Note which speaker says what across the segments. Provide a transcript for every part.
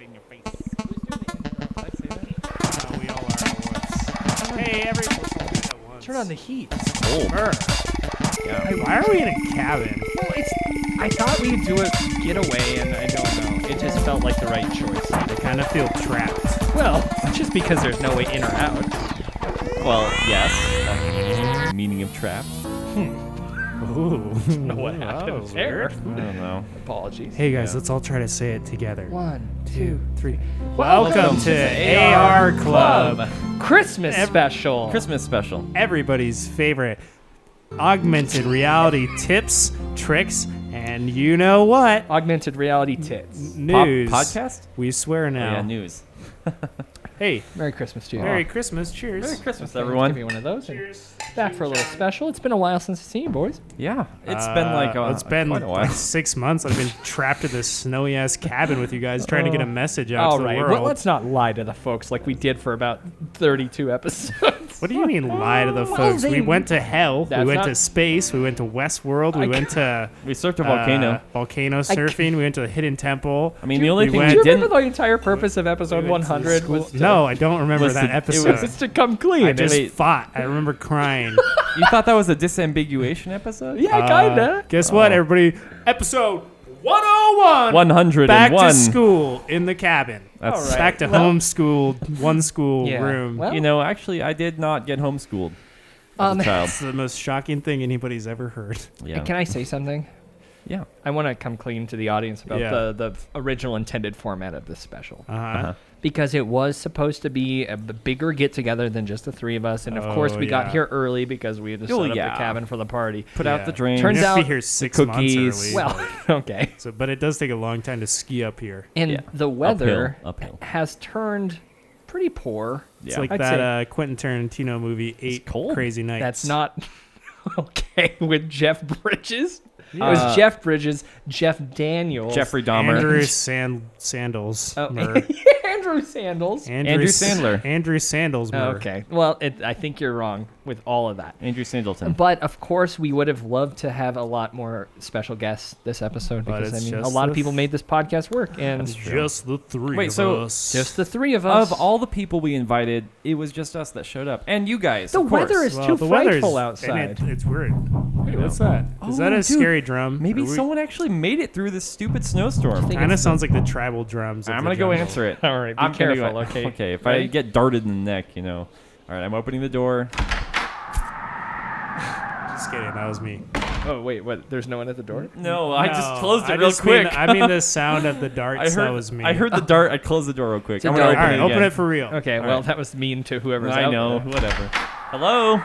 Speaker 1: in your face. No, we all are at once. Hey, everyone. at once.
Speaker 2: Turn on the heat.
Speaker 3: Oh.
Speaker 1: Brr.
Speaker 2: Yeah.
Speaker 1: Hey, why are we in a cabin?
Speaker 2: Well, it's. I thought we'd do a getaway, and I don't know. It just felt like the right choice.
Speaker 1: I kind of feel trapped.
Speaker 2: Well, just because there's no way in or out.
Speaker 3: Well, yes. that's the meaning of trap.
Speaker 1: Ooh.
Speaker 2: What happened there?
Speaker 3: I don't know.
Speaker 2: Oh, Apologies.
Speaker 1: Hey guys, let's all try to say it together.
Speaker 2: One, two, three.
Speaker 1: Welcome, to AR Club.
Speaker 3: Um,
Speaker 2: Christmas
Speaker 1: Ev-
Speaker 2: special.
Speaker 3: Christmas special.
Speaker 1: everybody's favorite augmented reality tips, tricks, and you know what?
Speaker 2: Augmented reality tits.
Speaker 3: Pop-
Speaker 1: News.
Speaker 3: podcast?
Speaker 1: We swear
Speaker 3: Oh,
Speaker 1: now.
Speaker 3: yeah, news.
Speaker 1: Hey,
Speaker 2: Merry Christmas to you.
Speaker 1: Merry Christmas. Cheers.
Speaker 3: Merry Christmas,
Speaker 2: Okay, let's
Speaker 3: everyone.
Speaker 2: Give me one of those. and
Speaker 1: Cheers.
Speaker 2: Back for a little special. It's been a while since I've seen you, boys.
Speaker 3: Yeah, it's been like
Speaker 1: Uh,
Speaker 3: uh,
Speaker 1: it's been
Speaker 3: quite a
Speaker 1: like
Speaker 3: while.
Speaker 1: six months. I've been trapped in this snowy ass cabin with you guys, trying to get a
Speaker 2: Uh,
Speaker 1: message out
Speaker 2: All
Speaker 1: to the
Speaker 2: right.
Speaker 1: world.
Speaker 2: Well, let's not lie to the folks like we did for about 32 episodes.
Speaker 1: What do you mean lie to the
Speaker 2: Well,
Speaker 1: folks?
Speaker 2: they-
Speaker 1: we went to hell. We
Speaker 2: That's
Speaker 1: went
Speaker 2: not-
Speaker 1: to space. We went to Westworld. We
Speaker 2: I
Speaker 1: went to
Speaker 3: We surfed a volcano.
Speaker 1: uh, volcano surfing. We went to the hidden temple.
Speaker 3: I mean, the only
Speaker 1: we
Speaker 3: thing
Speaker 1: went-
Speaker 2: Do
Speaker 3: we
Speaker 2: you
Speaker 3: didn't.
Speaker 2: remember the entire purpose of episode
Speaker 1: went to
Speaker 2: 100 was to,
Speaker 1: no, I don't remember
Speaker 3: was
Speaker 1: that
Speaker 3: the-
Speaker 1: episode.
Speaker 2: was to come clean?
Speaker 1: I just
Speaker 3: wait.
Speaker 1: fought. I remember crying.
Speaker 3: you thought that was a disambiguation episode?
Speaker 2: yeah,
Speaker 1: Uh,
Speaker 2: kinda.
Speaker 1: guess what,
Speaker 3: Oh.
Speaker 1: everybody? Episode 101.
Speaker 3: 101.
Speaker 1: Back to school in the cabin.
Speaker 3: That's
Speaker 2: All right.
Speaker 1: Back to
Speaker 2: Well-
Speaker 1: homeschooled, one school
Speaker 2: Yeah.
Speaker 1: room.
Speaker 2: Well-
Speaker 3: You know, actually, I did not get homeschooled as
Speaker 2: Um,
Speaker 3: a child.
Speaker 1: It's the most shocking thing anybody's ever heard.
Speaker 3: Yeah.
Speaker 2: Can I say something?
Speaker 3: yeah.
Speaker 2: I want to come clean to the audience about
Speaker 1: Yeah.
Speaker 2: the, the original intended format of this special
Speaker 1: Uh-huh.
Speaker 2: because it was supposed to be a b- bigger get together than just the three of us, and of course
Speaker 1: Oh,
Speaker 2: we
Speaker 1: yeah.
Speaker 2: got here early because we had to set
Speaker 3: Oh,
Speaker 2: up
Speaker 3: yeah.
Speaker 2: the cabin for the party.
Speaker 3: Put out the
Speaker 1: Yeah.
Speaker 3: drain.
Speaker 2: Turns
Speaker 1: You're gonna
Speaker 2: out
Speaker 1: be here six months
Speaker 3: cookies-
Speaker 1: early.
Speaker 2: Well, okay,
Speaker 1: so, but it does take a long time to ski up here.
Speaker 2: and
Speaker 3: Yeah.
Speaker 2: the weather
Speaker 3: Uphill, uphill.
Speaker 2: has turned pretty poor.
Speaker 3: yeah.
Speaker 1: It's like
Speaker 2: I'd
Speaker 1: that
Speaker 2: say-
Speaker 1: uh, Quentin Tarantino movie, Eight
Speaker 3: cold.
Speaker 1: Crazy Nights.
Speaker 2: That's not okay with Jeff Bridges. It
Speaker 3: Uh,
Speaker 2: was Jeff Bridges, Jeff Daniels,
Speaker 3: Jeffrey Dahmer.
Speaker 1: Andrew Sand- Sandals.
Speaker 2: Oh,
Speaker 1: Mer.
Speaker 2: Andrew Sandals.
Speaker 1: Andrew,
Speaker 3: Andrew
Speaker 1: S-
Speaker 3: Sandler.
Speaker 1: Andrew Sandals. Mer.
Speaker 2: Okay, well, it, I think you're wrong with all of that.
Speaker 3: Andrew Singleton.
Speaker 2: But of course, we would have loved to have a lot more special guests this episode
Speaker 1: But
Speaker 2: because I
Speaker 1: it's
Speaker 2: mean, a
Speaker 1: just
Speaker 2: lot of
Speaker 1: the
Speaker 2: people
Speaker 1: th-
Speaker 2: made this podcast work, and
Speaker 1: Just the three
Speaker 3: Wait,
Speaker 1: of
Speaker 3: so
Speaker 1: us.
Speaker 2: just the three of us.
Speaker 3: Of all the people we invited, it was just us that showed up, and you guys.
Speaker 2: the
Speaker 3: of course.
Speaker 2: weather is
Speaker 1: well,
Speaker 2: too
Speaker 1: the weather's
Speaker 2: frightful
Speaker 1: and
Speaker 2: outside.
Speaker 1: It, it's weird. Wait,
Speaker 3: know.
Speaker 1: what's that? Is that a
Speaker 3: Oh, dude,
Speaker 1: scary drum?
Speaker 3: Maybe someone actually made it through this stupid snowstorm.
Speaker 2: think
Speaker 1: Kind of
Speaker 2: it's-
Speaker 1: sounds like the tribal drums. of
Speaker 3: I'm
Speaker 1: the
Speaker 3: gonna go
Speaker 1: jungle.
Speaker 3: answer it.
Speaker 2: All right, be
Speaker 3: I'm gonna
Speaker 2: careful,
Speaker 3: go-
Speaker 2: okay?
Speaker 3: Okay. If I
Speaker 2: Ready?
Speaker 3: get darted in the neck, you know. All right, I'm opening the door.
Speaker 1: Just kidding. That was me.
Speaker 2: Oh wait, what? There's no one at the door.
Speaker 3: No, I just
Speaker 1: No,
Speaker 3: closed it
Speaker 1: I
Speaker 3: real
Speaker 1: just
Speaker 3: quick.
Speaker 1: Mean, I mean the sound of the
Speaker 3: I
Speaker 1: darts.
Speaker 3: heard.
Speaker 1: that was me.
Speaker 3: I heard the dart. I closed the door real quick.
Speaker 2: a
Speaker 3: I'm gonna
Speaker 2: dart.
Speaker 3: open
Speaker 1: All right,
Speaker 3: it
Speaker 1: open
Speaker 3: again.
Speaker 1: it for real.
Speaker 2: Okay,
Speaker 3: All
Speaker 2: well
Speaker 3: right.
Speaker 2: that was mean to whoever's
Speaker 3: I
Speaker 2: out
Speaker 3: know.
Speaker 2: there.
Speaker 3: Whatever. Hello.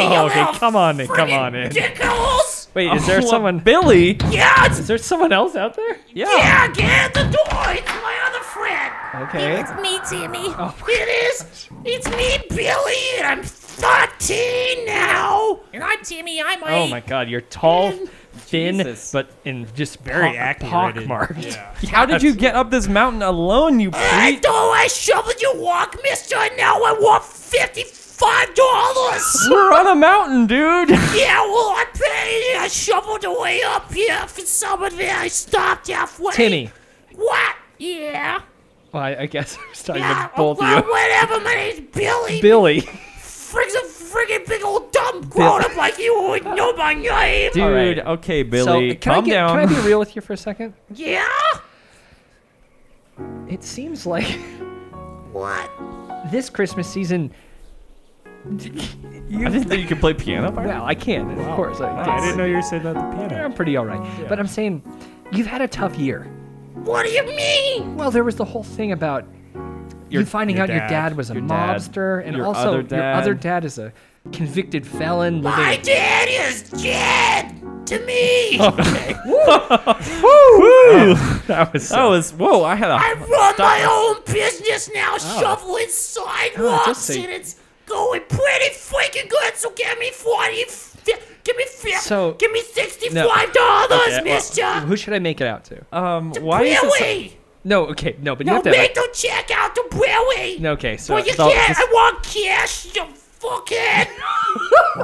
Speaker 2: Oh, okay, come on in, come on in. Wait, is there
Speaker 3: Well,
Speaker 2: someone?
Speaker 3: Billy?
Speaker 2: Is there someone else out there?
Speaker 3: Yeah.
Speaker 4: Yeah, get at the door. It's my other friend.
Speaker 2: Okay. Oh,
Speaker 4: It's me, Timmy. It is. It's me, Billy, and I'm 13 now. And I'm Timmy. I'm eight.
Speaker 2: Oh my God, you're tall, thin,
Speaker 3: Jesus.
Speaker 2: but in just
Speaker 1: Very
Speaker 2: po-
Speaker 1: accurate.
Speaker 2: pockmarked.
Speaker 1: Yeah.
Speaker 3: How did you get up this mountain alone, you
Speaker 4: I
Speaker 3: freak?
Speaker 4: know I shoveled your walk, mister, and now I want $55.
Speaker 3: We're on a mountain, dude.
Speaker 4: yeah, well, I paid. I shoveled the way up here for some of it. I stopped halfway.
Speaker 2: Timmy.
Speaker 4: What? Yeah.
Speaker 2: Well, I, I guess I was talking
Speaker 4: Yeah,
Speaker 2: to both
Speaker 4: well,
Speaker 2: of you.
Speaker 4: whatever. My name's Billy.
Speaker 2: Billy.
Speaker 4: Frigg's a friggin' big old dumb grown up like you would know my name.
Speaker 3: Dude,
Speaker 2: All right.
Speaker 3: okay, Billy,
Speaker 2: so, can
Speaker 3: calm
Speaker 2: I get,
Speaker 3: down.
Speaker 2: Can I be real with you for a second?
Speaker 4: Yeah?
Speaker 2: It seems like
Speaker 4: What?
Speaker 2: this Christmas season.
Speaker 3: I didn't think you could play piano. Byron.
Speaker 2: Well, I can, of course. I,
Speaker 1: I
Speaker 2: guess.
Speaker 1: didn't know you were saying that at the piano.
Speaker 2: I'm pretty all right. But I'm saying, you've had a tough year.
Speaker 4: What do you mean?
Speaker 2: Well, there was the whole thing about
Speaker 3: Your-
Speaker 2: you finding
Speaker 1: your
Speaker 2: out your
Speaker 1: dad.
Speaker 2: dad was a
Speaker 3: Your dad.
Speaker 2: mobster, and
Speaker 3: Your
Speaker 2: also
Speaker 3: other
Speaker 2: your
Speaker 3: dad.
Speaker 2: other dad is a convicted felon living.
Speaker 4: My dad is dead to me.
Speaker 3: Oh.
Speaker 2: that was
Speaker 1: Oh,
Speaker 3: That was whoa! I had a
Speaker 4: I run my own business now, shoveling sidewalks,
Speaker 2: Oh. say-
Speaker 4: and it's going pretty freaking good. So give me 40, fi- give me 50,
Speaker 2: So-
Speaker 4: give me $65, mister.
Speaker 2: Who should I make it out to? Uh,
Speaker 3: um. Why is it? so-
Speaker 4: Really?
Speaker 2: No, okay, no, but you
Speaker 4: No,
Speaker 2: have to.
Speaker 4: make them check out the Billy.
Speaker 2: no, okay, so
Speaker 4: Well, you
Speaker 2: so-
Speaker 4: can't.
Speaker 2: just-
Speaker 4: I want cash, you fucking.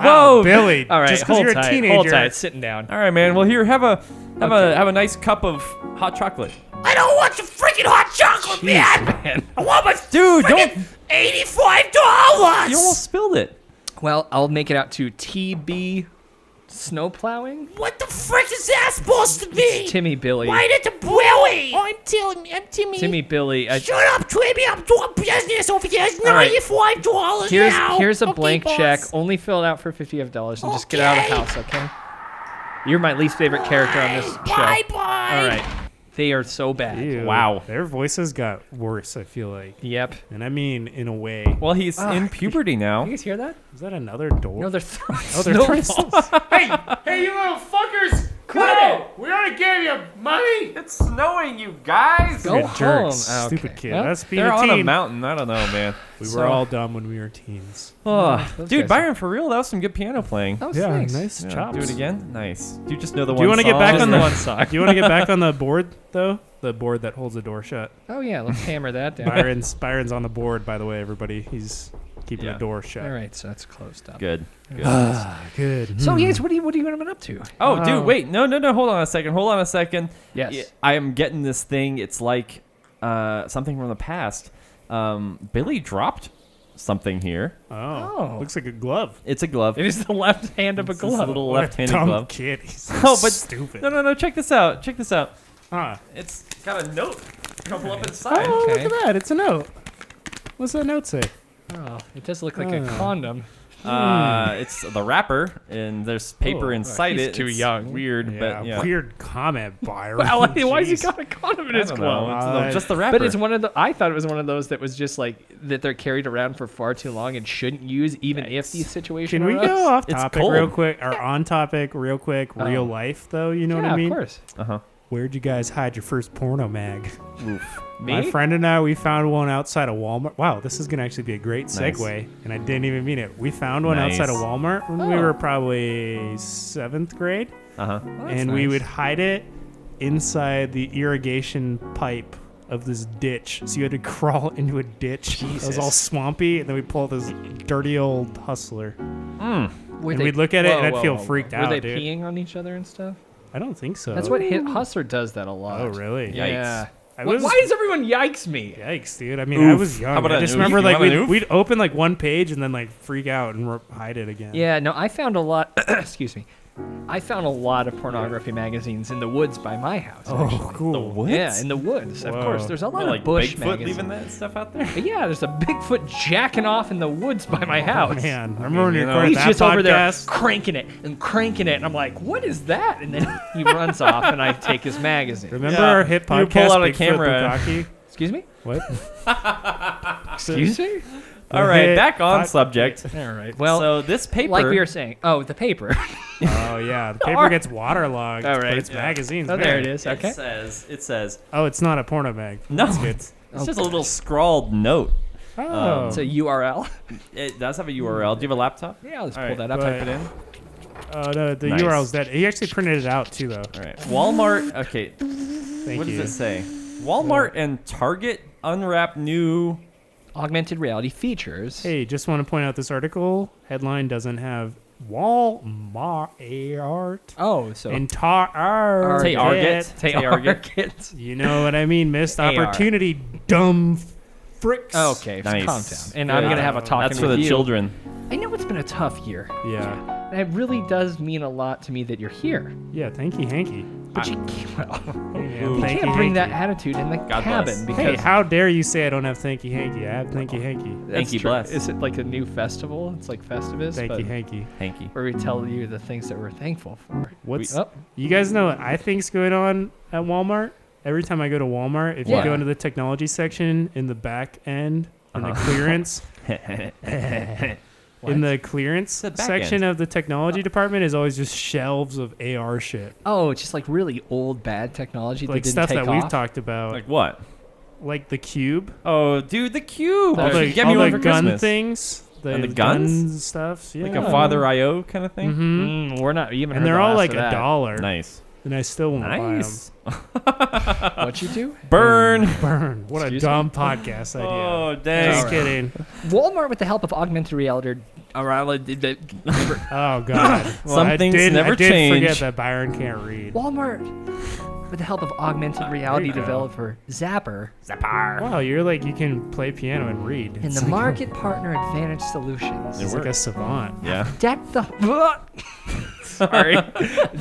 Speaker 3: Whoa,
Speaker 1: Billy.
Speaker 2: all right,
Speaker 1: just 'cause
Speaker 2: hold
Speaker 1: you're
Speaker 2: tight,
Speaker 1: a teenager.
Speaker 2: hold tight, sitting down.
Speaker 3: All right, man. Well, here, have a have
Speaker 2: Okay.
Speaker 3: a have a nice cup of hot chocolate.
Speaker 4: I don't want your freaking hot chocolate, man.
Speaker 2: man.
Speaker 4: I want my
Speaker 3: Dude,
Speaker 4: freaking
Speaker 3: don't-
Speaker 4: eighty-five dollars.
Speaker 1: Oh,
Speaker 3: You almost spilled it.
Speaker 2: Well, I'll make it out to TB snow plowing.
Speaker 4: What the frick is that supposed to be?
Speaker 2: Timmy Billy.
Speaker 4: Why did the Billy? Oh, I'm Timmy. I'm Timmy.
Speaker 2: Timmy Billy. I,
Speaker 4: Shut up, Timmy. I'm doing business over here. It's
Speaker 2: All right.
Speaker 4: ninety-five dollars
Speaker 2: here's
Speaker 4: now.
Speaker 2: here's a
Speaker 4: Okay,
Speaker 2: blank
Speaker 4: boss.
Speaker 2: check. Only fill it out for fifty dollars and just get out of the
Speaker 4: Okay.
Speaker 2: house, okay? You're my least favorite character on this show.
Speaker 4: Bye bye.
Speaker 2: All right. They are so bad.
Speaker 1: Ew.
Speaker 3: Wow.
Speaker 1: Their voices got worse, I feel like.
Speaker 2: Yep.
Speaker 1: And I mean, in a way.
Speaker 3: Well, he's
Speaker 1: Ah,
Speaker 3: in puberty
Speaker 2: You
Speaker 3: now.
Speaker 2: guys hear that?
Speaker 1: Is that another door?
Speaker 2: No, they're throwing
Speaker 1: oh, they're
Speaker 2: snowballs.
Speaker 1: crystals.
Speaker 5: Hey, you little fuckers! Quit it! We already gave you money!
Speaker 3: It's snowing, you guys.
Speaker 2: Go
Speaker 1: You're
Speaker 2: home.
Speaker 1: jerks.
Speaker 2: Oh,
Speaker 1: Stupid
Speaker 2: okay.
Speaker 1: kid.
Speaker 2: Well,
Speaker 1: That's being
Speaker 3: They're
Speaker 1: a
Speaker 3: on
Speaker 1: teen.
Speaker 3: a mountain. I don't know, man.
Speaker 1: We Oh, were
Speaker 2: So-
Speaker 1: all dumb when we were teens.
Speaker 3: Ugh.
Speaker 2: those
Speaker 3: dude,
Speaker 2: guys
Speaker 3: Byron, for real, that was some good piano playing.
Speaker 2: That was
Speaker 1: yeah,
Speaker 2: nice.
Speaker 1: nice
Speaker 3: Yeah,
Speaker 1: chops.
Speaker 3: Do it again. Nice. Do you just know the
Speaker 1: Do
Speaker 3: one?
Speaker 1: you want to get back
Speaker 3: song?
Speaker 1: on the
Speaker 2: Just the one song.
Speaker 1: Do you want to get back on the board though? The board that holds the door shut.
Speaker 2: Oh yeah, let's hammer that down.
Speaker 1: Byron's Byron's on the board, by the way, everybody. He's keeping
Speaker 3: Yeah.
Speaker 1: the door shut.
Speaker 2: All right, so that's closed up.
Speaker 3: Good. Good.
Speaker 1: Ah, good.
Speaker 2: So
Speaker 1: Hmm.
Speaker 2: yes, what do you what do you been up to?
Speaker 3: oh,
Speaker 1: Oh.
Speaker 3: dude, wait. No, no, no. Hold on a second. Hold on a second.
Speaker 2: Yes.
Speaker 3: Yeah, I am getting this thing. It's like uh, something from the past. Um, Billy dropped something here.
Speaker 1: Oh,
Speaker 2: Oh.
Speaker 1: looks like a glove.
Speaker 3: It's a glove.
Speaker 2: It is the left hand of a
Speaker 3: It's a
Speaker 2: glove.
Speaker 3: little
Speaker 1: What a
Speaker 3: left-handed
Speaker 1: dumb
Speaker 3: glove.
Speaker 1: kid. He's so
Speaker 3: Oh, but
Speaker 1: stupid.
Speaker 3: No, no, no. Check this out. Check this out.
Speaker 1: Huh.
Speaker 3: It's got a note crumpled up inside.
Speaker 1: Oh,
Speaker 2: Okay.
Speaker 1: look at that. It's a note. What's that note say?
Speaker 2: Oh, it does look like a
Speaker 1: Oh.
Speaker 2: condom.
Speaker 3: Uh, it's the wrapper, and there's paper
Speaker 1: Oh,
Speaker 3: inside
Speaker 2: he's
Speaker 3: it.
Speaker 2: too
Speaker 3: It's
Speaker 2: young.
Speaker 3: Weird, but yeah.
Speaker 1: Weird comment, Byron.
Speaker 2: Wow, why why has he
Speaker 1: Jeez.
Speaker 2: got a condom in
Speaker 3: I
Speaker 2: his
Speaker 3: don't
Speaker 2: glove?
Speaker 3: know. It's
Speaker 1: Uh,
Speaker 3: the, just the wrapper.
Speaker 2: But it's one of the. I thought it was one of those that was just like that they're carried around for far too long and shouldn't use, even if the situation.
Speaker 1: Can we
Speaker 2: arose.
Speaker 1: go off
Speaker 3: It's
Speaker 1: topic real
Speaker 3: cold.
Speaker 1: quick or on topic real quick? Real
Speaker 2: Oh.
Speaker 1: life though, you know
Speaker 2: yeah,
Speaker 1: what I mean?
Speaker 2: of course.
Speaker 3: uh-huh.
Speaker 1: Where'd you guys hide your first porno mag?
Speaker 3: Me?
Speaker 1: My friend and I, we found one outside of Walmart. Wow, this is gonna actually be a great
Speaker 3: Nice.
Speaker 1: segue, and I didn't even mean it. We found one outside of
Speaker 3: Nice.
Speaker 1: Walmart when we
Speaker 2: Oh.
Speaker 1: were probably seventh grade,
Speaker 3: uh-huh.
Speaker 2: Well, Oh, that's
Speaker 1: and we
Speaker 2: nice.
Speaker 1: would hide it inside the irrigation pipe of this ditch. So you had to crawl into a ditch. It was
Speaker 2: Jesus.
Speaker 1: all swampy, and then we pull out this dirty old hustler.
Speaker 2: Were
Speaker 1: and we'd look at it and I'd feel freaked
Speaker 2: were
Speaker 1: out,
Speaker 2: Were they
Speaker 1: dude.
Speaker 2: peeing on each other and stuff?
Speaker 1: I don't think so.
Speaker 2: That's what hit Hustler does that a lot.
Speaker 1: Oh really?
Speaker 3: Yikes.
Speaker 2: Yeah.
Speaker 1: I
Speaker 2: Wh-
Speaker 1: was-
Speaker 2: Why does everyone yikes me?
Speaker 1: Yikes, dude. I mean, I
Speaker 3: Oof.
Speaker 1: was young.
Speaker 3: How about
Speaker 1: I
Speaker 3: an
Speaker 1: just
Speaker 3: oof?
Speaker 1: remember
Speaker 3: You
Speaker 1: like
Speaker 3: want an
Speaker 1: we'd,
Speaker 3: oof?
Speaker 1: we'd open like one page and then like freak out and re- hide it again.
Speaker 2: Yeah, no, I found a lot. excuse me. I found a lot of pornography magazines in the woods by my house.
Speaker 1: Oh, cool.
Speaker 2: Yeah, in the woods, of
Speaker 1: Whoa.
Speaker 2: course. There's a lot
Speaker 3: What,
Speaker 2: of
Speaker 3: like
Speaker 2: bush
Speaker 3: Bigfoot
Speaker 2: magazines.
Speaker 3: leaving that stuff out there?
Speaker 2: But yeah, there's a Bigfoot jacking off in the woods by my house.
Speaker 1: Man, I remember when you
Speaker 3: you know.
Speaker 1: recorded
Speaker 2: He's
Speaker 1: that
Speaker 2: just
Speaker 1: podcast.
Speaker 2: over there cranking it and cranking it, and I'm like, "What is that?" And then he runs off, and I take his magazine.
Speaker 1: Remember
Speaker 3: Yeah.
Speaker 1: our hit
Speaker 3: You pull
Speaker 1: podcast?
Speaker 3: out a
Speaker 1: Bigfoot
Speaker 3: camera.
Speaker 1: Bukkake?
Speaker 2: Excuse me.
Speaker 1: What?
Speaker 2: Excuse me.
Speaker 3: All right,
Speaker 1: Hit
Speaker 3: back on
Speaker 1: pod-
Speaker 3: subject.
Speaker 2: All right.
Speaker 3: Well,
Speaker 2: Well,
Speaker 3: so this paper.
Speaker 2: like we were saying. Oh, the paper.
Speaker 1: Oh yeah, the paper
Speaker 2: Or-
Speaker 1: gets waterlogged.
Speaker 2: All
Speaker 1: but
Speaker 2: right,
Speaker 1: it's
Speaker 2: yeah.
Speaker 1: magazines.
Speaker 2: oh,
Speaker 1: man.
Speaker 2: there it is. Okay.
Speaker 3: It says. It says.
Speaker 1: Oh, it's not a porno mag.
Speaker 3: No, Um,
Speaker 1: That's good.
Speaker 3: it's, it's just a little scrawled note.
Speaker 1: Oh,
Speaker 2: It's a URL.
Speaker 3: It does have a URL. Do you have a laptop?
Speaker 2: Yeah, let's
Speaker 3: All
Speaker 2: pull
Speaker 3: right,
Speaker 2: that up.
Speaker 1: go
Speaker 2: Type it
Speaker 1: ahead.
Speaker 2: in.
Speaker 1: oh no, the
Speaker 3: Nice.
Speaker 1: URL's dead. He actually printed it out too, though.
Speaker 3: All right. Walmart. Okay.
Speaker 1: Thank
Speaker 3: What
Speaker 1: you.
Speaker 3: does it say? Walmart and Target unwrap new.
Speaker 2: Augmented reality features.
Speaker 1: Hey, just want to point out this article headline doesn't have Walmart
Speaker 2: Oh, so
Speaker 1: and tar.
Speaker 2: Target.
Speaker 3: Target.
Speaker 2: They are
Speaker 3: Target.
Speaker 2: kids.
Speaker 1: You know what I mean? Missed
Speaker 2: AR.
Speaker 1: opportunity, dumb fricks.
Speaker 2: Okay,
Speaker 3: Nice.
Speaker 2: calm down. And I'm
Speaker 1: Good.
Speaker 2: gonna have a talk
Speaker 3: That's
Speaker 2: with
Speaker 3: for the
Speaker 2: you.
Speaker 3: children.
Speaker 2: I know it's been a tough year.
Speaker 1: Yeah.
Speaker 2: And it really does mean a lot to me that you're here.
Speaker 1: Yeah. Thanky hanky.
Speaker 2: But you can't, well,
Speaker 1: Yeah,
Speaker 3: Ooh.
Speaker 2: you
Speaker 1: thanky
Speaker 2: can't
Speaker 1: hanky.
Speaker 2: bring that attitude in the
Speaker 3: God
Speaker 2: cabin
Speaker 3: bless.
Speaker 1: Hey,
Speaker 2: because
Speaker 1: how dare you say I don't have thanky hanky? I have thanky hanky.
Speaker 2: that's
Speaker 3: Hanky
Speaker 2: true.
Speaker 3: bless.
Speaker 2: Is it like a new festival? It's like Festivus, but
Speaker 1: Thanky hanky.
Speaker 3: Hanky.
Speaker 2: where we tell you the things that we're thankful for.
Speaker 1: What's
Speaker 3: oh.
Speaker 2: Up.
Speaker 1: You guys know what I think's going on at Walmart? Every time I go to Walmart, if you
Speaker 2: What?
Speaker 1: go into the technology section in the back end, in the
Speaker 3: Uh-huh.
Speaker 1: clearance, in the clearance
Speaker 3: The back
Speaker 1: section
Speaker 3: end. Uh-huh.
Speaker 1: of the technology department is always just shelves of AR shit.
Speaker 2: Oh, it's just like really old bad technology
Speaker 1: Like
Speaker 2: that didn't
Speaker 1: stuff
Speaker 2: take
Speaker 1: that
Speaker 2: off.
Speaker 1: we've talked about. Like,
Speaker 3: Like what?
Speaker 1: the cube.
Speaker 3: Oh, dude, the cube.
Speaker 1: All
Speaker 2: All
Speaker 1: the,
Speaker 2: the-
Speaker 3: Oh, You get me
Speaker 1: all
Speaker 3: one
Speaker 1: the
Speaker 3: for
Speaker 1: gun
Speaker 3: Christmas.
Speaker 1: things. The,
Speaker 3: And the
Speaker 1: gun
Speaker 3: guns?
Speaker 1: stuff. Yeah.
Speaker 3: Like a Father I.O. kind of thing.
Speaker 1: hmm
Speaker 2: Mm, we're not even.
Speaker 1: And they're all like a dollar.
Speaker 3: Nice.
Speaker 1: And I still won't
Speaker 3: Nice.
Speaker 2: dollar. What you do?
Speaker 3: Burn.
Speaker 1: buy them. Burn. What
Speaker 2: Excuse
Speaker 1: a
Speaker 2: me?
Speaker 1: dumb podcast Mm. idea.
Speaker 3: Oh,
Speaker 1: Just
Speaker 3: dang.
Speaker 1: kidding.
Speaker 2: Walmart with the help of augmented reality. Walmart.
Speaker 1: Oh god.
Speaker 3: Some
Speaker 1: I
Speaker 3: things
Speaker 1: did, I
Speaker 3: never
Speaker 1: did
Speaker 3: change.
Speaker 1: forget that Byron can't read.
Speaker 2: Walmart with the help of augmented reality developer Zapper
Speaker 4: Zapar.
Speaker 1: Wow, you're like you can play piano and read.
Speaker 2: and
Speaker 1: It's
Speaker 2: the market partner Advantage Solutions.
Speaker 1: like a savant.
Speaker 3: Yeah.
Speaker 2: Deck the sorry,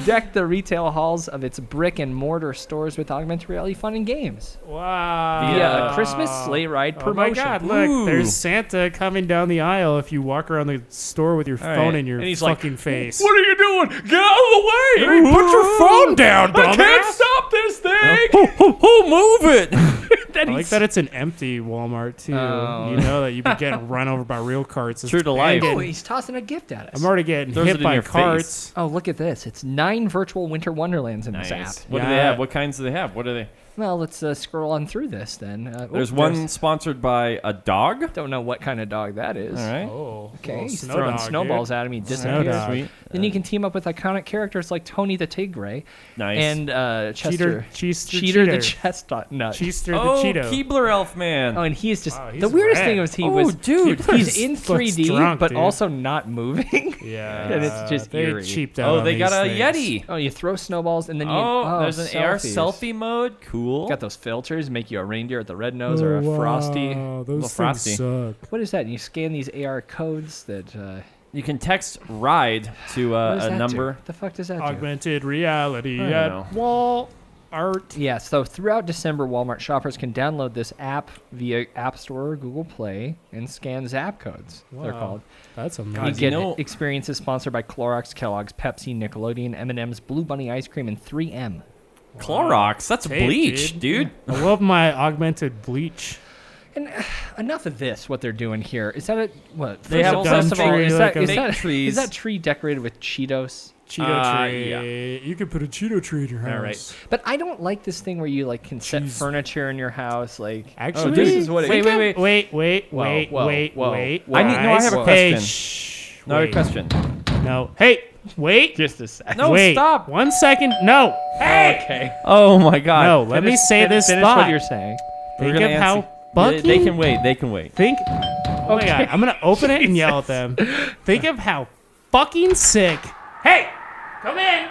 Speaker 2: deck the retail halls of its brick and mortar stores with augmented reality fun and games.
Speaker 1: Wow.
Speaker 2: Yeah, Christmas sleigh ride
Speaker 1: Oh my
Speaker 2: promotion.
Speaker 1: God! Look,
Speaker 3: Ooh.
Speaker 1: there's Santa coming down the aisle. If you walk around the store with your
Speaker 3: right.
Speaker 1: phone in your
Speaker 3: And he's like,
Speaker 1: fucking face,
Speaker 3: are you doing? Get out of the way!
Speaker 1: put your phone down, dumbass.
Speaker 3: stop this thing! Oh. Who, who, who move it?
Speaker 1: I like that it's an empty Walmart too.
Speaker 2: Oh.
Speaker 1: You know that you've been getting run over by real carts. It's
Speaker 3: True to life.
Speaker 2: Oh,
Speaker 1: banging.
Speaker 2: he's tossing a gift at us.
Speaker 1: I'm already getting
Speaker 3: Throws it
Speaker 1: hit
Speaker 3: in
Speaker 1: by
Speaker 3: your
Speaker 1: carts.
Speaker 3: face.
Speaker 2: Oh, look at this. It's nine virtual winter wonderlands in this app.
Speaker 3: Nice. What do they
Speaker 1: Yeah.
Speaker 3: have? What kinds do they have? What are they?
Speaker 2: Well, let's uh, scroll on through this then. Uh, oop,
Speaker 3: There's one sponsored by a dog.
Speaker 2: Don't know what kind of dog that is.
Speaker 3: All right.
Speaker 1: Oh,
Speaker 2: Okay,
Speaker 1: little
Speaker 2: he's
Speaker 1: snow
Speaker 2: throwing
Speaker 1: dog, dude.
Speaker 2: snowballs at him. He
Speaker 1: Snow
Speaker 2: disappears.
Speaker 1: dog.
Speaker 3: Sweet.
Speaker 2: Then you can team up with iconic characters like Tony the Tigre
Speaker 3: Nice.
Speaker 2: and uh, Chester
Speaker 1: Cheater, Cheester,
Speaker 2: Cheater the
Speaker 1: Cheater.
Speaker 2: Chestnut Nut.
Speaker 1: Cheester
Speaker 3: oh,
Speaker 1: the Cheeto.
Speaker 3: Keebler Elf Man.
Speaker 2: Oh, and he is just
Speaker 1: Wow,
Speaker 2: the
Speaker 1: he's
Speaker 2: weirdest
Speaker 1: rad.
Speaker 2: thing was he
Speaker 3: Oh,
Speaker 2: was
Speaker 3: dude,
Speaker 2: he- he's
Speaker 3: he's
Speaker 2: in 3D
Speaker 1: drunk,
Speaker 2: but
Speaker 1: dude.
Speaker 2: also not moving.
Speaker 1: yeah,
Speaker 2: And it's just
Speaker 1: they
Speaker 2: eerie.
Speaker 1: cheaped out.
Speaker 3: Oh,
Speaker 1: on
Speaker 3: they got a
Speaker 1: these things.
Speaker 3: Yeti.
Speaker 2: oh, you throw snowballs and then you
Speaker 3: Oh, there's an AR
Speaker 2: selfies.
Speaker 3: selfie mode. Cool.
Speaker 2: Got those filters, make you a reindeer with a red nose or a
Speaker 1: Oh,
Speaker 2: frosty.
Speaker 1: wow,
Speaker 3: Little
Speaker 1: Those
Speaker 3: frosty.
Speaker 1: things suck.
Speaker 2: What is that? You scan these AR codes that uh,
Speaker 3: You can text ride to
Speaker 2: what
Speaker 3: uh,
Speaker 2: does
Speaker 3: a
Speaker 2: that do?
Speaker 3: number.
Speaker 2: The fuck does that do?
Speaker 1: Augmented reality
Speaker 3: I don't
Speaker 1: at
Speaker 3: know.
Speaker 1: wall art.
Speaker 2: Yeah, so throughout December, Walmart shoppers can download this app via App Store or Google Play and scan zap codes. They're
Speaker 1: Wow.
Speaker 2: called.
Speaker 1: That's
Speaker 2: You
Speaker 1: amazing.
Speaker 2: get
Speaker 3: know-
Speaker 2: experiences sponsored by Clorox, Kellogg's, Pepsi, Nickelodeon, M&M's, Blue Bunny ice cream, and 3M.
Speaker 3: Clorox. That's
Speaker 1: Tape,
Speaker 3: bleach, dude.
Speaker 1: I love my augmented bleach.
Speaker 2: And uh, enough of this. What they're doing here is that a what?
Speaker 3: They
Speaker 2: first
Speaker 3: have
Speaker 2: of all-
Speaker 3: a
Speaker 2: first of all,
Speaker 1: tree,
Speaker 2: is
Speaker 1: like
Speaker 2: that
Speaker 1: a
Speaker 2: is
Speaker 1: fake
Speaker 2: that,
Speaker 3: trees.
Speaker 2: is that tree decorated with Cheetos?
Speaker 1: Cheeto
Speaker 3: Uh,
Speaker 1: tree.
Speaker 3: yeah.
Speaker 1: You could put a Cheeto tree in your house.
Speaker 3: All right.
Speaker 2: But I don't like this thing where you like can set furniture in your house. Like oh,
Speaker 1: Actually,
Speaker 3: this is what it-
Speaker 1: wait,
Speaker 3: Think
Speaker 1: wait, wait, wait, wait,
Speaker 2: Whoa,
Speaker 1: wait,
Speaker 2: whoa,
Speaker 1: wait,
Speaker 2: whoa,
Speaker 1: wait.
Speaker 2: whoa.
Speaker 3: I need- no, I have a
Speaker 1: Guys, Hey,
Speaker 3: question.
Speaker 1: shh,
Speaker 3: No
Speaker 1: wait.
Speaker 3: question.
Speaker 1: No. Hey, wait.
Speaker 2: just a sec.
Speaker 3: No,
Speaker 1: wait.
Speaker 3: stop.
Speaker 1: One second. No.
Speaker 2: Okay.
Speaker 3: Oh my God.
Speaker 1: No. Let me
Speaker 2: Finish-
Speaker 1: say
Speaker 2: fin-
Speaker 1: this
Speaker 2: Finish
Speaker 1: thought.
Speaker 2: what you're saying.
Speaker 1: Think
Speaker 3: gonna
Speaker 1: of how
Speaker 3: answer-
Speaker 1: Bucky.
Speaker 3: They, they can wait. They can wait.
Speaker 1: think. Oh my god. I'm gonna open it and yell at them. Think of how fucking sick. Hey,
Speaker 5: Come in.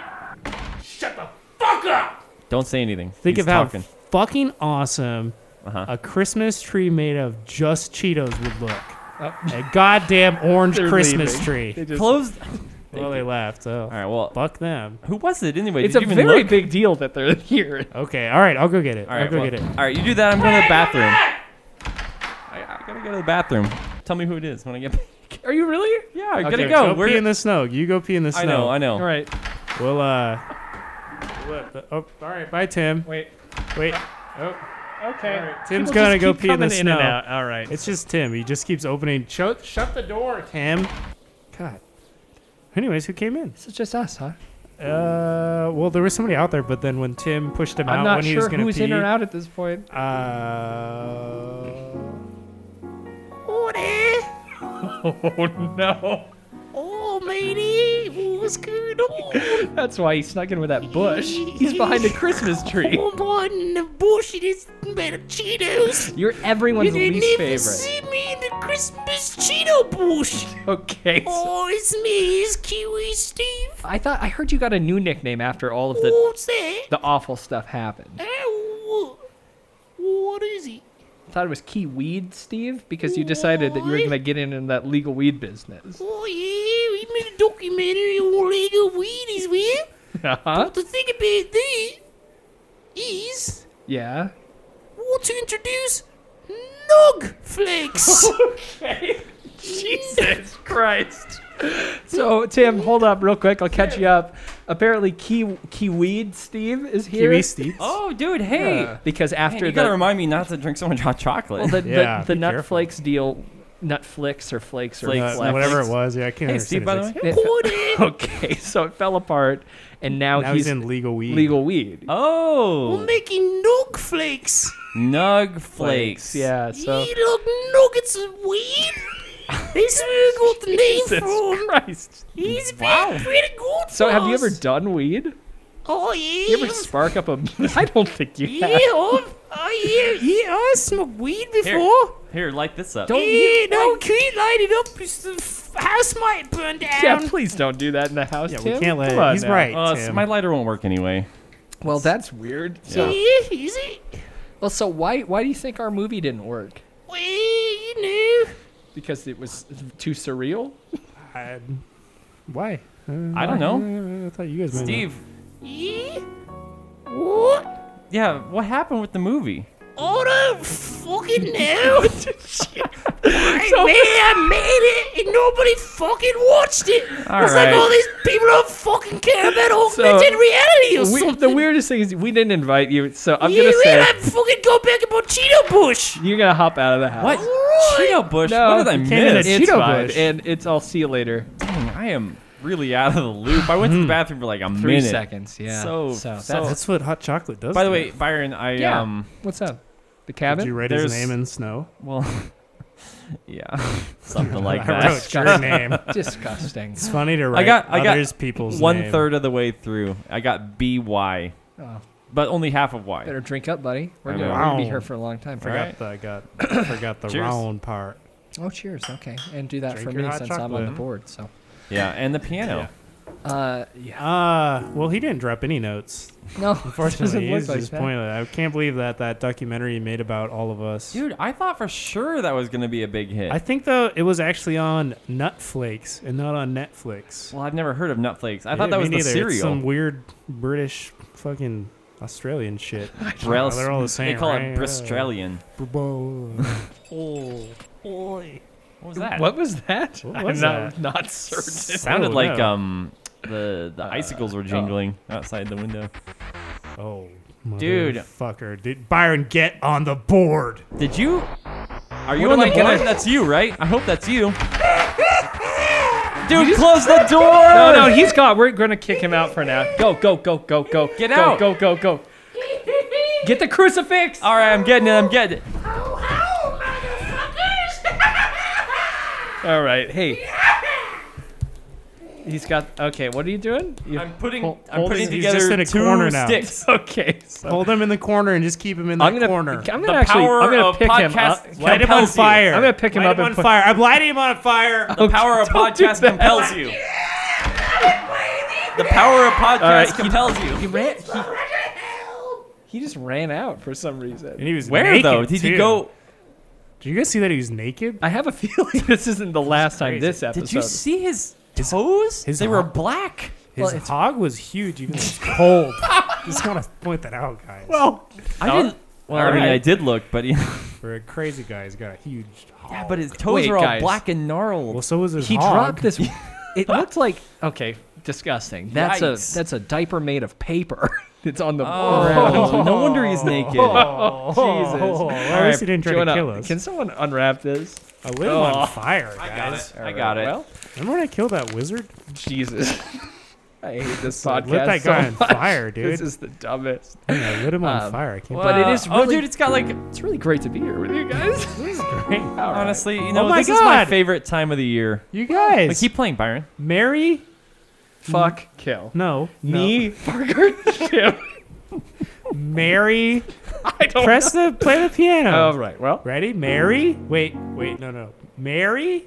Speaker 5: Shut the fuck up.
Speaker 3: Don't say anything.
Speaker 1: Think
Speaker 3: He's
Speaker 1: of how
Speaker 3: talking.
Speaker 1: fucking awesome
Speaker 3: Uh-huh.
Speaker 1: a Christmas tree made of just Cheetos would look.
Speaker 3: Oh.
Speaker 1: A goddamn orange Christmas tree.
Speaker 3: Closed.
Speaker 1: Well, they left. So
Speaker 3: All right. Well,
Speaker 1: fuck them.
Speaker 3: who was it anyway?
Speaker 2: It's
Speaker 3: Did
Speaker 2: a
Speaker 3: you even
Speaker 2: very
Speaker 3: look?
Speaker 2: big deal that they're here.
Speaker 1: Okay. All right. I'll go get it.
Speaker 3: All
Speaker 1: I'll
Speaker 3: right.
Speaker 1: go
Speaker 3: well-
Speaker 1: get it.
Speaker 3: All right. You do that. I'm going to the bathroom. I, I gotta go to the bathroom. Tell me who it is when I get back.
Speaker 2: Are you really?
Speaker 3: Yeah, I
Speaker 1: Okay,
Speaker 3: gotta go.
Speaker 1: Go
Speaker 3: We're-
Speaker 1: pee in the snow. You go pee in the snow.
Speaker 3: I know. I know.
Speaker 2: All right.
Speaker 1: We'll uh. What the- oh, all right. Bye, Tim.
Speaker 2: Wait.
Speaker 1: Wait. oh.
Speaker 5: Okay.
Speaker 1: Tim's gonna go pee in the snow.
Speaker 2: All right.
Speaker 1: It's just Tim. He just keeps opening. Shut, shut the door, Tim. God. Anyways, who came in?
Speaker 2: This is just us, huh?
Speaker 1: Uh, well, there was somebody out there, but then when Tim pushed him
Speaker 2: I'm
Speaker 1: out
Speaker 2: not
Speaker 1: when he was
Speaker 2: sure
Speaker 1: gonna
Speaker 2: who's
Speaker 1: pee,
Speaker 2: in or out at this point.
Speaker 1: uh,
Speaker 4: Howdy.
Speaker 2: Oh no.
Speaker 4: Oh, matey. What's going on?
Speaker 2: That's why he snuck in with that bush. He's behind a Christmas tree.
Speaker 4: I'm hiding in the bush and it's made of Cheetos.
Speaker 2: You're
Speaker 4: You
Speaker 2: everyone's
Speaker 4: didn't
Speaker 2: least
Speaker 4: even
Speaker 2: favorite.
Speaker 4: see me in the Christmas Cheeto bush.
Speaker 2: Okay. So
Speaker 4: Oh, it's me. It's Kiwi Steve.
Speaker 2: I thought I heard you got a new nickname after all of the
Speaker 4: What's that?
Speaker 2: the awful stuff happened.
Speaker 4: Oh, what is it?
Speaker 2: I thought it was Key Weed Steve because you decided that you were gonna get in in that legal weed business.
Speaker 4: Oh, yeah. We made a documentary on legal weed as well.
Speaker 2: Uh-huh.
Speaker 4: The thing about that is,
Speaker 2: Yeah.
Speaker 4: we want to introduce Nog Flakes.
Speaker 2: Jesus Christ. So Tim, hold up real quick. I'll catch you up. Apparently, Key Kiweed Steve is here.
Speaker 1: Kiwi Steve. Uh,
Speaker 3: Oh, dude. Hey.
Speaker 2: Yeah. because after
Speaker 3: Man, you
Speaker 2: the,
Speaker 3: gotta remind me not to drink so much hot chocolate.
Speaker 2: well, the,
Speaker 1: Yeah,
Speaker 2: the, the
Speaker 1: be
Speaker 2: nut
Speaker 1: careful.
Speaker 2: flakes deal, nut flicks or flakes or
Speaker 3: Flakes,
Speaker 2: flex.
Speaker 1: Uh, whatever it was. Yeah, I can't
Speaker 3: hey,
Speaker 1: understand
Speaker 3: Steve.
Speaker 1: it.
Speaker 3: By the
Speaker 1: It's-
Speaker 3: way.
Speaker 2: It- okay, so it fell apart, and now,
Speaker 1: Now he's, in legal weed.
Speaker 2: legal weed.
Speaker 4: We're
Speaker 3: Oh,
Speaker 4: making Nog Flakes.
Speaker 3: nug flakes.
Speaker 2: Yeah. So
Speaker 4: You look nuggets of weed. this is where we got the name
Speaker 2: Jesus
Speaker 4: from.
Speaker 2: Christ.
Speaker 4: He's been
Speaker 3: Wow.
Speaker 4: pretty good.
Speaker 2: So
Speaker 4: for
Speaker 2: have you ever
Speaker 4: us.
Speaker 2: done weed?
Speaker 4: Oh yeah.
Speaker 2: You ever spark up a? I don't think you
Speaker 4: yeah.
Speaker 2: have.
Speaker 4: I've- Oh yeah. Yeah. I smoked weed
Speaker 3: Here,
Speaker 4: before.
Speaker 3: here, light this up.
Speaker 2: Don't
Speaker 4: Yeah.
Speaker 2: you?
Speaker 4: No, can't light it up. It's The f- house might burn down.
Speaker 2: Yeah, please don't do that in the house,
Speaker 1: Yeah,
Speaker 2: Tim.
Speaker 1: we can't let.
Speaker 2: Come on
Speaker 1: He's
Speaker 2: now.
Speaker 1: right.
Speaker 3: Uh,
Speaker 1: Tim.
Speaker 3: my lighter won't work anyway.
Speaker 2: Well, that's weird.
Speaker 3: Yeah.
Speaker 4: Easy.
Speaker 2: Well, so why why do you think our movie didn't work?
Speaker 4: We, you know.
Speaker 2: Because it was too surreal.
Speaker 1: I, why?
Speaker 3: I don't know.
Speaker 1: Uh, I thought you guys might know.
Speaker 3: Steve,
Speaker 4: Yeah. What?
Speaker 3: yeah, what happened with the movie?
Speaker 4: I don't fucking know. so, man, I made it and nobody fucking watched it.
Speaker 3: All
Speaker 4: it's
Speaker 3: right.
Speaker 4: like all these people don't fucking care about augmented
Speaker 2: So,
Speaker 4: reality or
Speaker 2: We,
Speaker 4: something.
Speaker 2: the weirdest thing is we didn't invite you, so I'm
Speaker 4: you
Speaker 2: gonna
Speaker 4: mean
Speaker 2: say
Speaker 4: I fucking go back and bought Cheeto Bush?
Speaker 2: you're gonna hop out of the house.
Speaker 3: What?
Speaker 4: Alright.
Speaker 3: Cheeto Bush?
Speaker 2: No,
Speaker 3: what did I
Speaker 2: you
Speaker 1: can't
Speaker 3: miss?
Speaker 1: even-
Speaker 2: It's
Speaker 1: Cheeto
Speaker 2: fine,
Speaker 1: Bush.
Speaker 2: and it's. I'll see you later.
Speaker 3: Dang, I am really out of the loop. I
Speaker 1: Hmm.
Speaker 3: went to the bathroom for like a
Speaker 2: Three
Speaker 3: minute.
Speaker 2: seconds. Yeah.
Speaker 3: So-
Speaker 2: that's,
Speaker 3: so-
Speaker 1: That's what hot chocolate does.
Speaker 3: oh. By
Speaker 1: to
Speaker 3: the
Speaker 1: you.
Speaker 3: way, Byron, I
Speaker 2: yeah.
Speaker 3: um
Speaker 2: What's up?
Speaker 1: did you
Speaker 2: The cabin.
Speaker 1: write
Speaker 3: there's-
Speaker 1: his name in snow?
Speaker 3: well, yeah, something like
Speaker 1: I wrote
Speaker 3: that.
Speaker 1: your name.
Speaker 2: Disgusting.
Speaker 1: It's funny to write
Speaker 3: got- I got
Speaker 1: others people's
Speaker 3: One
Speaker 1: name.
Speaker 3: third of the way through, I got B Y,
Speaker 2: Oh,
Speaker 3: but only half of Y.
Speaker 2: better drink up, buddy. We're
Speaker 3: I
Speaker 2: gonna,
Speaker 3: know.
Speaker 2: we're gonna be
Speaker 1: Wow.
Speaker 2: here for a long time.
Speaker 1: Forgot
Speaker 3: Alright.
Speaker 1: the I got forgot the
Speaker 3: Cheers.
Speaker 1: round part.
Speaker 2: Oh, cheers. Okay, and do that
Speaker 1: Drink
Speaker 2: for
Speaker 1: your
Speaker 2: me
Speaker 1: hot
Speaker 2: since I'm on the
Speaker 1: chocolate.
Speaker 2: board. So,
Speaker 3: Yeah, and the piano.
Speaker 2: uh, yeah.
Speaker 1: Uh, well, he didn't drop any notes.
Speaker 2: No,
Speaker 1: Unfortunately,
Speaker 2: doesn't
Speaker 1: he's
Speaker 2: look like
Speaker 1: just
Speaker 2: that.
Speaker 1: pointless. I can't believe that that documentary he made about all of us.
Speaker 3: Dude, I thought for sure that was gonna be a big hit.
Speaker 1: I think though it was actually on Netflix and not on Netflix.
Speaker 3: well, I've never heard of Nutflakes. I
Speaker 1: Yeah,
Speaker 3: thought that
Speaker 1: me
Speaker 3: was the
Speaker 1: neither. It's
Speaker 3: cereal.
Speaker 1: some weird British fucking Australian shit.
Speaker 3: Brel-
Speaker 1: they're all the
Speaker 3: They
Speaker 1: same,
Speaker 3: call
Speaker 1: right?
Speaker 3: it Bristralian.
Speaker 1: oh, boy.
Speaker 3: What was that?
Speaker 2: What was that?
Speaker 1: What
Speaker 2: I'm
Speaker 1: was
Speaker 2: not,
Speaker 1: that?
Speaker 2: not certain.
Speaker 3: Sounded
Speaker 1: Oh,
Speaker 3: like
Speaker 1: no. Uh,
Speaker 3: um the the icicles were jingling outside the window.
Speaker 1: Oh,
Speaker 3: Dude.
Speaker 1: fucker, dude, Byron, get on the board.
Speaker 3: Did you? Are you
Speaker 2: What
Speaker 3: on
Speaker 2: am
Speaker 3: the
Speaker 2: I gonna-
Speaker 3: board? That's you, right? I hope that's you. Dude, close the door!
Speaker 2: No, no, he's gone. We're gonna kick him out for now. Go, go, go, go, go.
Speaker 3: Get
Speaker 2: go,
Speaker 3: out.
Speaker 2: Go, go, go. Get the crucifix.
Speaker 3: All right, I'm getting it. I'm getting it.
Speaker 2: All right. Hey. He's got. Okay. What are you doing? You-
Speaker 3: I'm putting.
Speaker 2: Hol-
Speaker 3: I'm
Speaker 1: holding-
Speaker 3: putting
Speaker 1: he's
Speaker 3: together
Speaker 1: just in a
Speaker 3: two
Speaker 1: corner now.
Speaker 3: sticks.
Speaker 2: okay. So
Speaker 1: Hold him in the corner and just keep him in the
Speaker 2: I'm gonna.
Speaker 1: corner.
Speaker 2: I'm
Speaker 3: The
Speaker 2: gonna actually.
Speaker 3: power
Speaker 2: I'm gonna
Speaker 3: of
Speaker 2: pick him up.
Speaker 3: podcast-
Speaker 1: Light him on
Speaker 3: Compels you.
Speaker 1: fire.
Speaker 2: I'm gonna pick him
Speaker 1: Light
Speaker 2: up
Speaker 1: him
Speaker 2: and
Speaker 1: on
Speaker 2: put-
Speaker 1: fire. I'm lighting him on fire.
Speaker 3: The power of
Speaker 2: don't do
Speaker 3: podcast
Speaker 2: that.
Speaker 3: compels you. The power of podcast
Speaker 2: right, come-
Speaker 3: compels you.
Speaker 2: He ran. He, he just ran out for some reason.
Speaker 1: And he was
Speaker 3: Where
Speaker 1: naked,
Speaker 3: though? Did
Speaker 1: too.
Speaker 3: you go?
Speaker 1: Did you guys see that he was naked?
Speaker 2: I have a feeling this isn't the last time
Speaker 1: crazy.
Speaker 2: this episode.
Speaker 3: Did you see his toes?
Speaker 1: his
Speaker 3: they were
Speaker 1: hot-
Speaker 3: black.
Speaker 1: His
Speaker 2: it's-
Speaker 1: hog was huge, even though it's cold. Just want to point that out, guys.
Speaker 2: Oh.
Speaker 3: I didn't. Well, I
Speaker 2: All
Speaker 3: mean,
Speaker 2: right.
Speaker 3: I did look, but he,
Speaker 1: For a crazy guy, he's got a huge hog.
Speaker 3: yeah, but his toes
Speaker 2: Wait,
Speaker 3: are all
Speaker 2: guys.
Speaker 3: black and gnarled.
Speaker 1: well, so was his
Speaker 2: He
Speaker 1: hog.
Speaker 2: dropped this. It looked like okay, disgusting. That's
Speaker 3: Yikes.
Speaker 2: a that's a diaper made of paper. It's on the
Speaker 3: Oh, no wonder he's naked.
Speaker 1: Oh,
Speaker 2: Jesus.
Speaker 1: Well, at least he didn't try
Speaker 2: Joanna,
Speaker 1: to kill us.
Speaker 2: Can someone unwrap this?
Speaker 1: I lit him
Speaker 2: Oh.
Speaker 1: on fire,
Speaker 3: I got
Speaker 1: guys.
Speaker 3: it. I got it.
Speaker 2: Well,
Speaker 1: Remember when I killed that wizard?
Speaker 2: Jesus. I hate this
Speaker 1: Lit
Speaker 2: podcast.
Speaker 1: that guy
Speaker 2: so
Speaker 1: on
Speaker 2: much.
Speaker 1: fire,
Speaker 2: This
Speaker 1: dude.
Speaker 2: is the dumbest.
Speaker 1: Yeah, I lit him on
Speaker 2: Um,
Speaker 1: fire. I can't
Speaker 2: But it is
Speaker 3: Oh,
Speaker 2: really-
Speaker 3: dude, it's got like.
Speaker 2: It's really great to be here with you guys.
Speaker 1: believe it. Great.
Speaker 2: All right.
Speaker 3: Honestly, you know,
Speaker 1: my
Speaker 3: this is Oh my
Speaker 1: God.
Speaker 3: favorite time of the year.
Speaker 1: You guys,
Speaker 3: But keep playing, Byron.
Speaker 1: marry?
Speaker 2: fuck, Mm. kill.
Speaker 1: No,
Speaker 2: Me, Parker, Jim.
Speaker 1: no. Mary.
Speaker 2: I don't.
Speaker 1: Press the play the piano.
Speaker 2: All right. Well,
Speaker 1: Ready? Mary? Wait, wait, no, no. Mary?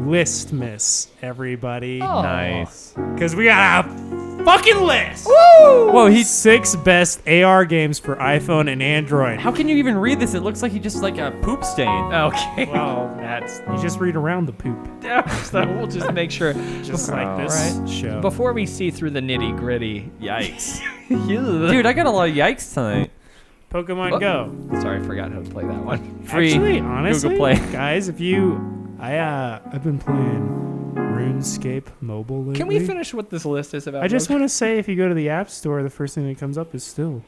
Speaker 1: List miss, everybody.
Speaker 2: Oh.
Speaker 3: Nice.
Speaker 1: Because we got a fucking list.
Speaker 3: Whoa, he.
Speaker 1: Six best AR games for iPhone and Android.
Speaker 3: How can you even read this? It looks like he just like a poop stain. Uh,
Speaker 2: Okay.
Speaker 1: Well,
Speaker 2: that's.
Speaker 1: Oh, you just read around the poop.
Speaker 2: So we'll just make sure.
Speaker 1: Just like this show.
Speaker 2: Before we see through the nitty gritty,
Speaker 3: Yikes.
Speaker 2: dude.
Speaker 3: Dude, I got a lot of yikes tonight.
Speaker 1: Pokemon
Speaker 2: What?
Speaker 1: Go.
Speaker 2: Sorry, I forgot how to play that one.
Speaker 3: Free.
Speaker 1: Actually, honestly,
Speaker 3: Play.
Speaker 1: guys, if you, I uh, I've been playing RuneScape mobile lately.
Speaker 2: Can we finish what this list is about?
Speaker 1: I just
Speaker 2: real
Speaker 1: want to say, if you go to the App Store, the first thing that comes up is still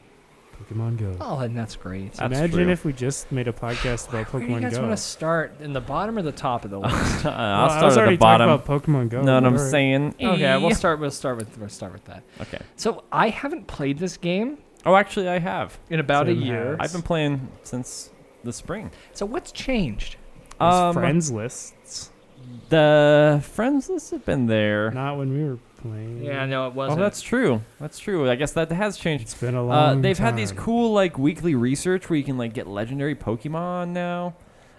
Speaker 1: Pokemon Go.
Speaker 2: quick? Oh, and that's great.
Speaker 3: That's
Speaker 1: Imagine
Speaker 3: true.
Speaker 1: if we just made a podcast about
Speaker 2: Where do you
Speaker 1: Pokemon
Speaker 2: guys
Speaker 1: Go.
Speaker 2: want to start? In the bottom or the top of the list?
Speaker 3: Uh,
Speaker 1: Well,
Speaker 3: I'll
Speaker 1: I was
Speaker 3: start at
Speaker 1: already
Speaker 3: the bottom.
Speaker 1: talking about Pokemon Go.
Speaker 3: Know what I'm
Speaker 1: Alright.
Speaker 3: saying?
Speaker 2: okay, we'll start. We'll start with. We'll start with that.
Speaker 3: Okay.
Speaker 2: So I haven't played this game
Speaker 3: Oh, actually, I have.
Speaker 2: in about a
Speaker 1: Tim has.
Speaker 2: year.
Speaker 3: I've been playing since the spring.
Speaker 2: So what's changed?
Speaker 1: Those
Speaker 3: Um,
Speaker 1: friends lists.
Speaker 3: The friends list has been there.
Speaker 1: Not when we were playing.
Speaker 2: Yeah, no, it
Speaker 3: Oh,
Speaker 2: wasn't.
Speaker 3: that's true. That's true. I guess that has changed.
Speaker 1: It's been a
Speaker 3: Uh,
Speaker 1: long
Speaker 3: they've had these
Speaker 1: time.
Speaker 3: cool like weekly research where you can like get legendary Pokemon now.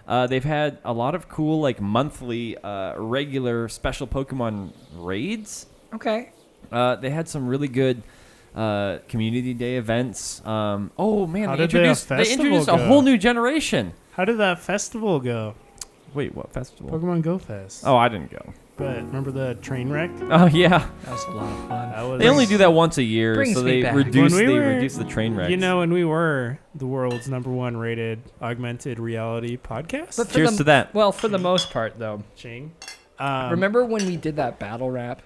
Speaker 3: Uh, they've had a lot of cool like monthly uh, regular special Pokemon raids.
Speaker 2: okay.
Speaker 3: Uh, they had some really good uh, community day events. Um, oh man,
Speaker 1: How
Speaker 3: they
Speaker 1: did their
Speaker 3: introduced they
Speaker 1: festival
Speaker 3: introduced a
Speaker 1: go?
Speaker 3: whole new generation.
Speaker 1: How did that festival go?
Speaker 3: Wait, what festival?
Speaker 1: Pokemon Go Fest.
Speaker 3: Oh, I didn't go.
Speaker 1: but remember the train wreck?
Speaker 3: Oh yeah,
Speaker 2: That was a lot of fun.
Speaker 1: That was
Speaker 3: they only do that once a year,
Speaker 2: brings
Speaker 3: so
Speaker 2: me
Speaker 3: they
Speaker 2: back.
Speaker 3: reduce
Speaker 1: When we
Speaker 3: they
Speaker 1: were-
Speaker 3: reduce the train wrecks.
Speaker 1: You know, and we were the world's number one rated augmented reality podcast.
Speaker 2: But for
Speaker 3: Cheers
Speaker 2: the-
Speaker 3: to that.
Speaker 2: Well, for the most part, though.
Speaker 1: Ching. Um,
Speaker 2: Remember when we did that battle rap?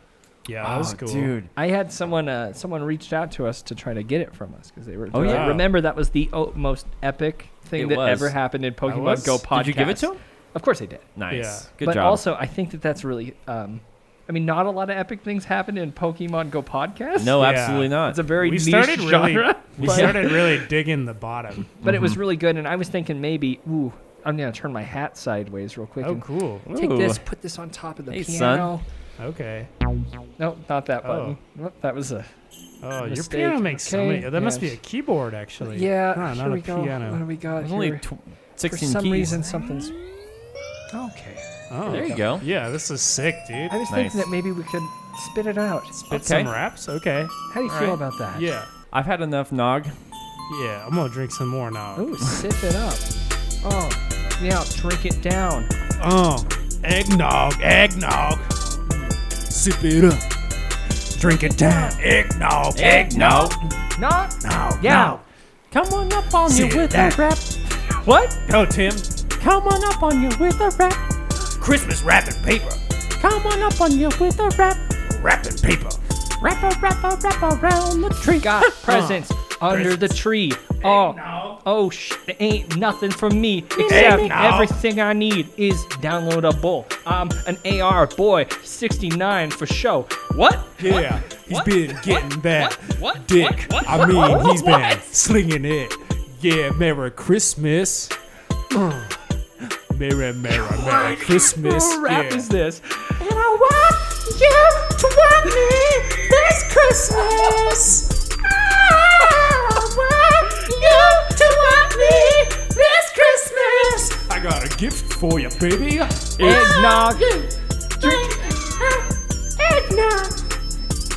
Speaker 1: Yeah, that was
Speaker 3: Oh,
Speaker 1: cool.
Speaker 3: dude.
Speaker 2: I had someone uh, someone reached out to us to try to get it from us because they were.
Speaker 3: Oh,
Speaker 2: they're like,
Speaker 1: yeah.
Speaker 2: Remember that was the o- most epic thing
Speaker 3: It
Speaker 2: that
Speaker 3: was.
Speaker 2: ever happened in
Speaker 1: was?
Speaker 2: Pokemon Go podcast.
Speaker 3: Did you give it to him?
Speaker 2: Of course I did.
Speaker 3: Nice.
Speaker 1: Yeah.
Speaker 3: Good
Speaker 2: but
Speaker 3: job.
Speaker 2: also, I think that that's really. Um, I mean, not a lot of epic things happen in Pokemon Go podcast.
Speaker 3: no,
Speaker 1: Yeah.
Speaker 3: absolutely not.
Speaker 2: it's a very
Speaker 1: we
Speaker 2: niche
Speaker 1: started really,
Speaker 2: genre.
Speaker 1: we
Speaker 2: but-
Speaker 1: started really digging the bottom.
Speaker 2: but it
Speaker 3: Mm-hmm.
Speaker 2: was really good, and I was thinking maybe, ooh, I'm gonna turn my hat sideways real quick
Speaker 1: Oh,
Speaker 2: and
Speaker 1: cool.
Speaker 2: take
Speaker 3: Ooh.
Speaker 2: this, put this on top of the
Speaker 3: Hey, son.
Speaker 2: piano.
Speaker 1: Okay.
Speaker 2: No, not that
Speaker 1: Oh.
Speaker 2: button. Nope, That was a.
Speaker 1: Oh, your
Speaker 2: Mistake.
Speaker 1: piano makes so
Speaker 2: Okay,
Speaker 1: many. That must be
Speaker 2: yes.
Speaker 1: a keyboard, actually.
Speaker 2: Yeah,
Speaker 1: Nah,
Speaker 2: here
Speaker 1: not
Speaker 2: we
Speaker 1: a
Speaker 2: go. Um, What do
Speaker 1: piano.
Speaker 2: we got
Speaker 3: There's
Speaker 2: here?
Speaker 3: only tw-
Speaker 2: For
Speaker 3: 16
Speaker 2: some
Speaker 3: keys.
Speaker 2: reason, something's. Okay.
Speaker 1: Oh,
Speaker 3: there you go.
Speaker 1: Yeah, this is sick, dude.
Speaker 2: I was
Speaker 3: Nice.
Speaker 2: thinking that maybe we could spit it out.
Speaker 1: Spit
Speaker 3: Okay.
Speaker 1: some raps. Okay.
Speaker 2: How do you
Speaker 3: All
Speaker 2: feel
Speaker 3: right.
Speaker 2: about that?
Speaker 1: Yeah.
Speaker 3: I've had enough nog.
Speaker 1: Yeah. I'm gonna drink some more now.
Speaker 2: Ooh, sip it up. Oh, now drink it down.
Speaker 1: Um, eggnog, eggnog. Sip it up. Drink it down. Eggnog, eggnog.
Speaker 2: Not.
Speaker 1: Now,
Speaker 2: Yeah.
Speaker 3: Come on up on you
Speaker 1: Sit
Speaker 3: with
Speaker 1: back.
Speaker 3: a rap. What?
Speaker 1: Go, Tim.
Speaker 3: Come on up on you with a rap.
Speaker 1: Christmas wrapping paper.
Speaker 3: Come on up on you with a rap.
Speaker 1: Wrapping paper.
Speaker 3: Wrap a wrap a wrap around the tree. Uh.
Speaker 2: Got presents under the tree. Oh, oh, sh- it ain't nothing from me except
Speaker 1: Eggnog.
Speaker 2: everything I need is downloadable. I'm an AR boy, 69 for show. What?
Speaker 1: Yeah, he's
Speaker 2: What?
Speaker 1: been
Speaker 2: What?
Speaker 1: getting that
Speaker 2: What? What?
Speaker 1: dick.
Speaker 2: What? What?
Speaker 1: I mean, he's been
Speaker 2: What?
Speaker 1: slinging it. Yeah, Merry Christmas. Mm. Merry, Merry, Merry Christmas.
Speaker 2: What rap
Speaker 1: yeah.
Speaker 2: is this?
Speaker 4: And I want you to want me this Christmas. I want you to want me this Christmas.
Speaker 1: I got a gift for you, baby.
Speaker 2: Eggnog.
Speaker 4: Drink uh, eggnog.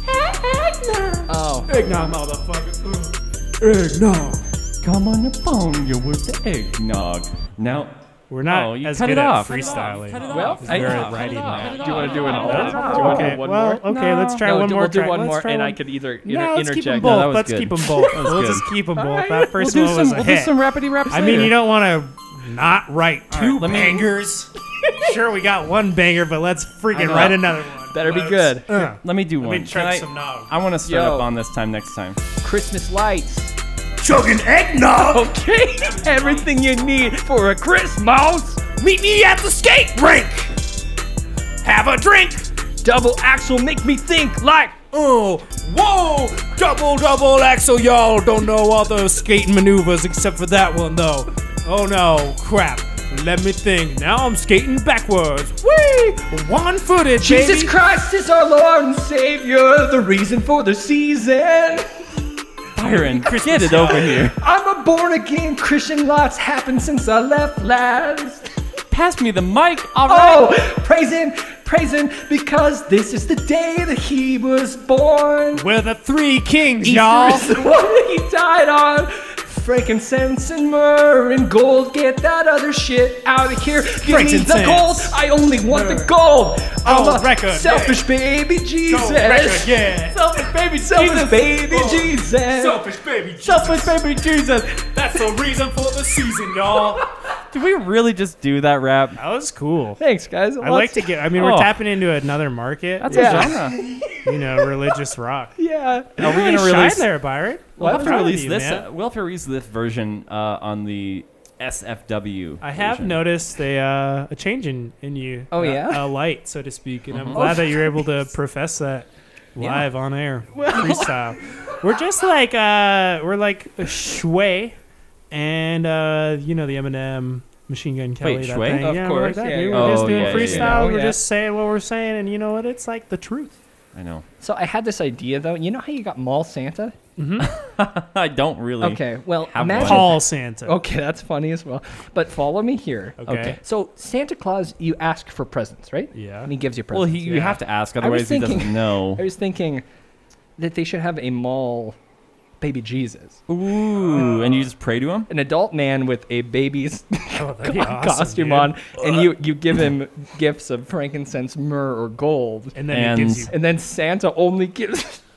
Speaker 4: E- Eggnog.
Speaker 2: Oh,
Speaker 1: Eggnog, motherfucker. Mm. Eggnog.
Speaker 3: Come on up on you with the eggnog. Now,
Speaker 1: We're not
Speaker 3: oh, you
Speaker 1: as
Speaker 3: cut
Speaker 1: good
Speaker 3: it off.
Speaker 1: at freestyling.
Speaker 3: Cut it off.
Speaker 2: Well,
Speaker 3: I-
Speaker 1: Very
Speaker 3: cut it
Speaker 1: righty
Speaker 3: off,
Speaker 1: left.
Speaker 3: cut it
Speaker 2: do you want to
Speaker 3: off.
Speaker 2: do another?
Speaker 3: Cut it
Speaker 2: Do
Speaker 3: off.
Speaker 2: you want to
Speaker 1: Okay,
Speaker 2: do one
Speaker 1: well,
Speaker 2: more?
Speaker 1: okay, let's try
Speaker 2: No,
Speaker 1: one
Speaker 2: do-
Speaker 1: more.
Speaker 2: We'll do
Speaker 1: track.
Speaker 2: one
Speaker 1: Let's
Speaker 2: more,
Speaker 1: try
Speaker 2: and
Speaker 1: one-
Speaker 2: I could either inter-
Speaker 1: No, let's keep them
Speaker 2: interject.
Speaker 3: No,
Speaker 1: both.
Speaker 3: that was
Speaker 1: let's
Speaker 3: good.
Speaker 1: keep them both.
Speaker 3: was
Speaker 1: We'll
Speaker 3: good.
Speaker 1: just keep them both.
Speaker 2: right,
Speaker 1: That 1st
Speaker 3: We'll do
Speaker 1: one was a
Speaker 3: some. We'll do
Speaker 1: hit.
Speaker 3: some rapidy raps.
Speaker 1: I mean,
Speaker 3: later.
Speaker 1: you don't want to not write two
Speaker 3: let me-
Speaker 1: bangers. sure, we got one banger, but let's freaking
Speaker 3: know.
Speaker 1: write another one.
Speaker 2: Better be
Speaker 1: Let's-
Speaker 2: good.
Speaker 1: Uh,
Speaker 3: Let me do one.
Speaker 1: let me
Speaker 3: Can
Speaker 1: chug
Speaker 3: I,
Speaker 1: some nog.
Speaker 3: I want to start
Speaker 2: Yo.
Speaker 3: up on this time next time.
Speaker 2: Christmas lights.
Speaker 1: Chugging eggnog.
Speaker 2: Okay, everything you need for a Christmas.
Speaker 1: Meet me at the skate rink. Have a drink.
Speaker 2: Double axle make me think like.
Speaker 1: Oh, whoa! Double, double axle, y'all. Don't know all those skating maneuvers except for that one, though. Oh no, crap. Let me think. Now I'm skating backwards. Whee! One footed,
Speaker 2: Jesus
Speaker 1: baby.
Speaker 2: Christ is our Lord and Savior, the reason for the season.
Speaker 3: Byron, get it over here.
Speaker 2: I'm a born again Christian. Lots happened since I left last.
Speaker 3: Pass me the mic. All right.
Speaker 2: Oh, praise him, praise him, because this is the day that he was born.
Speaker 1: We're the three kings,
Speaker 2: Easter
Speaker 1: y'all.
Speaker 2: is the one that Oh, he died on. Frankincense and myrrh and gold. Get that other shit out of here. Give me the
Speaker 1: Frankincense.
Speaker 2: gold. I only want the gold. I'm
Speaker 1: Gold
Speaker 2: a
Speaker 1: record,
Speaker 2: selfish baby Jesus.
Speaker 1: record, yeah.
Speaker 2: Selfish baby selfish
Speaker 1: Jesus.
Speaker 2: baby
Speaker 1: Gold.
Speaker 2: Jesus.
Speaker 1: baby.
Speaker 2: Oh.
Speaker 3: Selfish baby Jesus.
Speaker 1: That's the reason for the season, y'all.
Speaker 3: Did we really just do that rap?
Speaker 1: That was cool.
Speaker 2: Thanks, guys.
Speaker 1: I like to get. I mean, we're
Speaker 3: Oh.
Speaker 1: tapping into another market.
Speaker 3: That's
Speaker 2: Yeah.
Speaker 3: a genre.
Speaker 1: you know, religious rock.
Speaker 2: Yeah.
Speaker 3: Are we
Speaker 1: Really
Speaker 3: gonna
Speaker 1: shine
Speaker 3: release?
Speaker 1: there, Byron.
Speaker 3: We'll have to
Speaker 1: Proud of
Speaker 3: release
Speaker 1: you,
Speaker 3: this.
Speaker 1: man.
Speaker 3: Uh, we'll have to release this version uh, on the SFW.
Speaker 1: I have
Speaker 3: version.
Speaker 1: noticed a uh, a change in in you.
Speaker 2: Oh,
Speaker 1: a-
Speaker 2: yeah? Mm-hmm.
Speaker 1: a light, so to speak, and I'm glad that you're able to profess that live on air freestyle. We're just like uh, we're like Shway, and uh, you know the Eminem. Machine Gun Kelly, that
Speaker 3: Shway?
Speaker 1: thing.
Speaker 2: Of
Speaker 1: yeah, we're like
Speaker 2: course,
Speaker 1: that,
Speaker 2: yeah,
Speaker 1: dude.
Speaker 2: yeah.
Speaker 1: We're just
Speaker 3: Oh,
Speaker 1: doing
Speaker 3: yeah, yeah,
Speaker 1: freestyle.
Speaker 2: yeah.
Speaker 1: We're
Speaker 2: Oh, yeah.
Speaker 1: just saying what we're saying, and you know what? It's like the truth.
Speaker 3: I know.
Speaker 2: So I had this idea though. You know how you got mall Santa?
Speaker 3: I don't really.
Speaker 2: Okay. Well,
Speaker 3: Have
Speaker 2: imagine.
Speaker 3: one.
Speaker 1: Paul Santa.
Speaker 2: Okay, that's funny as well. But follow me here.
Speaker 1: Okay.
Speaker 3: Okay.
Speaker 2: So Santa Claus, you ask for presents, right?
Speaker 1: Yeah.
Speaker 2: And he gives you presents.
Speaker 3: Well, he, you
Speaker 1: Yeah.
Speaker 3: have to ask,
Speaker 2: was
Speaker 3: otherwise he
Speaker 2: thinking-
Speaker 3: doesn't know.
Speaker 2: I was thinking, that they should have a mall baby Jesus.
Speaker 3: Ooh, and you just pray to him.
Speaker 2: An adult man with a baby's
Speaker 1: Oh, that'd be awesome,
Speaker 2: costume
Speaker 1: dude.
Speaker 2: on, and you, you give him gifts of frankincense, myrrh, or gold.
Speaker 1: And then it gives
Speaker 3: And-
Speaker 1: you.
Speaker 2: And then Santa only gives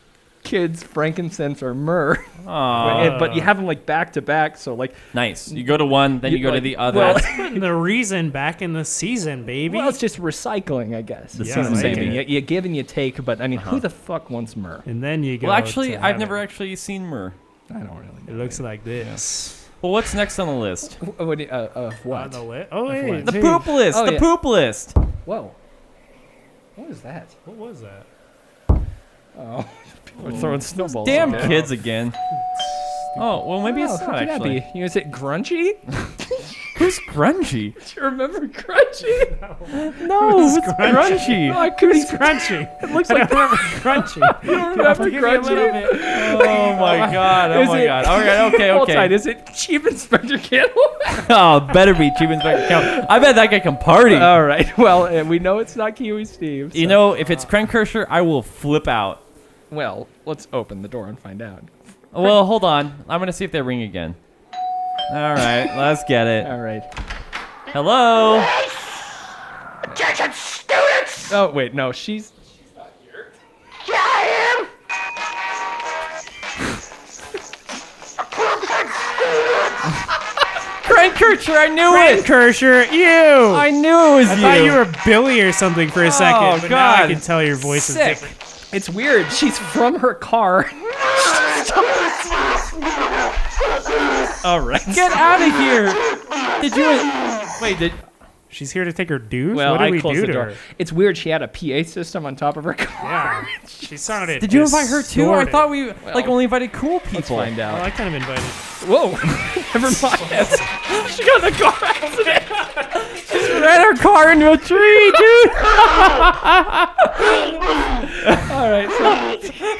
Speaker 2: kids frankincense or myrrh.
Speaker 3: Aw,
Speaker 2: And-
Speaker 1: Uh.
Speaker 2: but you have them like back to back, so like
Speaker 3: nice. You go to one, then you, go to
Speaker 2: like-
Speaker 3: the other.
Speaker 2: Well,
Speaker 1: Putting the reason back in the season, baby.
Speaker 2: well, it's just recycling, I guess.
Speaker 3: The
Speaker 1: Yeah,
Speaker 3: season
Speaker 1: like
Speaker 3: baby.
Speaker 1: it.
Speaker 2: You, you give and you take, but I mean,
Speaker 1: Uh-huh.
Speaker 2: who the fuck wants myrrh?
Speaker 1: and then you go.
Speaker 3: Well, actually,
Speaker 1: to
Speaker 3: I've
Speaker 1: heaven.
Speaker 3: never actually seen Myrrh.
Speaker 2: I don't really. Know.
Speaker 1: It looks like this.
Speaker 3: Well, what's next on the list?
Speaker 2: Wh- What? do you- Uh, uh,
Speaker 1: On
Speaker 2: what?
Speaker 1: the li- Oh, hey,
Speaker 3: The
Speaker 1: hey,
Speaker 3: poop list.
Speaker 2: Oh,
Speaker 3: the
Speaker 2: yeah.
Speaker 3: poop list.
Speaker 2: Whoa! What is that?
Speaker 1: What was that?
Speaker 2: Oh, people are throwing snowballs.
Speaker 3: Damn
Speaker 2: at me.
Speaker 3: kids again. Oh well, maybe
Speaker 2: Oh,
Speaker 3: it's
Speaker 2: how
Speaker 3: not
Speaker 2: could that
Speaker 3: actually.
Speaker 2: be? You know, is it grungy?
Speaker 3: Who's grungy?
Speaker 2: Do you remember grungy?
Speaker 3: No, who's grungy?
Speaker 2: No, Oh, I couldn't.
Speaker 1: Crunchy.
Speaker 2: It looks like
Speaker 1: Crunchy.
Speaker 2: you don't remember
Speaker 1: Give me a little
Speaker 2: grungy.
Speaker 1: bit.
Speaker 3: Oh my god! Oh
Speaker 2: Is
Speaker 3: my
Speaker 2: it-
Speaker 3: god! Okay, okay,
Speaker 2: Hold tight.
Speaker 3: okay.
Speaker 2: Is it Chief Inspector Kittle?
Speaker 3: Oh, better be Chief Inspector Count. I bet that guy can party.
Speaker 2: All right. Well, uh, we know it's not Kiwi Steve.
Speaker 3: you
Speaker 2: so-
Speaker 3: know, if it's Krenkersher, I will flip out.
Speaker 2: Well, let's open the door and find out.
Speaker 3: Well, hold on. I'm gonna see if they ring again. All right, let's get it.
Speaker 2: All right.
Speaker 3: Hello.
Speaker 5: Attention students!
Speaker 2: Oh wait, no, she's.
Speaker 5: Yeah, I am!
Speaker 3: Krenkersher, I knew it.
Speaker 1: Kirscher, you.
Speaker 3: I knew it was
Speaker 1: I
Speaker 3: you.
Speaker 1: thought you were Billy or something for a second,
Speaker 3: Oh,
Speaker 1: but now I
Speaker 3: God.
Speaker 1: can tell your voice is
Speaker 3: sick.
Speaker 1: different.
Speaker 2: It's weird. She's from her car. All right.
Speaker 3: Get out of here. Did you? Wait, did?
Speaker 1: She's here to take her dues.
Speaker 2: Well,
Speaker 1: what did
Speaker 2: I
Speaker 1: we
Speaker 2: closed
Speaker 1: do
Speaker 2: the
Speaker 1: to
Speaker 2: door.
Speaker 1: her?
Speaker 2: It's weird. She had a PA system on top of her car.
Speaker 1: Yeah, she sounded.
Speaker 3: Did you invite her too? I
Speaker 1: distorted.
Speaker 3: thought we like
Speaker 2: Well,
Speaker 3: only invited cool people.
Speaker 2: Let's find
Speaker 1: Well,
Speaker 2: out.
Speaker 1: I kind of invited.
Speaker 2: Whoa. Never mind. she got in a car accident.
Speaker 3: Ran her car into a tree, dude.
Speaker 2: All right. So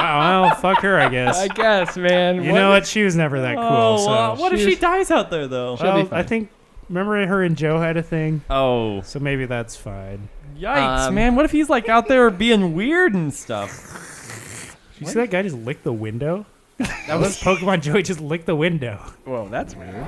Speaker 1: Wow, well, fuck her, I guess.
Speaker 2: I guess, man.
Speaker 1: you know what? She was never that cool.
Speaker 3: Oh,
Speaker 1: so.
Speaker 3: well, what if
Speaker 2: she's-
Speaker 3: she dies out there though?
Speaker 2: She'll be
Speaker 1: Well, I
Speaker 2: fine.
Speaker 1: think. Remember, her and Joe had a thing,
Speaker 3: Oh,
Speaker 1: so maybe that's fine.
Speaker 3: yikes,
Speaker 2: Um,
Speaker 3: man! What if he's like out there being weird and stuff?
Speaker 1: Did you see that guy just lick the window? That was Pokemon Joey just licked the window.
Speaker 2: Whoa, that's weird.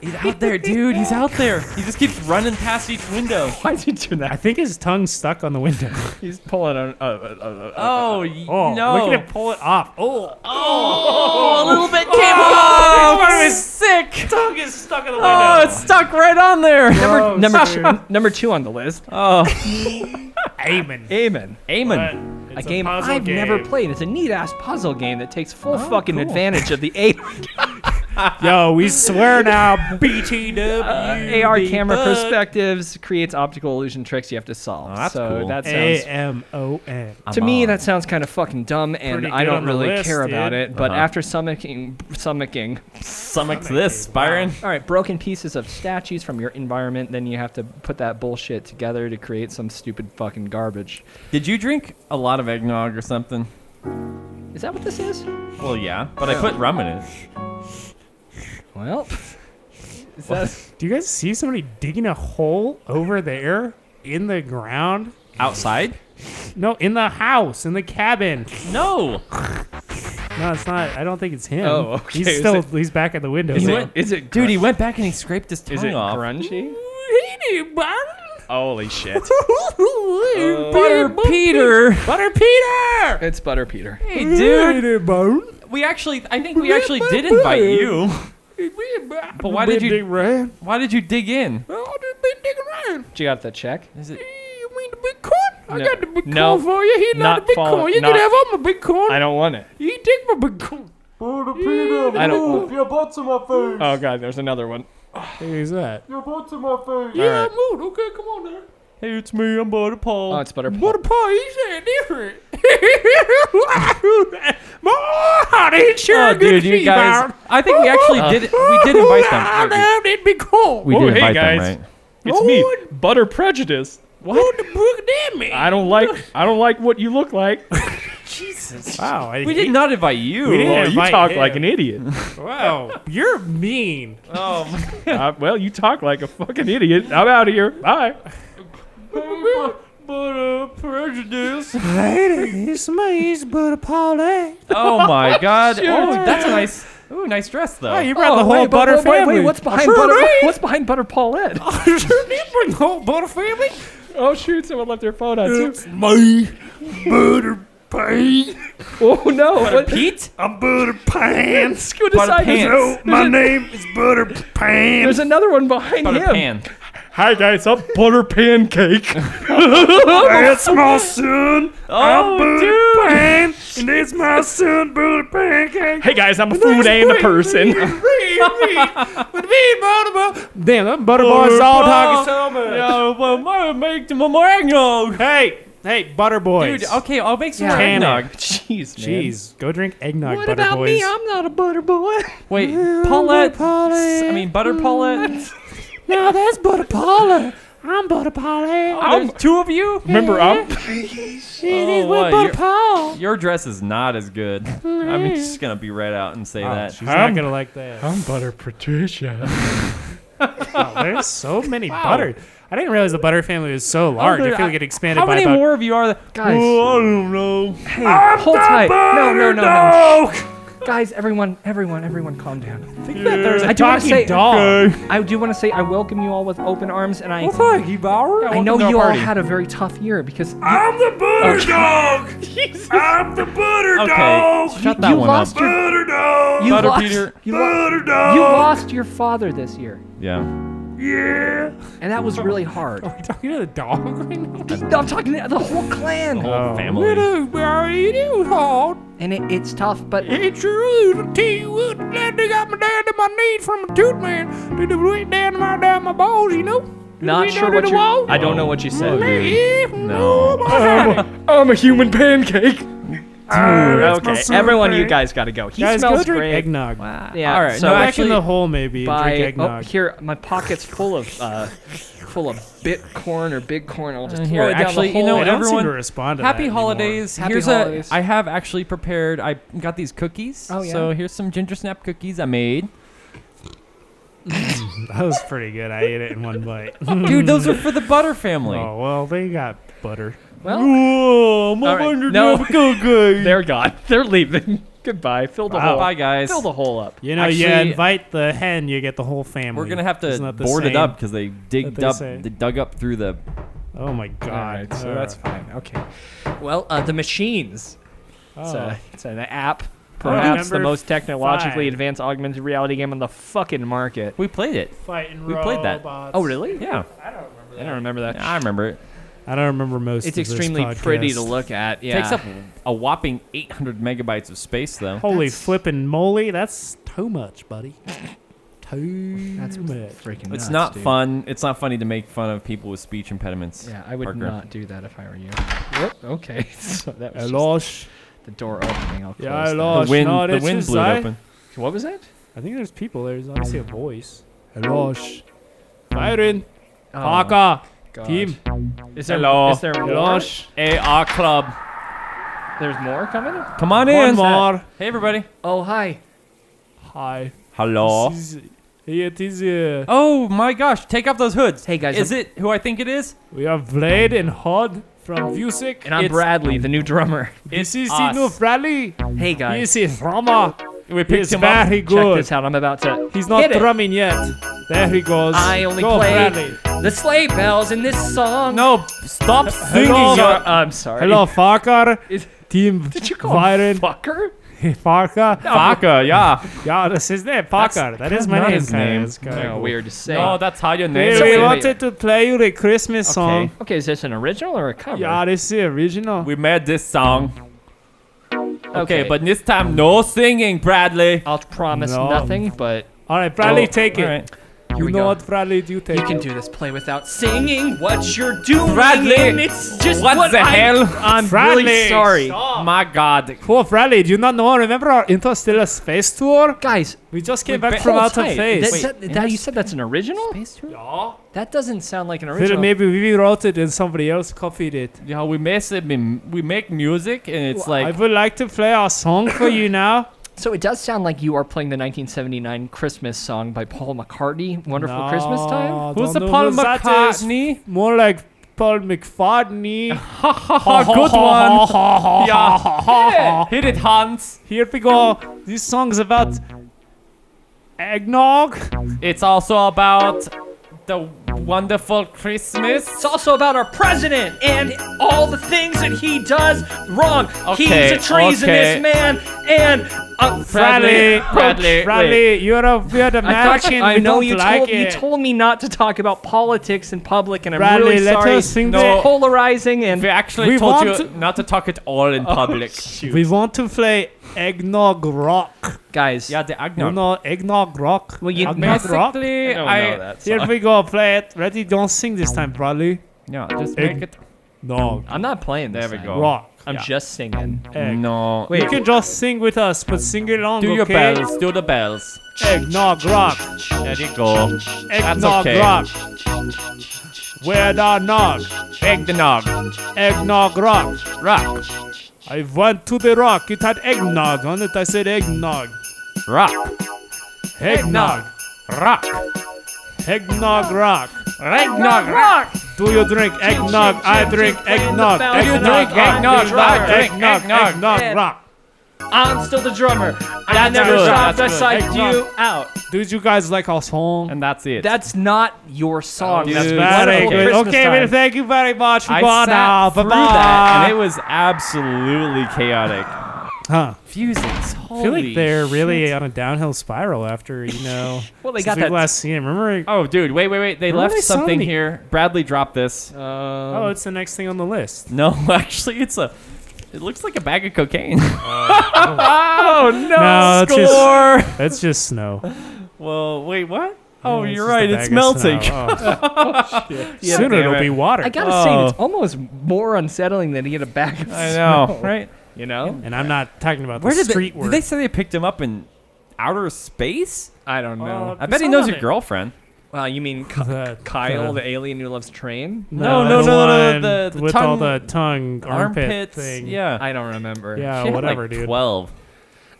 Speaker 3: He's out there, dude. He's out there. He just keeps running past each window.
Speaker 2: Why did you do
Speaker 1: I
Speaker 2: that?
Speaker 1: think his tongue stuck on the window.
Speaker 2: He's pulling on. Uh, uh, uh, uh,
Speaker 3: Oh, y-
Speaker 1: Oh,
Speaker 3: no!
Speaker 1: look at him pull it off. Oh,
Speaker 3: Oh, a little bit came off.
Speaker 1: one was
Speaker 3: sick.
Speaker 1: tongue is stuck on the window.
Speaker 3: Oh, it's stuck right on there.
Speaker 2: Number,
Speaker 1: Gross,
Speaker 2: number,
Speaker 1: dude.
Speaker 2: n- number two on the list,
Speaker 3: Oh,
Speaker 1: Amen.
Speaker 2: Amen.
Speaker 1: But
Speaker 3: Aemon.
Speaker 1: it's
Speaker 2: a game
Speaker 1: puzzle
Speaker 2: I've never
Speaker 1: game.
Speaker 2: played. It's a neat ass puzzle game that takes full fucking advantage of the A-
Speaker 1: Yo, we swear now, BTW.
Speaker 2: AR uh, camera perspectives, creates optical illusion tricks you have to solve.
Speaker 3: Oh, that's
Speaker 2: so
Speaker 3: cool.
Speaker 2: that
Speaker 1: A
Speaker 2: sounds.
Speaker 1: M O N.
Speaker 2: to me, that sounds kind of fucking dumb, and
Speaker 1: Pretty
Speaker 2: I
Speaker 1: good
Speaker 2: don't
Speaker 1: on the
Speaker 2: really
Speaker 1: list,
Speaker 2: care about
Speaker 1: dude.
Speaker 2: it. But
Speaker 3: Uh-huh.
Speaker 2: after summicking, summicking,
Speaker 3: summits this, Byron.
Speaker 2: all right, uh, broken pieces of statues from your environment, then you have to put that bullshit together to create some stupid fucking garbage.
Speaker 3: Did you drink a lot of eggnog or something?
Speaker 2: Is that what this is?
Speaker 3: Well, yeah, but I put rum in it.
Speaker 2: Well, is that?
Speaker 1: Do you guys see somebody digging a hole over there in the ground?
Speaker 3: Outside?
Speaker 1: No, in the house, in the cabin.
Speaker 3: No.
Speaker 1: No, it's not. I don't think it's him.
Speaker 2: Oh, okay.
Speaker 1: He's
Speaker 2: Is
Speaker 1: still.
Speaker 2: it-
Speaker 1: he's back at the window.
Speaker 2: Is
Speaker 1: now.
Speaker 2: it, is it
Speaker 3: Dude, he went back and he scraped his tongue
Speaker 2: Is it
Speaker 3: off.
Speaker 2: crunchy? Holy shit.
Speaker 3: Butter Peter.
Speaker 1: Butter Peter.
Speaker 2: It's Butter Peter.
Speaker 3: Hey, dude. We actually, I think we actually did invite you. But why did you? Why did you dig in?
Speaker 2: Did you got the check?
Speaker 3: Is it?
Speaker 2: I got the Bitcoin no, for you. He not the Bitcoin. you can have all my Bitcoin. I don't want it. You take my Bitcoin. Butter Peter. I don't.
Speaker 5: Your butt's in my face!
Speaker 2: Oh god, there's another one.
Speaker 1: Who's that?
Speaker 5: Your butt's in my face!
Speaker 2: Yeah, Alright.
Speaker 5: okay, come on there.
Speaker 3: Hey, it's me. I'm Butter Paul.
Speaker 2: Oh, it's Butter Paul.
Speaker 5: What a pie, he's that different!
Speaker 1: More did
Speaker 3: Oh, dude, you guys. I think we actually did. We did invite them. Wait,
Speaker 5: I it'd be cool!
Speaker 3: We, we
Speaker 2: Oh,
Speaker 3: did
Speaker 2: hey,
Speaker 3: invite them,
Speaker 2: guys.
Speaker 3: right?
Speaker 2: It's me, Butter Prejudice.
Speaker 5: What the book did me?
Speaker 2: I don't like. I don't like what you look like.
Speaker 1: Wow. I,
Speaker 3: We did not invite you.
Speaker 1: We didn't.
Speaker 2: Oh, you
Speaker 1: invite
Speaker 2: talk
Speaker 1: him.
Speaker 2: like an idiot.
Speaker 1: Wow. You're mean.
Speaker 3: Oh, my-
Speaker 2: Uh, well, you talk like a fucking idiot. I'm out of here. Bye.
Speaker 5: Butter
Speaker 3: but a prejudice.
Speaker 1: Ladies, please, but a parlay.
Speaker 3: oh my god. Oh, that's a nice. Ooh, nice dress though.
Speaker 1: Oh, you brought the whole
Speaker 2: wait,
Speaker 1: butter
Speaker 2: wait,
Speaker 1: family.
Speaker 2: Wait, what's behind butter? What's behind butter Paulette?
Speaker 1: you bring the whole butter family?
Speaker 2: Oh shoot! Someone left their phone on too.
Speaker 1: My butter pie.
Speaker 2: Oh no! What?
Speaker 3: Pete?
Speaker 1: I'm butter pants.
Speaker 2: Scoot aside. There's,
Speaker 3: pants.
Speaker 2: there's a-
Speaker 1: name is Butter Pan.
Speaker 2: there's another one behind
Speaker 3: Butter
Speaker 2: him.
Speaker 3: pan.
Speaker 1: Hi guys, I'm Butter Pancake. That's my son.
Speaker 3: Oh, dude.
Speaker 1: Pan, and it's my son, Butter Pancake. Hey guys, I'm a food and a person. Damn, that butter boy is all talking so much. Yo, well, my make the eggnog. Hey, hey, butter boys.
Speaker 3: Dude, okay, I'll make some
Speaker 2: Yeah.
Speaker 3: more
Speaker 1: Tanner.
Speaker 3: eggnog. Jeez, man.
Speaker 1: Jeez, go drink eggnog,
Speaker 2: What
Speaker 1: butter
Speaker 2: about
Speaker 1: boys.
Speaker 2: me? I'm not a butter boy.
Speaker 3: Wait, Paulette. I mean, butter Paulette.
Speaker 1: now that's Butter Paula. I'm Butter Paula.
Speaker 3: Oh, there's two of you?
Speaker 1: Remember, um, I'm
Speaker 3: Oh, wow, your,
Speaker 1: Paul.
Speaker 3: your dress is not as good. I'm just gonna be right out and say that.
Speaker 1: She's not gonna like that.
Speaker 5: I'm Butter Patricia.
Speaker 1: Wow, there's so many butter. I didn't realize the butter family was so large. I
Speaker 3: there-
Speaker 1: feel like it expanded
Speaker 3: How
Speaker 1: by
Speaker 3: many
Speaker 1: about.
Speaker 3: more of you are there?
Speaker 2: Guys.
Speaker 3: Oh, I don't know.
Speaker 2: Hey, hold tight. No, no, no, no. Guys, everyone, everyone, everyone, calm down.
Speaker 3: I think that there's
Speaker 2: I
Speaker 3: a
Speaker 2: do want to
Speaker 1: talking
Speaker 2: say,
Speaker 1: dog.
Speaker 2: I do want to say, I welcome you all with open arms, and I,
Speaker 3: thank you, Bauer.
Speaker 2: I know you all had a very tough year because
Speaker 1: I'm the butter dog. I'm the butter
Speaker 3: Okay, shut that
Speaker 2: you
Speaker 3: one
Speaker 2: lost
Speaker 3: up.
Speaker 2: your
Speaker 1: Butter dog.
Speaker 2: you
Speaker 3: Butter
Speaker 2: lost,
Speaker 3: Peter.
Speaker 2: You, lo-
Speaker 1: dog.
Speaker 2: you lost your father this year,
Speaker 3: Yeah.
Speaker 1: Yeah.
Speaker 2: and that was really hard.
Speaker 1: Are we talking to the dog right now?
Speaker 2: No, I'm talking to the whole clan,
Speaker 3: Whole
Speaker 1: Oh.
Speaker 3: family.
Speaker 1: are you doing, dog?
Speaker 2: and it, it's tough, but
Speaker 1: It's rude to tell you what. Glad they got my down to my knees from a tooth man. Did it right down to my down my balls, you know? Did
Speaker 2: not
Speaker 1: it
Speaker 2: sure
Speaker 1: down to
Speaker 2: what
Speaker 1: the
Speaker 2: you.
Speaker 1: wall?
Speaker 2: I don't know what you said.
Speaker 1: Yeah.
Speaker 3: No.
Speaker 5: I'm a human pancake.
Speaker 2: okay, every one of you guys got to go. He
Speaker 1: Guys,
Speaker 2: smells
Speaker 1: go drink
Speaker 2: great.
Speaker 1: eggnog.
Speaker 2: Yeah.
Speaker 3: All right,
Speaker 2: So
Speaker 3: no,
Speaker 1: Back
Speaker 3: actually-
Speaker 1: in the hole, maybe. and
Speaker 2: by
Speaker 1: drink
Speaker 2: oh,
Speaker 1: eggnog.
Speaker 2: here my pocket's full of uh, full of bitcorn or bitcorn. I'll just
Speaker 3: Uh,
Speaker 2: throw
Speaker 3: here,
Speaker 2: it down
Speaker 3: actually,
Speaker 2: the
Speaker 3: you
Speaker 2: hole.
Speaker 3: know,
Speaker 1: I don't seem
Speaker 3: everyone-
Speaker 1: to respond to
Speaker 3: Happy
Speaker 1: that
Speaker 3: holidays.
Speaker 2: Happy
Speaker 3: here's
Speaker 2: holidays.
Speaker 3: a. I have actually prepared. I got these cookies.
Speaker 2: Oh, yeah?
Speaker 3: So here's some ginger snap cookies I made.
Speaker 1: Anymore. That was pretty good. I ate it in one bite.
Speaker 3: Dude, those are for the Butter family.
Speaker 1: oh well, they got butter.
Speaker 2: well,
Speaker 1: Oh, my
Speaker 2: All right, wonder no. do I
Speaker 1: good.
Speaker 2: they're gone. They're leaving. Goodbye. Fill the
Speaker 1: Wow.
Speaker 2: hole.
Speaker 3: Bye, guys.
Speaker 2: Fill the hole up.
Speaker 1: You know, you
Speaker 3: Actually-
Speaker 1: invite the hen, you get the whole family.
Speaker 3: We're gonna have
Speaker 1: Isn't
Speaker 3: to
Speaker 1: that the
Speaker 3: board it
Speaker 1: saying?
Speaker 3: up because they digged
Speaker 1: they
Speaker 3: up,
Speaker 1: say?
Speaker 3: they dug up through the.
Speaker 1: Oh my god.
Speaker 2: All right, so
Speaker 1: Uh,
Speaker 2: that's fine. Okay. Well, uh, the machines.
Speaker 1: oh.
Speaker 2: It's, a, it's an
Speaker 3: Oh,
Speaker 2: app. Perhaps the
Speaker 1: number
Speaker 2: most technologically
Speaker 1: five.
Speaker 2: advanced augmented reality game on the fucking market.
Speaker 3: We played it.
Speaker 1: Fighting
Speaker 3: we played that.
Speaker 1: robots.
Speaker 2: Oh, really?
Speaker 3: Yeah,
Speaker 2: I don't remember that.
Speaker 3: I remember it.
Speaker 1: I don't remember most.
Speaker 2: It's
Speaker 1: of this
Speaker 2: extremely pretty to
Speaker 1: podcast.
Speaker 2: look at. Yeah.
Speaker 3: Takes up a whopping 800 megabytes of space, though.
Speaker 1: Holy flippin' moly, that's too much, buddy. Too
Speaker 2: That's
Speaker 1: much.
Speaker 2: freaking
Speaker 3: It's
Speaker 2: nuts,
Speaker 3: not
Speaker 2: dude.
Speaker 3: fun. It's not funny to make fun of people with speech impediments.
Speaker 2: Yeah, I would
Speaker 3: Parker.
Speaker 2: not do that if I were you. Whoop, okay. so that
Speaker 1: I
Speaker 2: was just
Speaker 1: lost.
Speaker 2: the door opening. I'll close
Speaker 1: Yeah, I
Speaker 2: that.
Speaker 1: lost.
Speaker 3: The wind,
Speaker 1: no,
Speaker 3: the
Speaker 1: that's
Speaker 3: wind
Speaker 1: just
Speaker 3: blew
Speaker 1: I-
Speaker 3: it open.
Speaker 2: What was that?
Speaker 1: I think there's people. There's obviously a voice. Hello. Byron.
Speaker 2: Oh,
Speaker 1: Parker.
Speaker 2: God.
Speaker 1: Team.
Speaker 2: Is there,
Speaker 3: Hello.
Speaker 2: Is there more?
Speaker 1: Hellosh.
Speaker 3: AR Club.
Speaker 2: There's more coming?
Speaker 3: Come on
Speaker 1: One
Speaker 3: in.
Speaker 1: more.
Speaker 3: Hey, everybody.
Speaker 2: Oh, hi.
Speaker 1: Hi.
Speaker 2: Oh.
Speaker 3: Hello.
Speaker 1: This is- Hey, it is. Uh,
Speaker 3: Oh my gosh! Take off those hoods.
Speaker 2: Hey, guys,
Speaker 3: Is it who I think it is?
Speaker 1: we are Vlad and Hod from Vusic.
Speaker 2: And I'm
Speaker 3: It's-
Speaker 2: Bradley, the new drummer.
Speaker 1: This is the
Speaker 3: us.
Speaker 1: new Bradley.
Speaker 2: Hey, guys.
Speaker 1: This is Rama.
Speaker 3: We picked
Speaker 1: He's
Speaker 3: him up.
Speaker 1: very
Speaker 2: Check
Speaker 1: good.
Speaker 2: this out. I'm about to.
Speaker 1: He's not
Speaker 2: hit it.
Speaker 1: drumming yet. There he goes.
Speaker 2: I only
Speaker 1: Go,
Speaker 2: play
Speaker 1: Bradley.
Speaker 2: the sleigh bells in this song.
Speaker 3: No, stop singing.
Speaker 1: Hello.
Speaker 2: So-
Speaker 3: your-
Speaker 2: I'm sorry.
Speaker 1: Hello, Farkar.
Speaker 2: Is-
Speaker 1: Team
Speaker 2: Did you call him
Speaker 1: Byron.
Speaker 2: fucker?
Speaker 1: Farkar.
Speaker 3: Vodka, yeah.
Speaker 1: Yeah, that's his name. Parker. That is my
Speaker 3: not
Speaker 1: name.
Speaker 3: his name.
Speaker 1: It's kinda
Speaker 2: No,
Speaker 1: cool.
Speaker 2: weird to say.
Speaker 3: No, that's how your name
Speaker 1: Hey,
Speaker 3: is.
Speaker 2: So wait
Speaker 1: we
Speaker 2: a minute.
Speaker 1: wanted to play you the Christmas song.
Speaker 2: okay. okay, is this an original or a cover?
Speaker 1: Yeah, this is the original.
Speaker 3: We made this song. Okay,
Speaker 2: Okay.
Speaker 3: but this time no singing, Bradley.
Speaker 2: I'll promise
Speaker 1: No.
Speaker 2: nothing, but
Speaker 1: All right, Bradley,
Speaker 2: Oh,
Speaker 1: take it.
Speaker 3: All right.
Speaker 2: here
Speaker 1: You
Speaker 2: we
Speaker 1: know
Speaker 2: go.
Speaker 1: what, Bradley? You take
Speaker 2: You can
Speaker 1: it.
Speaker 2: do this play without singing what you're doing.
Speaker 3: Bradley,
Speaker 2: and it's just
Speaker 3: what the
Speaker 2: I-
Speaker 3: hell?
Speaker 2: I'm really
Speaker 1: Bradley,
Speaker 2: sorry.
Speaker 3: My God.
Speaker 1: Cool, Bradley. Do you not know? Remember our interstellar space tour?
Speaker 2: Guys,
Speaker 1: We just came
Speaker 2: wait,
Speaker 1: back
Speaker 2: ba- oh,
Speaker 1: from
Speaker 2: hold
Speaker 1: outer
Speaker 2: tight.
Speaker 1: space.
Speaker 2: That, that- that- you said that's an original?
Speaker 1: Yeah.
Speaker 2: That doesn't sound like an
Speaker 1: Then
Speaker 2: original.
Speaker 1: Maybe we wrote it and somebody else copied it.
Speaker 3: Yeah, we make we make music and it's
Speaker 1: I
Speaker 3: like
Speaker 1: would like to play our song for you now.
Speaker 2: So it does sound like you are playing the 1979 Christmas song by Paul McCartney, "Wonderful
Speaker 1: No,
Speaker 2: Christmas Time."
Speaker 1: Ah, don't
Speaker 3: who's the
Speaker 1: know
Speaker 3: Paul
Speaker 1: who that is.
Speaker 3: McCartney?
Speaker 1: More like Paul McFadney.
Speaker 2: Ha,
Speaker 1: good one.
Speaker 2: yeah. Hit it, Hans.
Speaker 1: Here we go. This song's about eggnog.
Speaker 3: It's also about the wonderful Christmas.
Speaker 2: It's also about our president and all the things that he does wrong.
Speaker 3: Okay,
Speaker 2: He's a treasonous
Speaker 3: okay.
Speaker 2: man and a
Speaker 3: Bradley, Bradley, wait.
Speaker 1: Bradley, you're a weird American.
Speaker 2: I
Speaker 1: we
Speaker 2: know
Speaker 1: don't
Speaker 2: you
Speaker 1: like
Speaker 2: told you
Speaker 1: it.
Speaker 2: told me not to talk about politics in public, and I'm
Speaker 1: Bradley,
Speaker 2: really
Speaker 1: let
Speaker 2: sorry.
Speaker 1: us sing
Speaker 2: It's
Speaker 1: the-
Speaker 2: polarizing and
Speaker 3: We actually
Speaker 1: We
Speaker 3: told you
Speaker 1: want to-
Speaker 3: not to talk at all in public.
Speaker 1: we want to play eggnog rock.
Speaker 2: guys.
Speaker 3: yeah, the
Speaker 1: You
Speaker 3: eggnog.
Speaker 1: know eggnog rock.
Speaker 2: Well, you-
Speaker 1: eggnog rock.
Speaker 3: Basically, I don't I, know that
Speaker 1: Here
Speaker 3: song.
Speaker 1: we go. Play it. Ready? Don't sing this time, Bradley.
Speaker 3: Yeah, just
Speaker 1: Egg-
Speaker 3: make it.
Speaker 1: No.
Speaker 2: I'm not playing. This
Speaker 3: There
Speaker 2: time.
Speaker 3: we go.
Speaker 1: Rock.
Speaker 2: Oh. I'm
Speaker 1: Yeah.
Speaker 2: just singing.
Speaker 1: egg.
Speaker 3: No.
Speaker 2: Wait,
Speaker 1: You can just sing with us, but sing along,
Speaker 3: Do
Speaker 1: okay?
Speaker 3: your bells. Do the bells.
Speaker 1: Eggnog rock.
Speaker 3: There you go.
Speaker 1: Eggnog
Speaker 3: okay.
Speaker 1: rock. Where the nog?
Speaker 3: Eggnog.
Speaker 1: Eggnog rock.
Speaker 3: Rock.
Speaker 1: I went to the rock. It had eggnog on it. I said eggnog.
Speaker 3: Rock.
Speaker 1: Eggnog.
Speaker 3: Rock.
Speaker 1: Eggnog rock.
Speaker 3: Eggnog. Rock.
Speaker 1: Do you drink eggnog? I drink eggnog.
Speaker 2: Do you
Speaker 1: Eggnog
Speaker 2: drink
Speaker 1: rock.
Speaker 2: eggnog?
Speaker 1: I
Speaker 2: I
Speaker 1: drink
Speaker 3: drink
Speaker 1: eggnog.
Speaker 3: eggnog.
Speaker 1: Eggnog
Speaker 2: Yeah.
Speaker 1: rock.
Speaker 2: I'm still the drummer. I
Speaker 3: That's
Speaker 2: never
Speaker 3: good.
Speaker 2: stopped. I
Speaker 3: That's good.
Speaker 2: psyched
Speaker 1: Eggnog.
Speaker 2: you out.
Speaker 1: Did you guys like our song?
Speaker 3: And that's it.
Speaker 2: That's not your song.
Speaker 3: Dude,
Speaker 2: That's
Speaker 1: Very
Speaker 2: wonderful
Speaker 1: good.
Speaker 2: Christmas
Speaker 1: Okay,
Speaker 2: time.
Speaker 1: well, thank you very much. We
Speaker 3: I
Speaker 1: go on now.
Speaker 3: sat
Speaker 1: Bye
Speaker 3: through that, and it
Speaker 1: bye.
Speaker 3: was absolutely chaotic.
Speaker 1: Huh.
Speaker 3: Fusings.
Speaker 1: I feel like
Speaker 3: Holy
Speaker 1: they're
Speaker 3: shit.
Speaker 1: really uh, on a downhill spiral after you know.
Speaker 2: Well, they
Speaker 1: since
Speaker 2: got
Speaker 1: we've
Speaker 2: that-
Speaker 1: last scene. Remember?
Speaker 3: Oh, dude, wait, wait, wait. They
Speaker 1: Where
Speaker 3: left
Speaker 1: are they
Speaker 3: something
Speaker 1: signing?
Speaker 3: here. Bradley dropped this.
Speaker 1: oh, it's the next thing on the list.
Speaker 3: No, actually, it's a. It looks like a bag of cocaine. oh no!
Speaker 1: No, it's just-
Speaker 3: Score.
Speaker 1: That's just snow.
Speaker 3: Well, wait, what? Oh,
Speaker 1: Yeah, it's
Speaker 3: you're
Speaker 1: just a
Speaker 3: right.
Speaker 1: bag
Speaker 3: It's
Speaker 1: of
Speaker 3: melting.
Speaker 1: snow. Oh. Sooner
Speaker 3: damn
Speaker 1: it'll
Speaker 3: it.
Speaker 1: be water.
Speaker 2: I gotta say,
Speaker 3: Oh.
Speaker 2: it's almost more unsettling than to get a bag of
Speaker 3: I know, right?
Speaker 2: You know?
Speaker 1: and I'm not talking about
Speaker 3: Where
Speaker 1: the
Speaker 3: did they?
Speaker 1: street
Speaker 3: Did
Speaker 1: word.
Speaker 3: they say they picked him up in outer space?
Speaker 2: I don't know.
Speaker 3: I bet he knows your girlfriend.
Speaker 2: Well, you mean Ky-
Speaker 1: The-
Speaker 2: Kyle,
Speaker 3: Uh.
Speaker 1: the-
Speaker 2: the alien who loves train?
Speaker 3: No, no,
Speaker 1: the
Speaker 3: no, no, no,
Speaker 1: one
Speaker 3: the- the
Speaker 1: with all
Speaker 3: tongue-
Speaker 1: the tongue armpit
Speaker 3: Armpits.
Speaker 1: thing.
Speaker 3: Yeah.
Speaker 2: I don't remember.
Speaker 1: Yeah,
Speaker 3: She had,
Speaker 1: whatever,
Speaker 3: like,
Speaker 1: dude.
Speaker 3: Twelve.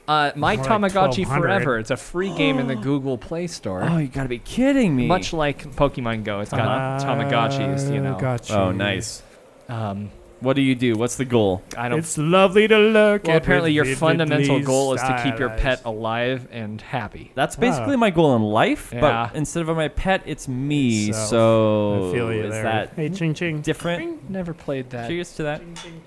Speaker 2: Uh, My
Speaker 1: More like
Speaker 2: Tamagotchi
Speaker 1: 1200.
Speaker 2: Forever. It's a free game in the Google Play Store.
Speaker 3: Oh, you gotta be kidding me.
Speaker 2: Much like Pokemon Go, it's got
Speaker 1: Uh,
Speaker 2: Tamagotchis, you know.
Speaker 1: Gotcha.
Speaker 3: Oh, nice.
Speaker 2: Um,
Speaker 3: What do you do? What's the goal?
Speaker 2: I don't.
Speaker 1: It's lovely to look
Speaker 2: well,
Speaker 1: at.
Speaker 2: apparently,
Speaker 1: with
Speaker 2: your
Speaker 1: vividly
Speaker 2: fundamental goal is to keep your
Speaker 1: stylized.
Speaker 2: pet alive and happy.
Speaker 3: That's basically my goal in life,
Speaker 2: Yeah.
Speaker 3: but instead of my pet, it's me.
Speaker 1: So,
Speaker 2: Oh,
Speaker 3: So,
Speaker 1: I feel you
Speaker 3: is
Speaker 1: there.
Speaker 3: that
Speaker 1: hey, ching ching.
Speaker 3: different?
Speaker 2: Never played that.
Speaker 3: Cheers to that.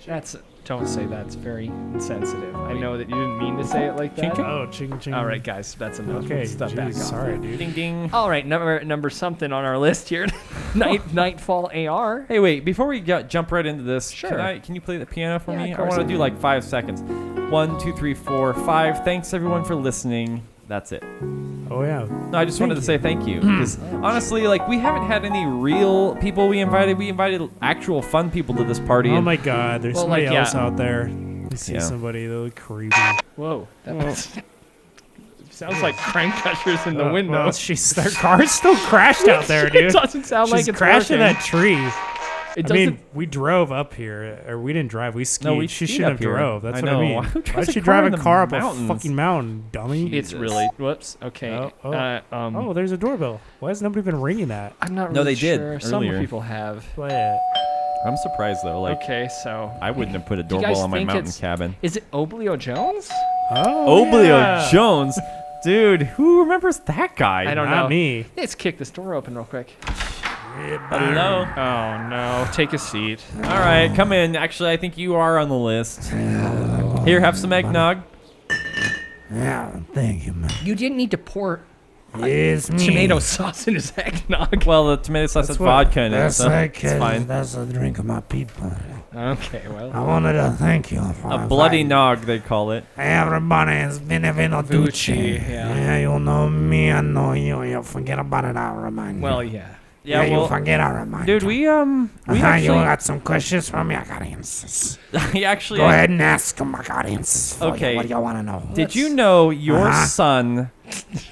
Speaker 2: That's don't say that's very insensitive. I know that you didn't mean to say it like that.
Speaker 3: Chink, chink.
Speaker 1: Oh, ching ching.
Speaker 2: All right, guys, that's enough.
Speaker 1: Okay.
Speaker 2: Let's step
Speaker 1: geez,
Speaker 2: back off.
Speaker 1: sorry, dude.
Speaker 3: Ding ding.
Speaker 2: All right, number number something on our list here. Night Nightfall AR.
Speaker 3: Hey, wait! Before we ju- jump right into this,
Speaker 2: Sure.
Speaker 3: can, I, can you play the piano for
Speaker 2: Yeah,
Speaker 3: me?
Speaker 2: of
Speaker 3: I
Speaker 2: course.
Speaker 3: want to do like five seconds. One, two, three, four, five. Thanks everyone for listening. That's it.
Speaker 1: Oh yeah.
Speaker 3: No, I just wanted to say thank you because honestly, like we haven't had any real people we invited. We invited actual fun people to this party.
Speaker 1: Oh
Speaker 3: and-
Speaker 1: my God. There's
Speaker 2: Well,
Speaker 1: somebody
Speaker 2: like, yeah.
Speaker 1: else out there. You see
Speaker 3: Yeah.
Speaker 1: somebody that look creepy.
Speaker 2: Whoa, that was- sounds like crank crushers in the
Speaker 1: Uh,
Speaker 2: window.
Speaker 1: Well, she's their car's still crashed out there,
Speaker 2: it
Speaker 1: dude.
Speaker 2: doesn't sound like
Speaker 1: She's
Speaker 2: it's
Speaker 1: crashing
Speaker 2: working.
Speaker 1: that tree.
Speaker 2: It
Speaker 1: I
Speaker 2: doesn't.
Speaker 1: mean, we drove up here, or we didn't drive. We skied.
Speaker 3: we
Speaker 1: she
Speaker 3: skied
Speaker 1: shouldn't
Speaker 3: up
Speaker 1: have
Speaker 3: here.
Speaker 1: drove. That's
Speaker 3: I
Speaker 1: what I
Speaker 3: know.
Speaker 1: mean.
Speaker 3: Why would you
Speaker 1: Why'd
Speaker 3: drive
Speaker 1: she
Speaker 3: a car
Speaker 1: drive
Speaker 3: in
Speaker 1: a
Speaker 3: the
Speaker 1: car up a
Speaker 3: mountains?
Speaker 1: fucking mountain, dummy?
Speaker 2: it's
Speaker 3: Jesus.
Speaker 2: really. Whoops. Okay.
Speaker 1: Oh, oh.
Speaker 2: Uh, um,
Speaker 1: oh, there's a doorbell. Why has nobody been ringing that?
Speaker 2: I'm not.
Speaker 3: No,
Speaker 2: really
Speaker 3: they did
Speaker 2: sure. Some
Speaker 3: earlier.
Speaker 2: people have.
Speaker 1: Play it.
Speaker 3: I'm surprised though. Like
Speaker 2: Okay, so
Speaker 3: I wouldn't have put a
Speaker 2: you guys
Speaker 3: doorbell on my
Speaker 2: think
Speaker 3: mountain
Speaker 2: it's-
Speaker 3: cabin.
Speaker 2: is it Oblio Jones?
Speaker 1: Oh,
Speaker 3: Oblio
Speaker 1: yeah.
Speaker 3: Jones, dude, who remembers that guy?
Speaker 2: I don't know.
Speaker 1: Not me.
Speaker 2: Let's kick this door open real quick.
Speaker 3: Hello.
Speaker 2: Oh no! Take a seat.
Speaker 3: All right, come in. Actually, I think you are on the list. Here, have some eggnog.
Speaker 1: Thank you, man.
Speaker 2: You didn't need to pour
Speaker 1: It's
Speaker 6: Mm.
Speaker 1: me.
Speaker 2: tomato sauce in his eggnog.
Speaker 3: Well, the tomato sauce has
Speaker 1: what-
Speaker 3: vodka in it,
Speaker 6: That's
Speaker 3: so
Speaker 6: like
Speaker 3: it's fine.
Speaker 6: That's the drink of my people.
Speaker 2: Okay, well.
Speaker 6: I wanted to thank you for
Speaker 3: A bloody
Speaker 6: inviting
Speaker 3: nog, they call it.
Speaker 6: Everybody is Benevino Ducci.
Speaker 2: Ducci, yeah.
Speaker 6: you know me, I know you. You forget about it, I'll remind
Speaker 2: Well,
Speaker 6: you.
Speaker 2: yeah.
Speaker 3: Yeah,
Speaker 6: you
Speaker 3: well,
Speaker 6: forget, I'll remind
Speaker 3: dude,
Speaker 6: you.
Speaker 3: we um, we
Speaker 6: Uh-huh, you
Speaker 3: actually,
Speaker 6: got some questions for me? I got answers.
Speaker 3: we actually.
Speaker 6: Go ahead and ask them. I got answers for
Speaker 3: Okay.
Speaker 6: you. What do you want to know?
Speaker 3: Did you know your
Speaker 6: Uh-huh.
Speaker 3: son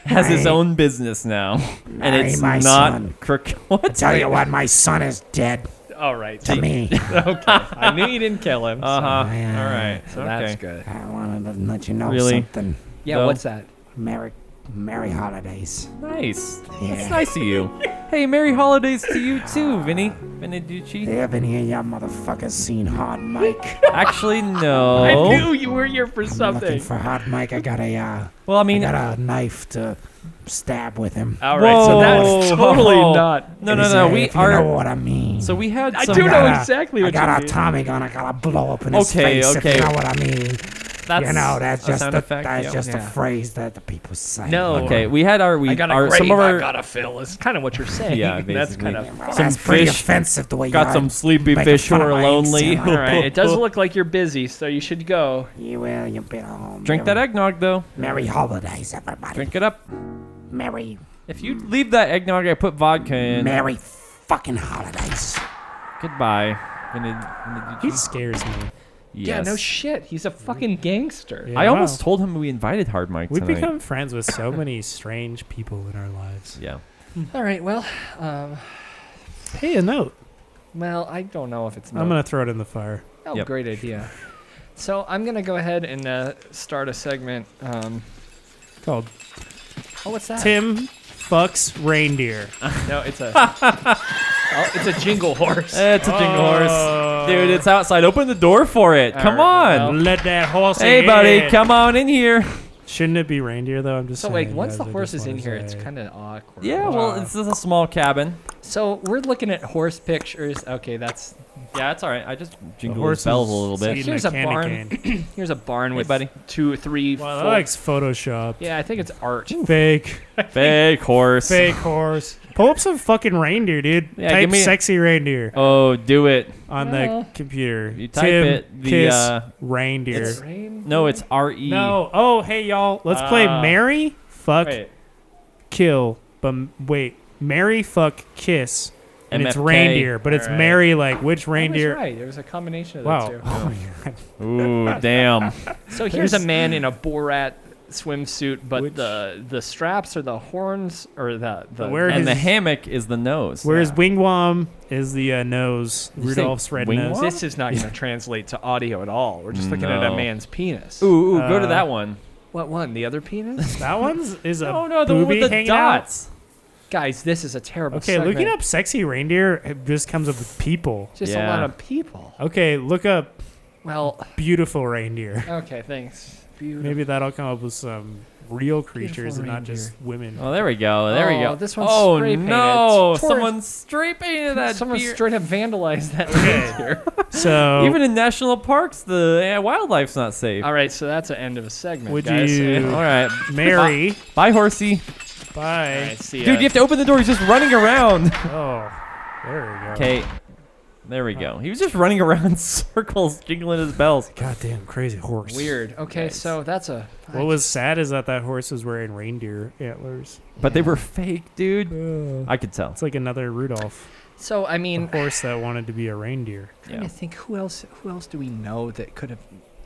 Speaker 3: has his
Speaker 6: Aye.
Speaker 3: own business now, and it's
Speaker 6: my
Speaker 3: not
Speaker 6: son.
Speaker 3: crook? What?
Speaker 6: Tell you what, my son is dead
Speaker 2: All right.
Speaker 6: to me.
Speaker 2: Okay. I knew you didn't kill him.
Speaker 3: Uh huh. All
Speaker 6: yeah.
Speaker 3: right.
Speaker 2: so that's
Speaker 3: okay.
Speaker 2: good.
Speaker 6: I wanted to let you know
Speaker 3: Really?
Speaker 6: something.
Speaker 2: Yeah,
Speaker 3: No.
Speaker 2: what's that?
Speaker 6: Merry Merry
Speaker 3: Mm.
Speaker 6: holidays.
Speaker 3: Nice. That's
Speaker 6: Yeah.
Speaker 3: nice of you. hey, Merry Holidays to you too, Vinny. Beneducci.
Speaker 6: Have any of y'all motherfuckers seen Hard Mike?
Speaker 3: Actually, no.
Speaker 2: I knew you were here for
Speaker 6: Looking
Speaker 2: something.
Speaker 6: for Hard Mike. I got a, uh,
Speaker 3: Well, I
Speaker 6: I
Speaker 3: mean,
Speaker 6: got a knife to stab with him.
Speaker 2: All right, so that's
Speaker 3: Whoa.
Speaker 2: totally not.
Speaker 3: no, no,
Speaker 6: Is
Speaker 3: no.
Speaker 6: that-
Speaker 3: We
Speaker 6: if You know
Speaker 3: are.
Speaker 6: what I mean.
Speaker 3: So we had.
Speaker 2: I
Speaker 3: some
Speaker 2: do know
Speaker 6: gotta-
Speaker 2: exactly
Speaker 6: I
Speaker 2: what you
Speaker 6: got a
Speaker 2: mean.
Speaker 6: Tommy gun. I gotta blow up in his
Speaker 3: Okay,
Speaker 6: face.
Speaker 3: okay.
Speaker 6: If you know what I mean.
Speaker 3: That's
Speaker 6: you know, that's
Speaker 3: a
Speaker 6: just
Speaker 3: sound
Speaker 6: a,
Speaker 3: effect,
Speaker 6: that's
Speaker 3: yeah.
Speaker 6: just a
Speaker 2: Yeah.
Speaker 6: phrase that the people say.
Speaker 2: No.
Speaker 3: Okay, we had our we
Speaker 2: I got a
Speaker 3: our
Speaker 2: grave
Speaker 3: some of
Speaker 2: I
Speaker 3: our
Speaker 2: gotta fill. Is kind of what you're saying.
Speaker 3: Yeah,
Speaker 2: that's
Speaker 3: basically.
Speaker 2: kind of.
Speaker 6: Well,
Speaker 3: Some
Speaker 6: that's pretty
Speaker 3: fish-
Speaker 6: offensive the way you
Speaker 3: got
Speaker 6: are
Speaker 3: some sleepy
Speaker 6: making
Speaker 3: fish who
Speaker 6: fun of
Speaker 3: are
Speaker 6: my
Speaker 3: lonely.
Speaker 6: accent like
Speaker 2: All right, it does look like you're busy, so you should go.
Speaker 6: You will, you bit home.
Speaker 3: Drink that eggnog though.
Speaker 6: Merry holidays, everybody.
Speaker 3: Drink it up.
Speaker 6: Merry,
Speaker 3: If you leave that eggnog, I put vodka in.
Speaker 6: merry fucking holidays.
Speaker 3: Goodbye. Beneducci.
Speaker 1: He scares me.
Speaker 2: Yeah, no
Speaker 3: Yes.
Speaker 2: shit. He's a fucking gangster.
Speaker 1: Yeah,
Speaker 3: I
Speaker 1: wow.
Speaker 3: almost told him we invited Hard Mike
Speaker 1: We've
Speaker 3: tonight.
Speaker 1: become friends with so many strange people in our lives.
Speaker 3: yeah.
Speaker 2: All right, well, um,
Speaker 1: Pay a note.
Speaker 2: well, I don't know if it's.
Speaker 1: I'm
Speaker 2: no-
Speaker 1: gonna throw it in the fire.
Speaker 2: Oh,
Speaker 3: Yep.
Speaker 2: great idea. So I'm gonna go ahead and uh, start a segment. Um,
Speaker 1: Called
Speaker 2: oh, what's that?
Speaker 1: Tim fucks reindeer.
Speaker 2: No, it's a. oh, it's a jingle horse.
Speaker 3: Eh, It's a
Speaker 1: Oh.
Speaker 3: jingle horse, dude. It's outside. Open the door for it. Come
Speaker 2: right,
Speaker 3: on.
Speaker 2: well-
Speaker 1: Let that horse.
Speaker 3: Hey,
Speaker 1: in.
Speaker 3: buddy, come on in here.
Speaker 1: Shouldn't it be reindeer though? I'm just
Speaker 2: So
Speaker 1: saying.
Speaker 2: like, once the
Speaker 1: guys, I
Speaker 2: horse
Speaker 1: just
Speaker 2: is in
Speaker 1: wanna
Speaker 2: here, it's
Speaker 1: say-
Speaker 2: kind of awkward.
Speaker 3: Yeah, well, this is a small cabin.
Speaker 2: So we're looking at horse pictures. Okay, that's
Speaker 3: Yeah, it's all right. I just
Speaker 1: The
Speaker 3: jingle
Speaker 1: horse
Speaker 3: his bells
Speaker 1: is
Speaker 3: a little
Speaker 1: eating
Speaker 3: bit.
Speaker 2: Here's a
Speaker 1: candy
Speaker 2: barn.
Speaker 1: cane.
Speaker 2: here's a barn with
Speaker 3: buddy.
Speaker 2: two, three,
Speaker 1: Wow, that
Speaker 2: four-
Speaker 1: likes Photoshop.
Speaker 2: Yeah, I think it's art.
Speaker 1: Fake,
Speaker 3: Fake horse.
Speaker 1: fake horse. Pull up some fucking reindeer, dude.
Speaker 3: Yeah,
Speaker 1: Type
Speaker 3: give me-
Speaker 1: sexy reindeer
Speaker 3: Oh, do it.
Speaker 1: on
Speaker 2: Yeah.
Speaker 1: the computer.
Speaker 3: You type
Speaker 1: Tim,
Speaker 3: it, the,
Speaker 1: kiss
Speaker 3: uh,
Speaker 1: reindeer.
Speaker 2: It's rain.
Speaker 3: No, it's R E.
Speaker 1: No. Oh, hey y'all. Let's play
Speaker 3: Uh,
Speaker 1: Mary fuck
Speaker 3: Wait.
Speaker 1: kill. But m- wait, Mary fuck kiss. And it's
Speaker 3: MFK.
Speaker 1: reindeer, but it's
Speaker 2: Alright.
Speaker 1: Mary like which
Speaker 2: I
Speaker 1: reindeer?
Speaker 2: was right. It was a combination of
Speaker 1: Wow.
Speaker 2: the two.
Speaker 1: Oh my God.
Speaker 3: Ooh, damn.
Speaker 2: So here's a man in a Borat swimsuit, but the the straps are the horns or the the
Speaker 1: Where
Speaker 3: and the
Speaker 1: his-
Speaker 3: hammock is the nose.
Speaker 1: Whereas Wingwam is the uh, nose,
Speaker 3: you say
Speaker 1: Rudolph's red
Speaker 3: Wingwam?
Speaker 1: nose.
Speaker 2: This is not going to translate to audio at all. We're just looking at a
Speaker 3: No.
Speaker 2: man's penis.
Speaker 3: Ooh, ooh, go to
Speaker 1: Uh,
Speaker 3: that one.
Speaker 2: What one? The other penis?
Speaker 1: That one's is a
Speaker 3: Oh no, the one
Speaker 1: booby
Speaker 3: with the
Speaker 1: hanging
Speaker 3: dots.
Speaker 2: Guys, this is a terrible.
Speaker 1: Out. Okay,
Speaker 2: segment.
Speaker 1: looking up sexy reindeer it just comes up with people.
Speaker 2: Just a
Speaker 3: Yeah.
Speaker 2: lot of people.
Speaker 1: Okay, look up
Speaker 2: Well,
Speaker 1: beautiful reindeer.
Speaker 2: okay, thanks. Beautiful.
Speaker 1: Maybe that'll come up with some real creatures and not just women.
Speaker 3: Oh, there we go. There we
Speaker 2: Oh,
Speaker 3: go.
Speaker 2: this one's
Speaker 3: oh
Speaker 2: spray painted.
Speaker 3: no,
Speaker 2: It's tor-
Speaker 3: someone spray painted that
Speaker 2: Someone
Speaker 3: beer.
Speaker 2: straight up vandalized that here.
Speaker 1: So
Speaker 3: Even in national parks, the uh, wildlife's not safe.
Speaker 2: All right, so that's the end of a segment.
Speaker 1: Would
Speaker 2: guys.
Speaker 1: you-
Speaker 3: All right,
Speaker 1: Mary,
Speaker 3: bye, horsey.
Speaker 1: bye.
Speaker 2: All right, see ya.
Speaker 3: Dude, you have to open the door. He's just running around.
Speaker 1: Oh, there we go.
Speaker 3: Okay, there we go. He was just running around in circles, jingling his bells.
Speaker 1: Goddamn crazy horse.
Speaker 2: Weird. Okay, so that's a.
Speaker 1: What was sad is that that horse was wearing reindeer antlers.
Speaker 3: But they were fake, dude. I could tell.
Speaker 1: It's like another Rudolph
Speaker 2: So I mean,
Speaker 1: horse that wanted to be a reindeer.
Speaker 2: I'm trying to think who else who else do we know that could have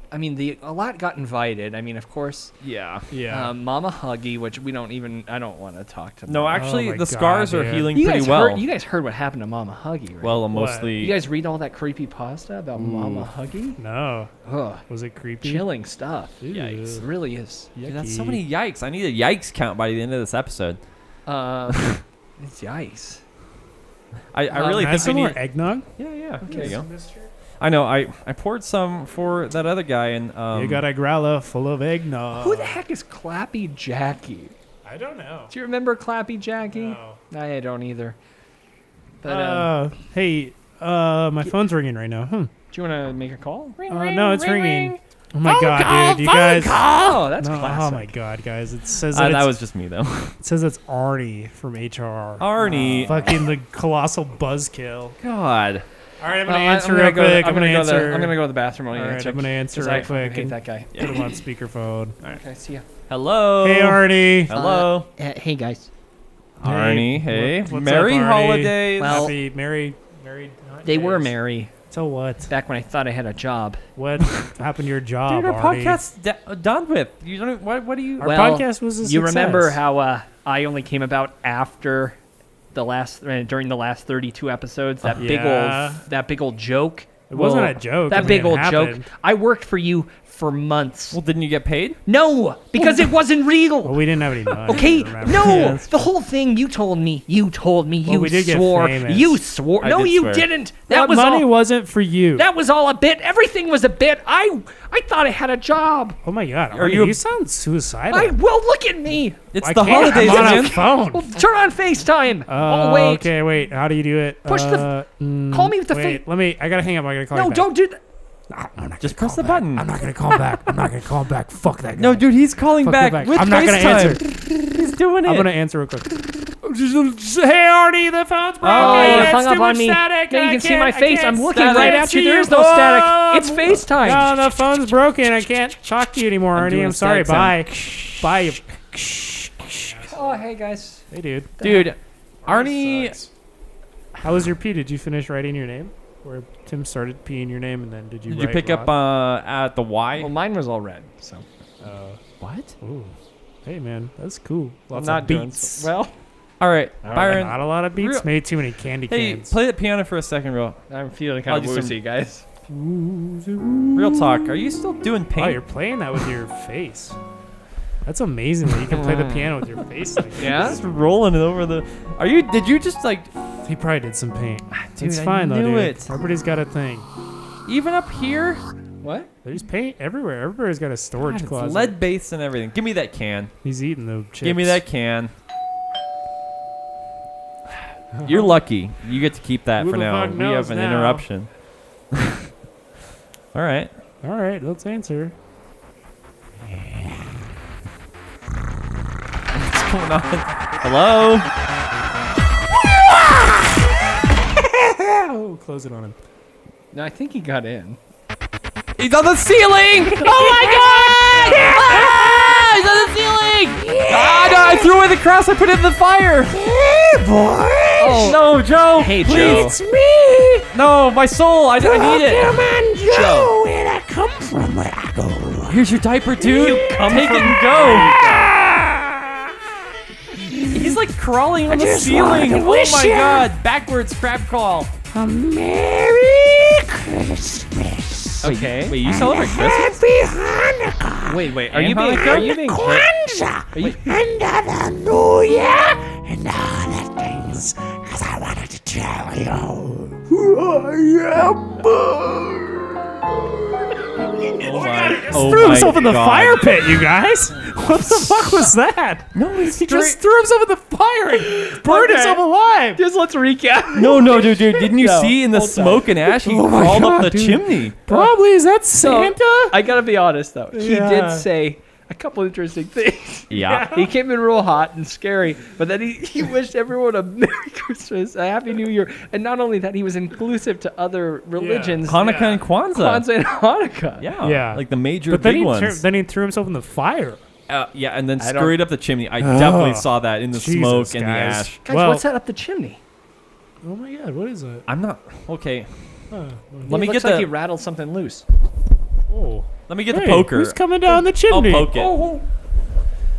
Speaker 2: I mean the a lot got invited. I mean of course
Speaker 3: Yeah.
Speaker 1: Yeah.
Speaker 2: um, Mama Huggy, which we don't even I don't want to talk to
Speaker 3: No,
Speaker 2: Mama.
Speaker 3: actually,
Speaker 1: Oh my
Speaker 3: the
Speaker 1: God,
Speaker 3: scars are
Speaker 1: dude.
Speaker 3: healing
Speaker 2: you
Speaker 3: pretty
Speaker 2: guys
Speaker 3: well.
Speaker 2: heard you guys heard what happened to Mama Huggy, right?
Speaker 3: well, uh,
Speaker 1: What?
Speaker 3: mostly.
Speaker 2: you guys read all that creepy pasta about Mama Huggy?
Speaker 1: no.
Speaker 2: Ugh.
Speaker 1: Was it creepy?
Speaker 2: Chilling stuff. It
Speaker 1: Yikes.
Speaker 2: really is.
Speaker 3: Dude, that's so many yikes. I need a yikes count by the end of this episode.
Speaker 2: Uh, it's yikes.
Speaker 3: I, I
Speaker 2: Um,
Speaker 3: really
Speaker 1: Can I have
Speaker 3: think we
Speaker 1: some more
Speaker 3: need.
Speaker 1: eggnog?
Speaker 3: Yeah, yeah. there you go. I know. I, I poured some for that other guy, and um,
Speaker 1: you got a growler full of eggnog.
Speaker 2: Who the heck is Clappy Jackie?
Speaker 1: I don't know.
Speaker 2: Do you remember Clappy Jackie? I don't either. But um,
Speaker 1: Uh, hey, uh, my phone's ringing right now. Hmm.
Speaker 2: do you want to make a call?
Speaker 1: Uh, no, it's ringing. Oh my god, dude! You guys.
Speaker 2: Oh, that's
Speaker 1: No, oh
Speaker 2: classic.
Speaker 1: my god, guys! It says
Speaker 3: Uh,
Speaker 1: that,
Speaker 3: that
Speaker 1: it's-
Speaker 3: was just me though.
Speaker 1: it says it's Arnie from
Speaker 2: Oh,
Speaker 1: HR.
Speaker 2: Uh,
Speaker 3: Arnie,
Speaker 1: Fucking the colossal buzzkill.
Speaker 3: God,
Speaker 1: All right, I'm
Speaker 2: Uh,
Speaker 1: gonna answer
Speaker 2: gonna
Speaker 1: real
Speaker 2: go to-
Speaker 1: quick.
Speaker 2: I'm gonna, go to the-
Speaker 1: answer.
Speaker 2: I'm gonna go to the bathroom.
Speaker 1: All right, I'm gonna answer real quick.
Speaker 2: I hate that guy.
Speaker 1: Put him on speakerphone.
Speaker 2: Okay, see ya.
Speaker 3: hello,
Speaker 1: Hey, Arnie.
Speaker 3: hello,
Speaker 2: Uh, eh, hey guys.
Speaker 3: Arnie, hey,
Speaker 1: What- what's
Speaker 3: Merry
Speaker 1: up, Arnie?
Speaker 3: holidays.
Speaker 2: Well-
Speaker 1: Happy married, married. not
Speaker 2: They were
Speaker 1: days.
Speaker 2: merry
Speaker 1: So what?
Speaker 2: back when I thought I had a job.
Speaker 1: What happened to your job,
Speaker 3: dude, our
Speaker 1: Arnie?
Speaker 3: podcast's da- uh, done with. You don't. What, what do you?
Speaker 1: Our
Speaker 2: Well,
Speaker 1: podcast was a
Speaker 2: You remember
Speaker 1: success.
Speaker 2: how uh, I only came about after the last uh, during the last 32 episodes that big
Speaker 1: Yeah.
Speaker 2: old that big old joke
Speaker 1: It wasn't
Speaker 2: will-
Speaker 1: a joke. I
Speaker 2: That
Speaker 1: mean,
Speaker 2: big
Speaker 1: it
Speaker 2: old
Speaker 1: happened.
Speaker 2: joke. I worked for you for months.
Speaker 3: Well, didn't you get paid?
Speaker 2: no, because it wasn't
Speaker 1: Well,
Speaker 2: real.
Speaker 1: we didn't have any money.
Speaker 2: Okay,
Speaker 1: remember?
Speaker 2: no.
Speaker 3: Yeah, that's-
Speaker 2: the whole thing you told me. You told me. You
Speaker 1: we did get
Speaker 2: swore.
Speaker 1: famous.
Speaker 2: You swore.
Speaker 3: I
Speaker 2: no,
Speaker 3: did
Speaker 2: you
Speaker 3: swear.
Speaker 2: didn't. That,
Speaker 1: That
Speaker 2: was
Speaker 1: money
Speaker 2: all.
Speaker 1: wasn't for you.
Speaker 2: that was all a bit. Everything was a bit. I I thought I had a job.
Speaker 1: oh my god. Are
Speaker 3: you
Speaker 1: you?
Speaker 3: a-
Speaker 1: You sound suicidal.
Speaker 2: I well look at me.
Speaker 3: It's
Speaker 1: I
Speaker 3: the
Speaker 1: can't.
Speaker 3: holidays,
Speaker 1: I'm on
Speaker 3: man.
Speaker 1: a phone.
Speaker 2: Well, turn on FaceTime.
Speaker 1: Uh,
Speaker 2: oh wait.
Speaker 1: Okay, wait. How do you do it?
Speaker 2: Push the-
Speaker 1: Uh, mm,
Speaker 2: call me with the fa-
Speaker 1: wait, Let me. I gotta hang up. I gotta call you
Speaker 2: No,
Speaker 1: back.
Speaker 2: don't do that.
Speaker 3: Just press the button.
Speaker 6: I'm not gonna call back. I'm not gonna call back. Fuck that guy.
Speaker 3: No, dude, he's calling
Speaker 1: Fuck you
Speaker 3: back,
Speaker 1: back.
Speaker 3: with
Speaker 1: I'm not gonna
Speaker 3: FaceTime.
Speaker 1: answer.
Speaker 3: He's doing it.
Speaker 1: I'm gonna answer real quick. hey, Artie, the phone's broken.
Speaker 2: Oh, you
Speaker 1: It's
Speaker 2: hung
Speaker 1: too
Speaker 2: up on
Speaker 1: much
Speaker 2: me.
Speaker 1: Static.
Speaker 2: Yeah, you
Speaker 1: I
Speaker 2: can see
Speaker 1: can't-
Speaker 2: my
Speaker 1: I
Speaker 2: face.
Speaker 1: can't-
Speaker 2: I'm looking
Speaker 1: I
Speaker 2: right
Speaker 1: can't
Speaker 2: at you.
Speaker 1: see
Speaker 2: There is no static. It's
Speaker 1: Oh,
Speaker 2: FaceTime.
Speaker 1: No, the phone's broken. I can't talk to you anymore,
Speaker 3: I'm
Speaker 1: Artie.
Speaker 3: doing a
Speaker 1: I'm sorry. Bye.
Speaker 3: static
Speaker 1: Bye. you-
Speaker 2: Oh hey guys.
Speaker 1: Hey, dude.
Speaker 3: Dude, Arnie.
Speaker 1: How was your pee? Did you finish writing your name? Or Tim started peeing your name, and then did you?
Speaker 3: Did you
Speaker 1: write
Speaker 3: pick up
Speaker 1: Rod?
Speaker 3: uh, at the
Speaker 2: Well,
Speaker 3: Y?
Speaker 2: mine was all red. So
Speaker 3: What?
Speaker 1: Ooh. Hey, man, that's cool. Lots
Speaker 3: not
Speaker 1: of
Speaker 3: doing
Speaker 1: beats.
Speaker 2: well,
Speaker 3: All right,
Speaker 1: All right,
Speaker 3: Byron.
Speaker 1: Not a lot of beats.
Speaker 3: Real-
Speaker 1: Made too many candy
Speaker 3: Hey,
Speaker 1: cans.
Speaker 3: play that piano for a second, real,
Speaker 2: I'm feeling
Speaker 3: I'll
Speaker 2: kind
Speaker 3: do
Speaker 2: of
Speaker 3: some-
Speaker 2: woozy, guys.
Speaker 3: real talk. Are you still doing
Speaker 1: Wow,
Speaker 3: paint?
Speaker 1: Oh, you're playing that with your face. That's amazing that you can play the piano with your face. Like that.
Speaker 2: Yeah.
Speaker 3: just rolling it over the. Are you? Did you just like?
Speaker 1: He probably did some paint.
Speaker 3: Ah, Dude,
Speaker 1: it's
Speaker 3: I
Speaker 1: fine though,
Speaker 3: knew
Speaker 1: dude.
Speaker 3: it.
Speaker 1: Everybody's got a thing.
Speaker 3: Even up here,
Speaker 2: What?
Speaker 1: There's paint everywhere. Everybody's got a storage
Speaker 3: God, it's
Speaker 1: closet.
Speaker 3: lead based and everything. Give me that can.
Speaker 1: He's eating the chips.
Speaker 3: Give me that can. You're lucky. You get to keep that
Speaker 1: Who
Speaker 3: for
Speaker 1: the
Speaker 3: now.
Speaker 1: fuck
Speaker 3: We have
Speaker 1: knows
Speaker 3: an
Speaker 1: now?
Speaker 3: interruption. All right.
Speaker 1: All right, let's answer.
Speaker 3: What's going on? Hello.
Speaker 1: Oh, close it on him.
Speaker 2: No, I think he got in.
Speaker 3: He's on the ceiling! Oh my god! Ah, he's on the ceiling! Ah, no, I threw away the cross, I put it in the fire!
Speaker 2: Oh,
Speaker 3: No, Joe!
Speaker 2: Hey,
Speaker 3: please.
Speaker 2: Joe.
Speaker 3: It's me! No, my soul, I, I need it!
Speaker 2: Joe.
Speaker 3: Here's your diaper, dude! Take it and go! Ah! He's like crawling on the ceiling! Oh my god! Backwards crab crawl!
Speaker 2: Okay.
Speaker 3: Wait, you celebrate Christmas?
Speaker 2: Wait, wait. Are you
Speaker 3: And
Speaker 2: being?
Speaker 3: Hanukkah?
Speaker 2: Are you being?
Speaker 6: And the new year and all the things. Cause I wanted to tell you who I am.
Speaker 3: Oh my, oh
Speaker 1: Threw
Speaker 3: my
Speaker 1: himself in the
Speaker 3: God.
Speaker 1: fire pit, you guys. What the fuck was that?
Speaker 3: No, he's
Speaker 1: He just threw himself in the fire and burned himself alive.
Speaker 2: Just let's recap.
Speaker 3: No, no, dude, dude, didn't you
Speaker 2: No,
Speaker 3: see in the
Speaker 2: hold on.
Speaker 3: smoke and ash he
Speaker 1: Oh my
Speaker 3: crawled up
Speaker 1: God,
Speaker 3: the
Speaker 1: dude.
Speaker 3: chimney?
Speaker 1: Probably is that Santa?
Speaker 2: I gotta be honest though. He
Speaker 1: Yeah.
Speaker 2: did say a couple interesting things.
Speaker 3: Yeah.
Speaker 2: He came in real hot and scary, but then he, he wished everyone a Merry Christmas, a Happy New Year, and not only that, he was inclusive to other religions,
Speaker 3: Hanukkah and Kwanzaa.
Speaker 2: Kwanzaa and Hanukkah.
Speaker 3: Yeah.
Speaker 1: Yeah.
Speaker 3: Like the major
Speaker 1: But then
Speaker 3: big
Speaker 1: he, tur-
Speaker 3: ones.
Speaker 1: then he threw himself in the fire.
Speaker 3: uh, yeah, and then
Speaker 2: I don't-
Speaker 3: scurried up the chimney. I definitely saw that in the
Speaker 1: Ah. Jesus,
Speaker 3: smoke and the
Speaker 1: guys.
Speaker 3: ash.
Speaker 2: Guys,
Speaker 1: Well-
Speaker 2: what's that up the chimney?
Speaker 1: Oh my god, what is that?
Speaker 3: I'm not okay.
Speaker 2: It
Speaker 3: Let me
Speaker 2: looks
Speaker 3: get
Speaker 2: like
Speaker 3: the
Speaker 2: he rattled something loose.
Speaker 1: Oh.
Speaker 3: let me get
Speaker 1: Hey,
Speaker 3: the poker.
Speaker 1: Who's coming down the
Speaker 3: I'll
Speaker 1: chimney?
Speaker 3: poke it.
Speaker 2: Oh,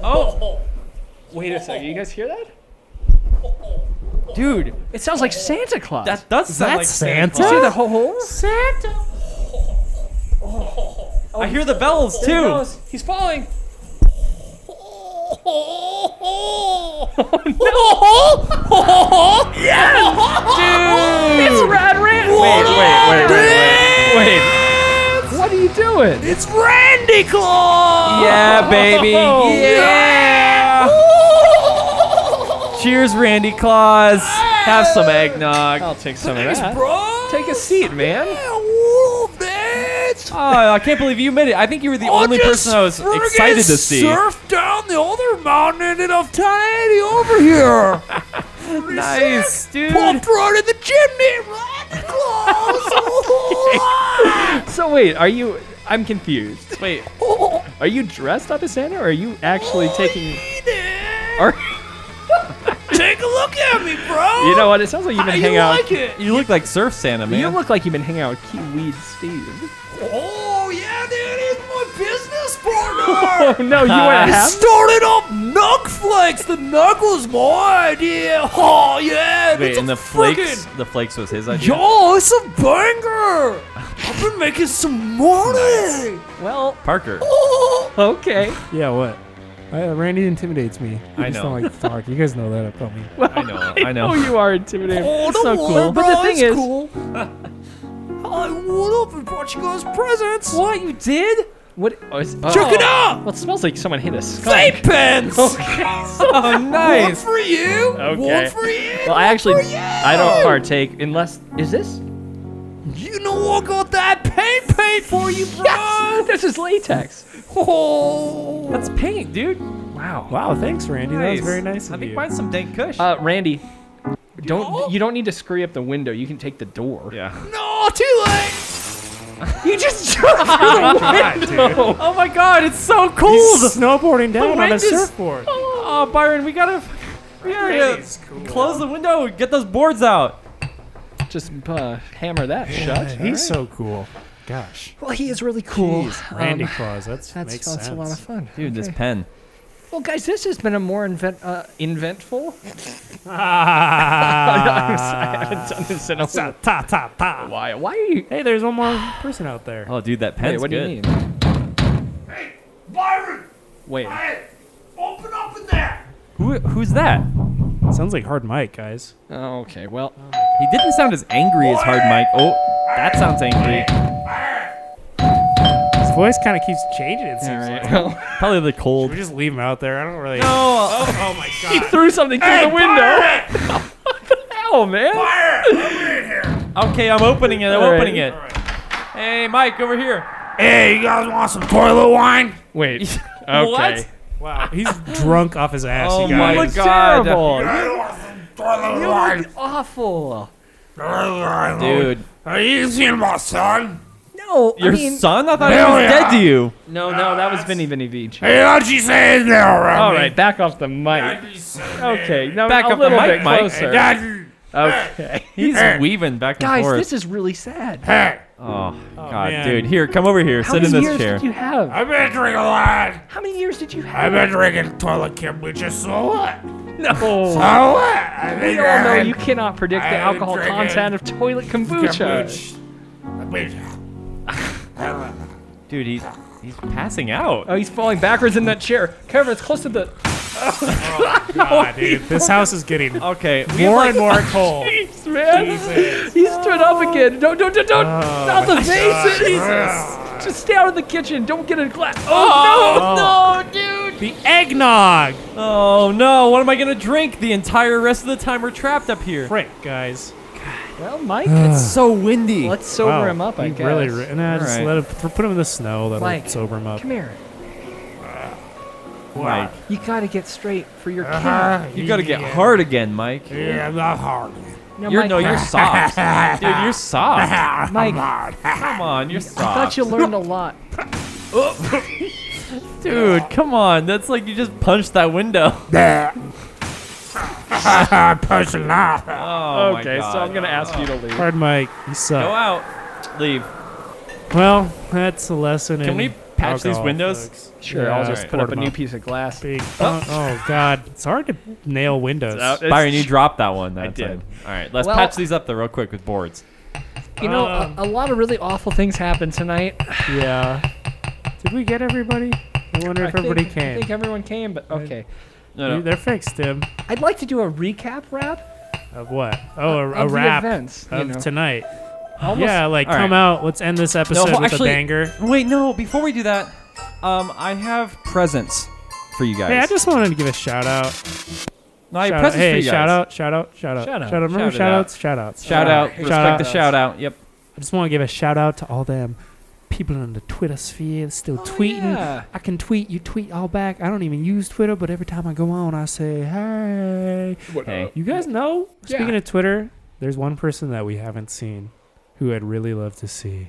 Speaker 3: Oh,
Speaker 2: wait a second! You guys hear that?
Speaker 3: dude,
Speaker 2: It sounds like Santa Claus.
Speaker 3: that does sound
Speaker 1: that
Speaker 3: like
Speaker 1: Santa?
Speaker 3: Claus.
Speaker 2: See the ho ho?
Speaker 1: Santa.
Speaker 3: I hear the bells
Speaker 2: There he
Speaker 3: too.
Speaker 2: goes. He's falling. It's Rad Rant.
Speaker 6: Oh,
Speaker 3: Wait, wait, wait, wait, wait, wait.
Speaker 2: What are you doing?
Speaker 6: It's Randy Claus!
Speaker 3: Yeah, baby. Yeah. Cheers, Randy Claus. Have some eggnog.
Speaker 2: I'll take some of that. Take a seat, man.
Speaker 6: bitch!
Speaker 3: Oh, I can't believe you made it. I think you were the only person I was excited to see.
Speaker 6: Surf down the other mountain and off 1080 over here.
Speaker 3: Nice, dude.
Speaker 6: Pumped right in the chimney. Randy Claus.
Speaker 2: So wait, are you? I'm confused.
Speaker 3: Wait,
Speaker 2: Are you dressed up as Santa, or are you actually taking? Are
Speaker 6: Take a look at me, bro.
Speaker 2: you know what? It sounds like you've been hanging out.
Speaker 3: you look like Surf Santa, man.
Speaker 2: You look like you've been hanging out with Kiwi Steve.
Speaker 6: Oh yeah, dude, he's my business partner.
Speaker 2: Oh no, you want to
Speaker 6: I
Speaker 2: have?
Speaker 6: started off Nug Flakes. The Nug was my idea. Oh yeah,
Speaker 3: Wait,
Speaker 6: it's
Speaker 3: and
Speaker 6: a
Speaker 3: the flakes,
Speaker 6: frickin'
Speaker 2: Oh,
Speaker 3: the flakes was his idea.
Speaker 6: Yo, it's a banger. I've been making some money.
Speaker 2: Well,
Speaker 3: Parker.
Speaker 2: okay.
Speaker 1: Yeah, what? I, Randy intimidates me. I,
Speaker 3: I
Speaker 1: just
Speaker 3: know.
Speaker 1: don't like to talk. You guys know that about me.
Speaker 2: Well,
Speaker 3: I know, I know.
Speaker 2: Oh, you are intimidating.
Speaker 6: Oh,
Speaker 2: it's
Speaker 6: don't
Speaker 2: so
Speaker 6: worry,
Speaker 2: cool.
Speaker 6: bro.
Speaker 2: But the thing
Speaker 6: it's
Speaker 2: is,
Speaker 6: cool. I went up and brought you guys presents.
Speaker 2: what you did? What? Oh, it's, oh.
Speaker 6: Check it out.
Speaker 2: Well, it smells like someone hit a skunk.
Speaker 6: Vape pens.
Speaker 2: Okay. So
Speaker 3: Oh,
Speaker 6: One
Speaker 3: nice.
Speaker 6: for you. One
Speaker 2: Okay.
Speaker 6: for you.
Speaker 2: well, I actually,
Speaker 6: you.
Speaker 2: I
Speaker 3: Oh.
Speaker 2: don't partake unless. Is this?
Speaker 6: You know I got that paint paint for you, bro.
Speaker 2: This is latex.
Speaker 6: Oh.
Speaker 3: That's paint, dude.
Speaker 2: Wow.
Speaker 1: Oh, Wow, thanks, Randy. That was very nice of
Speaker 3: I think
Speaker 1: you.
Speaker 3: mine's some dank kush.
Speaker 2: Uh, Randy,
Speaker 3: Oh.
Speaker 2: don't you don't need to scurry up the window. You can take the door.
Speaker 3: yeah.
Speaker 6: No, too late.
Speaker 3: You just jumped through the window. Oh my god, it's so cold.
Speaker 1: He's snowboarding down on a
Speaker 3: Horrendous.
Speaker 1: surfboard.
Speaker 3: Oh, Byron, we gotta, we gotta close the window. and Get those boards out.
Speaker 2: Just uh, hammer that shut.
Speaker 1: He's
Speaker 2: All
Speaker 1: so
Speaker 2: right.
Speaker 1: cool. Gosh.
Speaker 2: Well, he is really cool.
Speaker 1: Randy Claus. That's,
Speaker 2: Um, That's,
Speaker 1: makes
Speaker 2: that's
Speaker 1: sense.
Speaker 2: a lot of fun.
Speaker 3: Dude, this pen.
Speaker 2: Well, guys, this has been a more invent, uh, inventful. I'm sorry, I
Speaker 1: Ah.
Speaker 2: haven't done this in a
Speaker 1: Ta, ta, ta, ta.
Speaker 2: Why? Why are you?
Speaker 1: Hey, there's one more person out there.
Speaker 3: Oh, dude, that
Speaker 2: Wait,
Speaker 3: pen's
Speaker 2: what
Speaker 3: good.
Speaker 2: do you mean?
Speaker 5: Byron,
Speaker 2: Wait.
Speaker 5: hey, open up in there.
Speaker 3: Who, who's that?
Speaker 1: Oh, Sounds like hard mic, guys.
Speaker 2: Oh, okay. Well,
Speaker 3: He didn't sound as angry as Hard Mike. Oh, that sounds angry.
Speaker 1: His voice kind of keeps changing. It seems
Speaker 2: all right.
Speaker 1: like.
Speaker 2: Well,
Speaker 3: Probably the cold.
Speaker 1: We just leave him out there. I don't really.
Speaker 3: Oh,
Speaker 1: Oh my
Speaker 2: he
Speaker 1: god.
Speaker 2: threw something through the window. Hell, man.
Speaker 3: okay, I'm opening it. I'm
Speaker 2: All right.
Speaker 3: opening it. Hey, Mike, over here.
Speaker 5: Hey, you guys want some toilet wine?
Speaker 2: Wait.
Speaker 3: What?
Speaker 1: Wow. He's drunk off his ass,
Speaker 3: Oh
Speaker 1: you
Speaker 3: my
Speaker 1: guys.
Speaker 2: Looks
Speaker 3: God.
Speaker 2: terrible. You
Speaker 5: I want some toilet
Speaker 2: look awful.
Speaker 5: wine.
Speaker 3: Dude,
Speaker 5: Are you seeing my son?
Speaker 2: No,
Speaker 3: your
Speaker 2: I mean,
Speaker 3: son? I thought he
Speaker 5: Hell
Speaker 3: was
Speaker 5: yeah.
Speaker 3: dead to you.
Speaker 2: no, no, that was Vinny Vinny Beach.
Speaker 5: Hey, how'd you say it now, Robbie?
Speaker 2: All right, back off the mic.
Speaker 5: How'd you say it?
Speaker 2: Okay, no,
Speaker 3: Back
Speaker 2: a
Speaker 3: up the
Speaker 2: little
Speaker 3: mic,
Speaker 2: bit
Speaker 3: Mike.
Speaker 2: closer.
Speaker 5: Daddy,
Speaker 2: Okay,
Speaker 3: He's
Speaker 5: Hey.
Speaker 3: weaving back and
Speaker 2: guys,
Speaker 3: forth.
Speaker 2: this is really sad.
Speaker 5: hey,
Speaker 3: oh, God,
Speaker 1: man.
Speaker 3: dude. Here, come over here.
Speaker 2: How
Speaker 3: Sit
Speaker 2: many
Speaker 3: in this
Speaker 2: years
Speaker 3: chair.
Speaker 2: did you have?
Speaker 5: I've been drinking a lot.
Speaker 2: How many years did you
Speaker 5: I've
Speaker 2: have?
Speaker 5: been drinking toilet kombucha, so what?
Speaker 2: No.
Speaker 5: So what? I've been
Speaker 2: We all know you
Speaker 5: drinking
Speaker 2: cannot predict the
Speaker 5: I
Speaker 2: alcohol
Speaker 5: drink it.
Speaker 2: content of toilet kombucha.
Speaker 5: kombucha. I've been-
Speaker 3: Dude, he's he's passing out.
Speaker 2: Oh, he's falling backwards in that chair. Kevin, it's close to the.
Speaker 1: God, Ah, dude. This house is getting
Speaker 3: Okay, we have
Speaker 1: more
Speaker 3: like
Speaker 1: and more cold.
Speaker 2: Jeez, man.
Speaker 1: Jesus.
Speaker 2: He stood up again. No, no, no, no. not the face.
Speaker 1: Jesus.
Speaker 2: Just stay out of the kitchen. Don't get a glass. Oh,
Speaker 1: The eggnog.
Speaker 3: Oh no, what am I gonna drink the entire rest of the time we're trapped up here?
Speaker 1: Frick, guys.
Speaker 2: no. Well, Mike,
Speaker 3: It's so windy.
Speaker 2: let's sober
Speaker 1: Wow,
Speaker 2: him up, I
Speaker 1: he
Speaker 2: guess.
Speaker 1: Really, ri- nah, just
Speaker 3: Alright.
Speaker 1: let him th- put him in the snow. That'll
Speaker 2: Mike,
Speaker 1: sober him up.
Speaker 2: Come here.
Speaker 3: Mike,
Speaker 2: You gotta get straight for your kid.
Speaker 3: you gotta get hard again, Mike.
Speaker 5: Yeah, I'm not hard.
Speaker 2: No,
Speaker 3: You're
Speaker 2: Mike,
Speaker 3: no, you're soft, dude. You're soft.
Speaker 2: Mike,
Speaker 3: Come on, you're soft.
Speaker 2: I thought you learned a lot.
Speaker 3: dude. Come on, that's like you just punched that window.
Speaker 5: Pushing off.
Speaker 3: Oh my
Speaker 2: okay,
Speaker 3: God.
Speaker 2: so I'm gonna ask you to leave.
Speaker 1: Hard Mike, you
Speaker 3: Go
Speaker 1: suck.
Speaker 3: out, leave.
Speaker 1: Well, that's a lesson.
Speaker 3: Can
Speaker 1: in
Speaker 3: we patch these
Speaker 1: alcohol,
Speaker 3: windows?
Speaker 1: folks.
Speaker 2: Sure,
Speaker 1: Yeah,
Speaker 2: I'll just
Speaker 1: alright.
Speaker 2: put up a
Speaker 1: Board
Speaker 2: new
Speaker 1: mop.
Speaker 2: piece of glass.
Speaker 1: Big bump. Oh God, it's hard to nail windows.
Speaker 2: out. It's-
Speaker 3: Byron, you dropped that one. That
Speaker 2: did.
Speaker 3: Time. All right, let's
Speaker 2: Well-
Speaker 3: patch these up though, real quick with boards.
Speaker 2: You know,
Speaker 1: Um,
Speaker 2: a, a lot of really awful things happened tonight.
Speaker 1: Yeah. Did we get everybody? I wonder if
Speaker 2: I
Speaker 1: everybody
Speaker 2: think, I
Speaker 1: came.
Speaker 2: think everyone came, but okay.
Speaker 3: No, no.
Speaker 1: They're fixed, Tim.
Speaker 2: I'd like to do a recap wrap
Speaker 1: Of what? Oh, a, a
Speaker 2: of the
Speaker 1: wrap
Speaker 2: events. you
Speaker 1: of
Speaker 2: know.
Speaker 1: tonight.
Speaker 2: Almost-
Speaker 1: yeah, like
Speaker 3: all
Speaker 1: come
Speaker 3: right.
Speaker 1: out. Let's end this episode with
Speaker 3: actually-
Speaker 1: a banger.
Speaker 3: Wait, no. Before we do that, um, I have presents for you guys.
Speaker 1: Hey, I just wanted to give a shout out.
Speaker 3: no, I have
Speaker 1: Shout out.
Speaker 3: presents for
Speaker 1: Hey,
Speaker 3: you guys.
Speaker 1: shout out, shout out, shout out,
Speaker 3: Shout out,
Speaker 1: Remember
Speaker 3: shout it
Speaker 1: shout
Speaker 3: out.
Speaker 1: outs, shout outs.
Speaker 3: Shout out.
Speaker 1: Shout
Speaker 3: Respect
Speaker 1: out.
Speaker 3: the shout out. Yep.
Speaker 1: I just want to give a shout out to all them people in the Twitter sphere
Speaker 3: Oh,
Speaker 1: still tweeting.
Speaker 2: yeah.
Speaker 1: I can tweet, you tweet all back. I don't even use Twitter, but every time I go on, I say, hey.
Speaker 3: Hey.
Speaker 1: You guys know,
Speaker 2: Yeah.
Speaker 1: speaking of Twitter, there's one person that we haven't seen who I'd really love to see.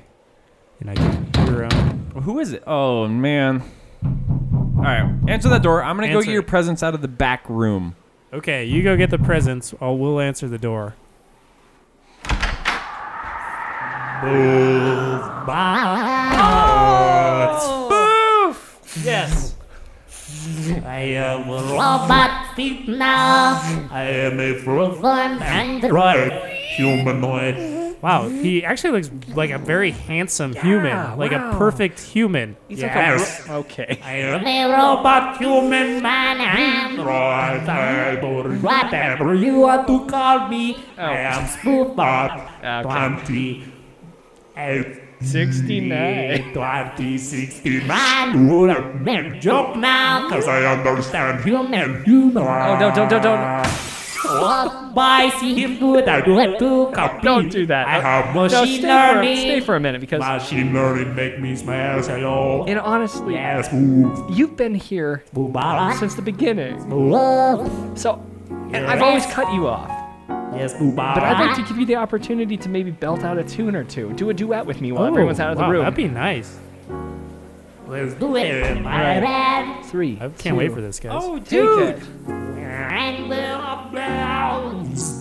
Speaker 1: And I can hear him.
Speaker 3: Who is it? Oh man. All right, answer that door. I'm gonna go
Speaker 1: Answer
Speaker 3: get your
Speaker 1: it.
Speaker 3: presents out of the back room.
Speaker 1: Okay, you go get the presents. I'll, we'll answer the door.
Speaker 4: Yes.
Speaker 1: I am
Speaker 4: Robot feet now.
Speaker 5: I am a
Speaker 4: One and
Speaker 5: right humanoid
Speaker 1: Wow, he actually looks like a very handsome human, like a perfect human.
Speaker 2: He's
Speaker 1: yeah.
Speaker 2: like a, ro- okay.
Speaker 1: I'm a robot human man. I'm whatever you want to call me. I am smooth
Speaker 2: Okay.
Speaker 1: 28,
Speaker 2: 69.
Speaker 1: 20, 69. Would I make joke now? Cause I understand human humor.
Speaker 2: Oh, no, don't, don't, don't.
Speaker 1: By seeing good, I do have to copy.
Speaker 2: Don't do that.
Speaker 1: I have
Speaker 2: No,
Speaker 1: machine
Speaker 2: stay for,
Speaker 1: learning.
Speaker 2: stay for a minute because,
Speaker 1: Machine learning make me smile, hello.
Speaker 2: and honestly,
Speaker 1: Yes, move.
Speaker 2: you've been here
Speaker 1: Boobara.
Speaker 2: since the beginning.
Speaker 1: Love.
Speaker 2: So, and I've always cut you off.
Speaker 1: Yes, boobara.
Speaker 2: But I'd like to give you the opportunity to maybe belt out a tune or two. Do a duet with me while everyone's out of the
Speaker 1: wow,
Speaker 2: room.
Speaker 1: That'd be nice. Let's do it.
Speaker 2: Three.
Speaker 1: I can't wait for this, guys.
Speaker 2: Oh, dude.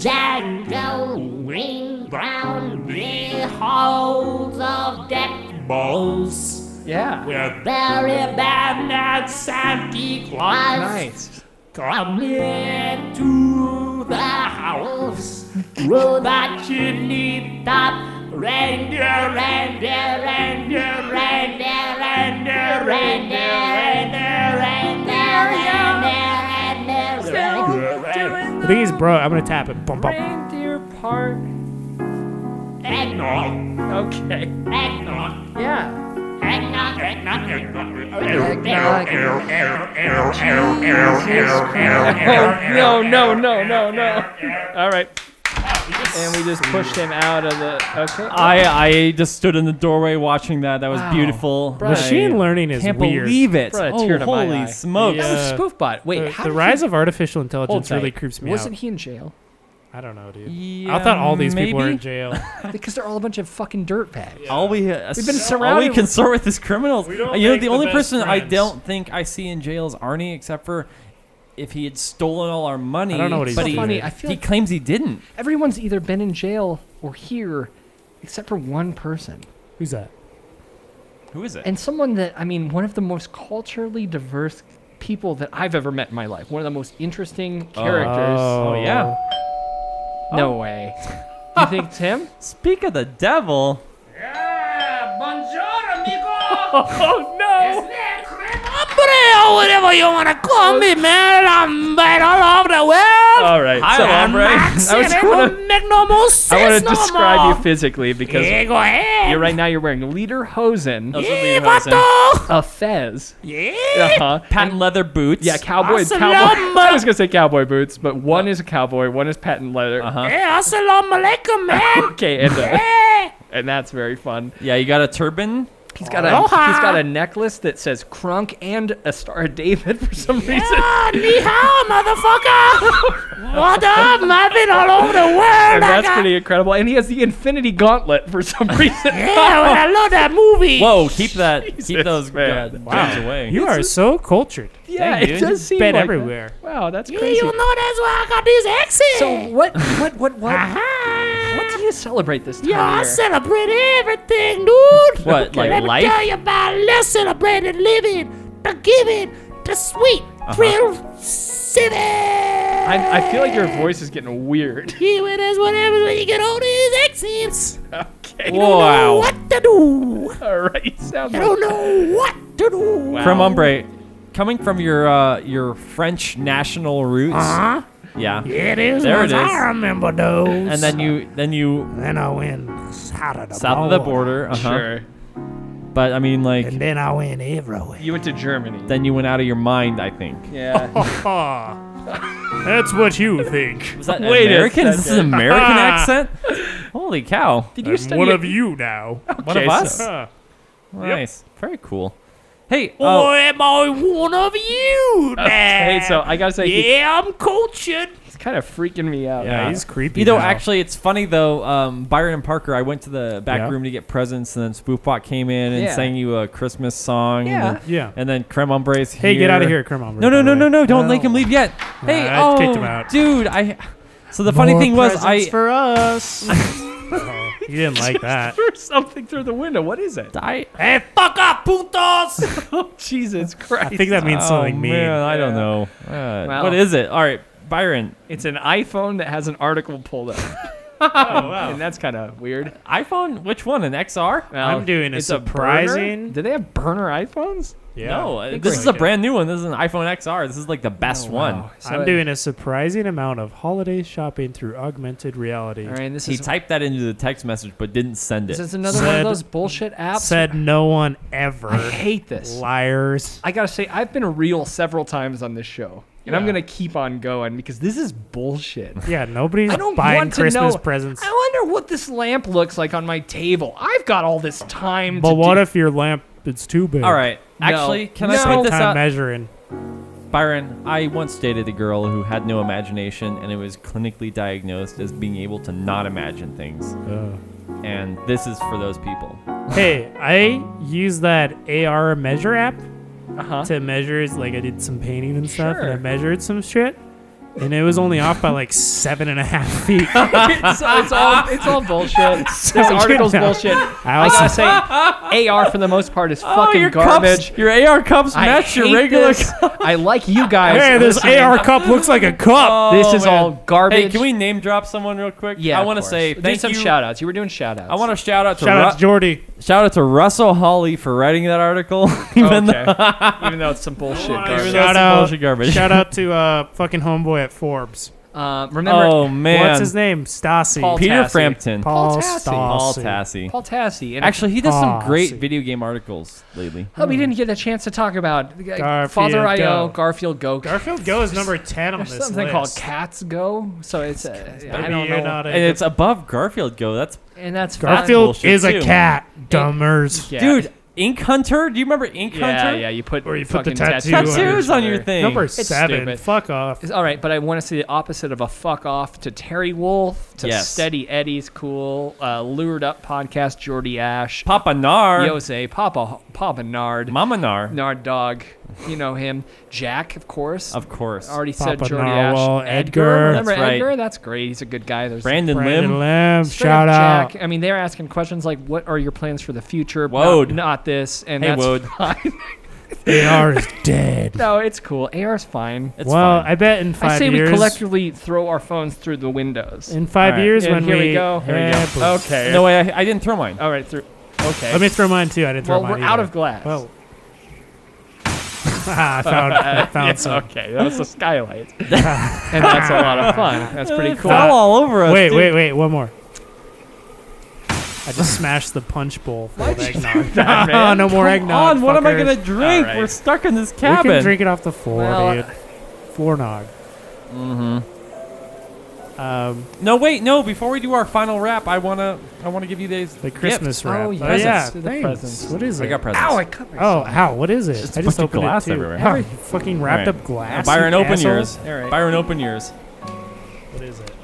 Speaker 4: Jangle ring round the halls of death balls.
Speaker 2: Yeah.
Speaker 4: We're very bad at Santa Claus.
Speaker 2: Nice.
Speaker 4: Come in to the house. Through the chimney top. Reindeer, reindeer, reindeer, reindeer, reindeer, reindeer, reindeer, reindeer, reindeer, reindeer, reindeer.
Speaker 1: I think he's bro. I'm gonna tap it. Bump, bump.
Speaker 2: Reindeer Park.
Speaker 4: Eggnog,
Speaker 2: Okay.
Speaker 4: eggnog,
Speaker 2: Yeah.
Speaker 4: eggnog, eggnog, eggnog, eggnog,
Speaker 2: Oh, no, no, no, no, no.
Speaker 1: Uh,
Speaker 2: All right. And we just pushed him out of the. Okay.
Speaker 3: I I just stood in the doorway watching that. That was beautiful.
Speaker 1: Machine
Speaker 3: I
Speaker 1: learning is
Speaker 3: Can't
Speaker 1: weird.
Speaker 3: believe it.
Speaker 2: Brought a
Speaker 3: Oh,
Speaker 2: tear to my eye.
Speaker 3: holy smokes.
Speaker 1: Yeah.
Speaker 2: That was Spoofbot.
Speaker 3: Uh,
Speaker 2: Wait,
Speaker 1: The,
Speaker 2: how
Speaker 1: the
Speaker 2: did
Speaker 1: rise
Speaker 2: he,
Speaker 1: of artificial
Speaker 2: Hold
Speaker 1: intelligence
Speaker 2: tight.
Speaker 1: really creeps me
Speaker 2: Wasn't
Speaker 1: out.
Speaker 2: he in jail?
Speaker 1: I don't know, dude.
Speaker 3: Yeah,
Speaker 1: I thought all these people were in
Speaker 3: maybe?
Speaker 1: jail.
Speaker 2: Because they're all a bunch of fucking dirtbags.
Speaker 3: All we uh,
Speaker 2: We've been
Speaker 3: All we
Speaker 2: surrounded-
Speaker 3: concerned with is criminals.
Speaker 1: We don't
Speaker 3: you know,
Speaker 1: make
Speaker 3: the
Speaker 1: the
Speaker 3: only
Speaker 1: best
Speaker 3: person I
Speaker 1: friends.
Speaker 3: don't think I see in jail is Arnie, except for if he had stolen all our money.
Speaker 1: I don't know what he's
Speaker 3: but
Speaker 1: doing.
Speaker 3: he,
Speaker 2: Funny, I feel
Speaker 3: he
Speaker 2: like-
Speaker 3: claims he didn't.
Speaker 2: Everyone's either been in jail or here, except for one person.
Speaker 1: Who's that?
Speaker 3: Who is it?
Speaker 2: and someone that I mean, one of the most culturally diverse people that I've ever met in my life. One of the most interesting characters.
Speaker 1: Oh,
Speaker 3: yeah.
Speaker 2: No way. Do you think Tim?
Speaker 3: Speak of the devil.
Speaker 5: Buongiorno, amigo!
Speaker 2: Oh no!
Speaker 4: or whatever you want to call me, man. I'm right all over the world.
Speaker 2: All right.
Speaker 3: Hi,
Speaker 2: so
Speaker 3: hombre.
Speaker 2: Oh, I was
Speaker 4: It
Speaker 2: gonna-
Speaker 4: don't make no more
Speaker 2: I want
Speaker 4: sense
Speaker 2: to
Speaker 4: no
Speaker 2: describe
Speaker 4: more.
Speaker 2: you physically because
Speaker 4: Yeah, go ahead.
Speaker 2: you're right now you're wearing lederhosen,
Speaker 4: Yeah, what the?
Speaker 2: a fez,
Speaker 4: Yeah.
Speaker 2: uh-huh,
Speaker 3: Patent leather boots.
Speaker 2: yeah, cowboy, cowboy.
Speaker 4: Assalamu-
Speaker 2: I was gonna say cowboy boots, but one is a cowboy, one is patent leather.
Speaker 3: Uh-huh.
Speaker 4: Yeah, assalamu alaikum, man.
Speaker 2: Okay, and uh,
Speaker 4: Yeah.
Speaker 2: and that's very fun.
Speaker 3: Yeah, you got a turban.
Speaker 2: He's got a
Speaker 4: Aloha.
Speaker 2: he's got a necklace that says Crunk and a Star of David for some reason.
Speaker 4: Ah, ni hao, motherfucker. what up? I've been all over the world.
Speaker 2: And
Speaker 4: I
Speaker 2: that's
Speaker 4: got-
Speaker 2: pretty incredible. And he has the Infinity Gauntlet for some reason.
Speaker 4: Yeah, when I love that movie.
Speaker 3: Whoa, keep that. keep those
Speaker 2: man.
Speaker 3: uh, gems away.
Speaker 1: You are so cultured.
Speaker 2: yeah,
Speaker 3: Dang,
Speaker 2: it
Speaker 3: dude.
Speaker 2: does seem
Speaker 1: Been
Speaker 2: like
Speaker 1: everywhere.
Speaker 2: That. Wow, that's
Speaker 4: Yeah,
Speaker 2: crazy.
Speaker 4: you know that's why I got this accent.
Speaker 2: So what? What? What? What?
Speaker 4: Aha.
Speaker 2: what do you celebrate this time
Speaker 4: Yo, I
Speaker 2: of year?
Speaker 4: celebrate everything, dude.
Speaker 3: What, like
Speaker 4: Let
Speaker 3: life?
Speaker 4: me tell you about less celebrated living, the giving, the sweet thrill city.
Speaker 2: Uh-huh. I, I feel like your voice is getting weird.
Speaker 4: Yeah, well, that's what happens when you get all these accents.
Speaker 2: okay.
Speaker 4: You don't know
Speaker 3: Wow.
Speaker 4: what to do.
Speaker 2: All right. You sound
Speaker 4: You
Speaker 2: like
Speaker 4: don't know what to do.
Speaker 3: From Ombre, coming from your uh, your French national roots.
Speaker 4: Huh?
Speaker 3: Yeah.
Speaker 4: Yeah, it is.
Speaker 3: There it
Speaker 4: ones
Speaker 3: is.
Speaker 4: I remember those.
Speaker 3: And then you then you
Speaker 4: Then I went south of the
Speaker 3: south of the border. Uh-huh.
Speaker 2: sure.
Speaker 3: But I mean, like,
Speaker 4: And then I went everywhere.
Speaker 2: You went to Germany.
Speaker 3: then you went out of your mind. I think.
Speaker 2: yeah.
Speaker 1: Ah, that's what you think.
Speaker 3: Was that
Speaker 2: Wait a
Speaker 3: American? Is this an
Speaker 2: second.
Speaker 3: American accent? Holy cow!
Speaker 2: Did you
Speaker 1: I'm
Speaker 2: study?
Speaker 1: one of you now.
Speaker 3: One of
Speaker 2: Okay,
Speaker 3: us.
Speaker 1: Huh.
Speaker 3: Nice. Very cool. Hey.
Speaker 4: Or
Speaker 3: Oh,
Speaker 4: am I one of you now?
Speaker 2: Hey, so I gotta say, he-
Speaker 4: yeah, I'm cultured.
Speaker 2: he's kind of freaking me out.
Speaker 3: Yeah.
Speaker 1: Yeah, he's creepy.
Speaker 3: you know,
Speaker 1: now.
Speaker 3: actually, it's funny though. Um, Byron and Parker. I went to the back
Speaker 1: Yeah.
Speaker 3: room to get presents, and then Spoofbot came in and
Speaker 2: Yeah.
Speaker 3: sang you a Christmas song.
Speaker 2: Yeah.
Speaker 3: And then,
Speaker 1: Yeah.
Speaker 3: And then Creme Hombre's here.
Speaker 1: Hey, get out of here, Kermit.
Speaker 3: No, no, no, no, no! Don't make him leave yet. Hey,
Speaker 1: I
Speaker 3: oh,
Speaker 1: kicked him out.
Speaker 3: dude, I. So the funny thing was, I
Speaker 1: for us. you didn't like that.
Speaker 2: Threw something through the window. What is it?
Speaker 3: I
Speaker 1: hey, fuck up, puntos.
Speaker 2: Oh, Jesus Christ!
Speaker 1: I think that means
Speaker 3: oh,
Speaker 1: something mean.
Speaker 3: Man, I don't
Speaker 2: Yeah.
Speaker 3: know. Uh,
Speaker 2: Well.
Speaker 3: What is it? All right, Byron.
Speaker 2: it's an iPhone that has an article pulled up.
Speaker 1: Oh,
Speaker 2: and that's kind of weird.
Speaker 3: iPhone? Which one? An XR?
Speaker 1: I'm doing a
Speaker 2: it's
Speaker 1: surprising-
Speaker 2: burner? Do they have burner iPhones?
Speaker 1: Yeah.
Speaker 3: No,
Speaker 1: I
Speaker 3: uh,
Speaker 1: think
Speaker 3: this
Speaker 1: so.
Speaker 3: is a brand new one. This is an iPhone XR. This is like the best one.
Speaker 2: Oh, Wow. So
Speaker 1: I'm
Speaker 2: I-
Speaker 1: doing a surprising amount of holiday shopping through augmented reality.
Speaker 2: All right, this
Speaker 3: He
Speaker 2: is
Speaker 3: typed that into the text message but didn't send
Speaker 2: this
Speaker 3: it.
Speaker 2: is another one
Speaker 1: Said-
Speaker 2: of those bullshit apps.
Speaker 1: Said no one ever.
Speaker 2: I hate this.
Speaker 1: Liars.
Speaker 2: I gotta say, I've been real several times on this show, and I'm gonna keep on going because this is bullshit.
Speaker 1: Yeah, nobody's
Speaker 2: I don't
Speaker 1: buying
Speaker 2: want to
Speaker 1: Christmas
Speaker 2: know.
Speaker 1: presents.
Speaker 2: I wonder what this lamp looks like on my table. I've got all this time.
Speaker 1: But
Speaker 2: to
Speaker 1: what
Speaker 2: do.
Speaker 1: if your lamp is too big?
Speaker 3: All right.
Speaker 2: No.
Speaker 3: Actually, can I
Speaker 2: No.
Speaker 3: point this
Speaker 1: Time
Speaker 3: out?
Speaker 1: measuring.
Speaker 3: Byron, I once dated a girl who had no imagination and it was clinically diagnosed as being able to not imagine things.
Speaker 1: Uh.
Speaker 3: And this is for those people.
Speaker 1: Hey, I use that AR measure app
Speaker 2: Uh-huh.
Speaker 1: to measure. Like I did some painting and stuff, and I
Speaker 2: Sure.
Speaker 1: measured some shit, and it was only off by like seven and a half feet.
Speaker 3: Oh
Speaker 2: it's, it's all it's all bullshit.
Speaker 1: So,
Speaker 2: this
Speaker 1: you
Speaker 2: article's
Speaker 1: know,
Speaker 2: bullshit.
Speaker 1: I
Speaker 2: I
Speaker 1: also
Speaker 2: gotta say, AR for the most part is fucking
Speaker 3: Oh, your
Speaker 2: garbage.
Speaker 3: Cups, your AR cups
Speaker 2: I
Speaker 3: match your
Speaker 2: hate
Speaker 3: regular
Speaker 2: this. I like you guys.
Speaker 1: Hey, this
Speaker 2: listening.
Speaker 1: AR cup looks like a cup.
Speaker 2: This
Speaker 3: Oh,
Speaker 2: is
Speaker 3: man.
Speaker 2: all garbage.
Speaker 3: Hey, can we name drop someone real quick?
Speaker 2: Yeah,
Speaker 3: I
Speaker 2: of
Speaker 3: want to
Speaker 2: course.
Speaker 3: say
Speaker 2: do
Speaker 3: thank
Speaker 2: some
Speaker 3: you.
Speaker 2: shout outs. You were doing shout outs.
Speaker 3: I want to shout out to
Speaker 1: Shout out to
Speaker 3: Ru-
Speaker 1: Jordy.
Speaker 3: shout out to Russell Hawley for writing that article. even though-
Speaker 2: okay. even though it's some bullshit
Speaker 3: Even
Speaker 2: garbage.
Speaker 3: though it's
Speaker 1: Shout
Speaker 3: some
Speaker 1: out,
Speaker 3: bullshit garbage.
Speaker 1: shout out to uh, fucking homeboy at Forbes.
Speaker 2: Uh, remember
Speaker 3: oh man,
Speaker 1: What's his name? Stasi.
Speaker 2: Paul-
Speaker 3: Peter
Speaker 2: Tassi.
Speaker 3: Frampton.
Speaker 1: Paul
Speaker 2: Tassi.
Speaker 3: Paul
Speaker 1: Stassi.
Speaker 3: Tassi.
Speaker 2: Paul Tassi. And
Speaker 3: Actually, he does some
Speaker 1: Tassi.
Speaker 3: great video game articles lately.
Speaker 2: oh, we didn't get a chance to talk about uh, Father
Speaker 1: Garfield
Speaker 2: I.O.,
Speaker 1: Go.
Speaker 2: Garfield Go.
Speaker 1: Garfield Go is number ten on
Speaker 2: There's
Speaker 1: this
Speaker 2: something
Speaker 1: list.
Speaker 2: called Cats Go. So it's, uh,
Speaker 1: Maybe
Speaker 2: I don't
Speaker 1: you're
Speaker 2: know.
Speaker 1: not a-
Speaker 3: And it's above Garfield Go. That's
Speaker 2: and that's
Speaker 1: Garfield
Speaker 3: bullshit,
Speaker 1: is a
Speaker 3: too.
Speaker 1: cat. Dumbers.
Speaker 2: fine. Yeah.
Speaker 3: dude. Ink Hunter. Do you remember Ink
Speaker 2: Yeah,
Speaker 3: Hunter?
Speaker 2: yeah, you put
Speaker 1: Or you put the
Speaker 2: fucking
Speaker 1: tattoo on
Speaker 3: Tattoos on your thing.
Speaker 1: Number
Speaker 2: It's
Speaker 1: seven.
Speaker 2: stupid.
Speaker 1: Fuck off.
Speaker 2: It's all right, but I want to see the opposite of a fuck off to Terry Wolf, to
Speaker 3: Yes.
Speaker 2: Steady Eddie's cool, uh, lured up podcast Jordy Ash,
Speaker 3: Papa Nar.
Speaker 2: Yose, Papa Papa Nard,
Speaker 3: Mama Nar.
Speaker 2: Nard Dog, you know him, Jack of course,
Speaker 3: Of course.
Speaker 2: already said
Speaker 1: Papa
Speaker 2: Jordy
Speaker 1: Narwhal,
Speaker 2: Ash,
Speaker 1: Edgar.
Speaker 2: remember
Speaker 3: That's right.
Speaker 2: Edgar? That's great. He's a good guy. There's
Speaker 3: Brandon,
Speaker 1: Brandon
Speaker 3: Lim.
Speaker 1: Lim.
Speaker 2: Straight up
Speaker 1: Shout out.
Speaker 2: Jack. I mean, they're asking questions like, "What are your plans for the future?"
Speaker 3: Wode.
Speaker 2: Not, not this, and
Speaker 3: Hey,
Speaker 2: that's
Speaker 3: Wode.
Speaker 2: fine.
Speaker 1: AR is dead.
Speaker 2: no, it's cool. AR's fine.
Speaker 3: It's
Speaker 1: well,
Speaker 3: fine.
Speaker 1: I bet in five
Speaker 2: I say
Speaker 1: years.
Speaker 2: we collectively throw our phones through the windows.
Speaker 1: in five
Speaker 3: All right.
Speaker 1: years
Speaker 2: And
Speaker 1: when
Speaker 2: here we
Speaker 1: we,
Speaker 2: go. Here we
Speaker 1: Eh,
Speaker 2: go.
Speaker 1: boom.
Speaker 3: okay. No way. I, I didn't throw mine.
Speaker 2: All right, through. Okay.
Speaker 1: Let me throw mine too. I didn't
Speaker 2: well,
Speaker 1: throw
Speaker 2: we're
Speaker 1: mine.
Speaker 2: out
Speaker 1: either.
Speaker 2: of glass.
Speaker 1: Well. Ah, I found, I found
Speaker 2: Yes,
Speaker 1: some.
Speaker 2: okay, that was a skylight, and that's a lot of fun. That's pretty
Speaker 3: It
Speaker 2: cool.
Speaker 3: Fell all over us.
Speaker 1: Wait,
Speaker 3: dude.
Speaker 1: wait, wait. One more. I just smashed the punch bowl full of eggnog.
Speaker 2: man?
Speaker 1: no more
Speaker 3: Come
Speaker 1: eggnog.
Speaker 3: on, what am I
Speaker 1: fuckers.
Speaker 3: gonna drink?
Speaker 2: All right.
Speaker 3: We're stuck in this
Speaker 1: We
Speaker 3: cabin. uh,
Speaker 1: can drink it off the floor,
Speaker 2: Well,
Speaker 1: dude. Floor nog. Mm-hmm. Um,
Speaker 3: No, wait, no. Before we do our final wrap, I wanna, I wanna give you these
Speaker 1: the
Speaker 3: gifts.
Speaker 1: Christmas wrap.
Speaker 2: Oh,
Speaker 1: oh yeah,
Speaker 2: presents. The
Speaker 1: thanks.
Speaker 2: presents.
Speaker 1: What is it?
Speaker 3: I got presents.
Speaker 2: Ow! I cut myself.
Speaker 1: Oh, how? What is it?
Speaker 3: Just
Speaker 1: I
Speaker 3: a
Speaker 1: just
Speaker 3: bunch of
Speaker 1: opened it
Speaker 3: glass
Speaker 1: too.
Speaker 3: everywhere.
Speaker 1: Ow, you fucking wrapped
Speaker 3: Alright.
Speaker 1: up glass.
Speaker 3: Now, Byron,
Speaker 1: you
Speaker 3: open
Speaker 1: asshole.
Speaker 3: yours.
Speaker 2: All right.
Speaker 3: Byron, open yours.
Speaker 1: What is it?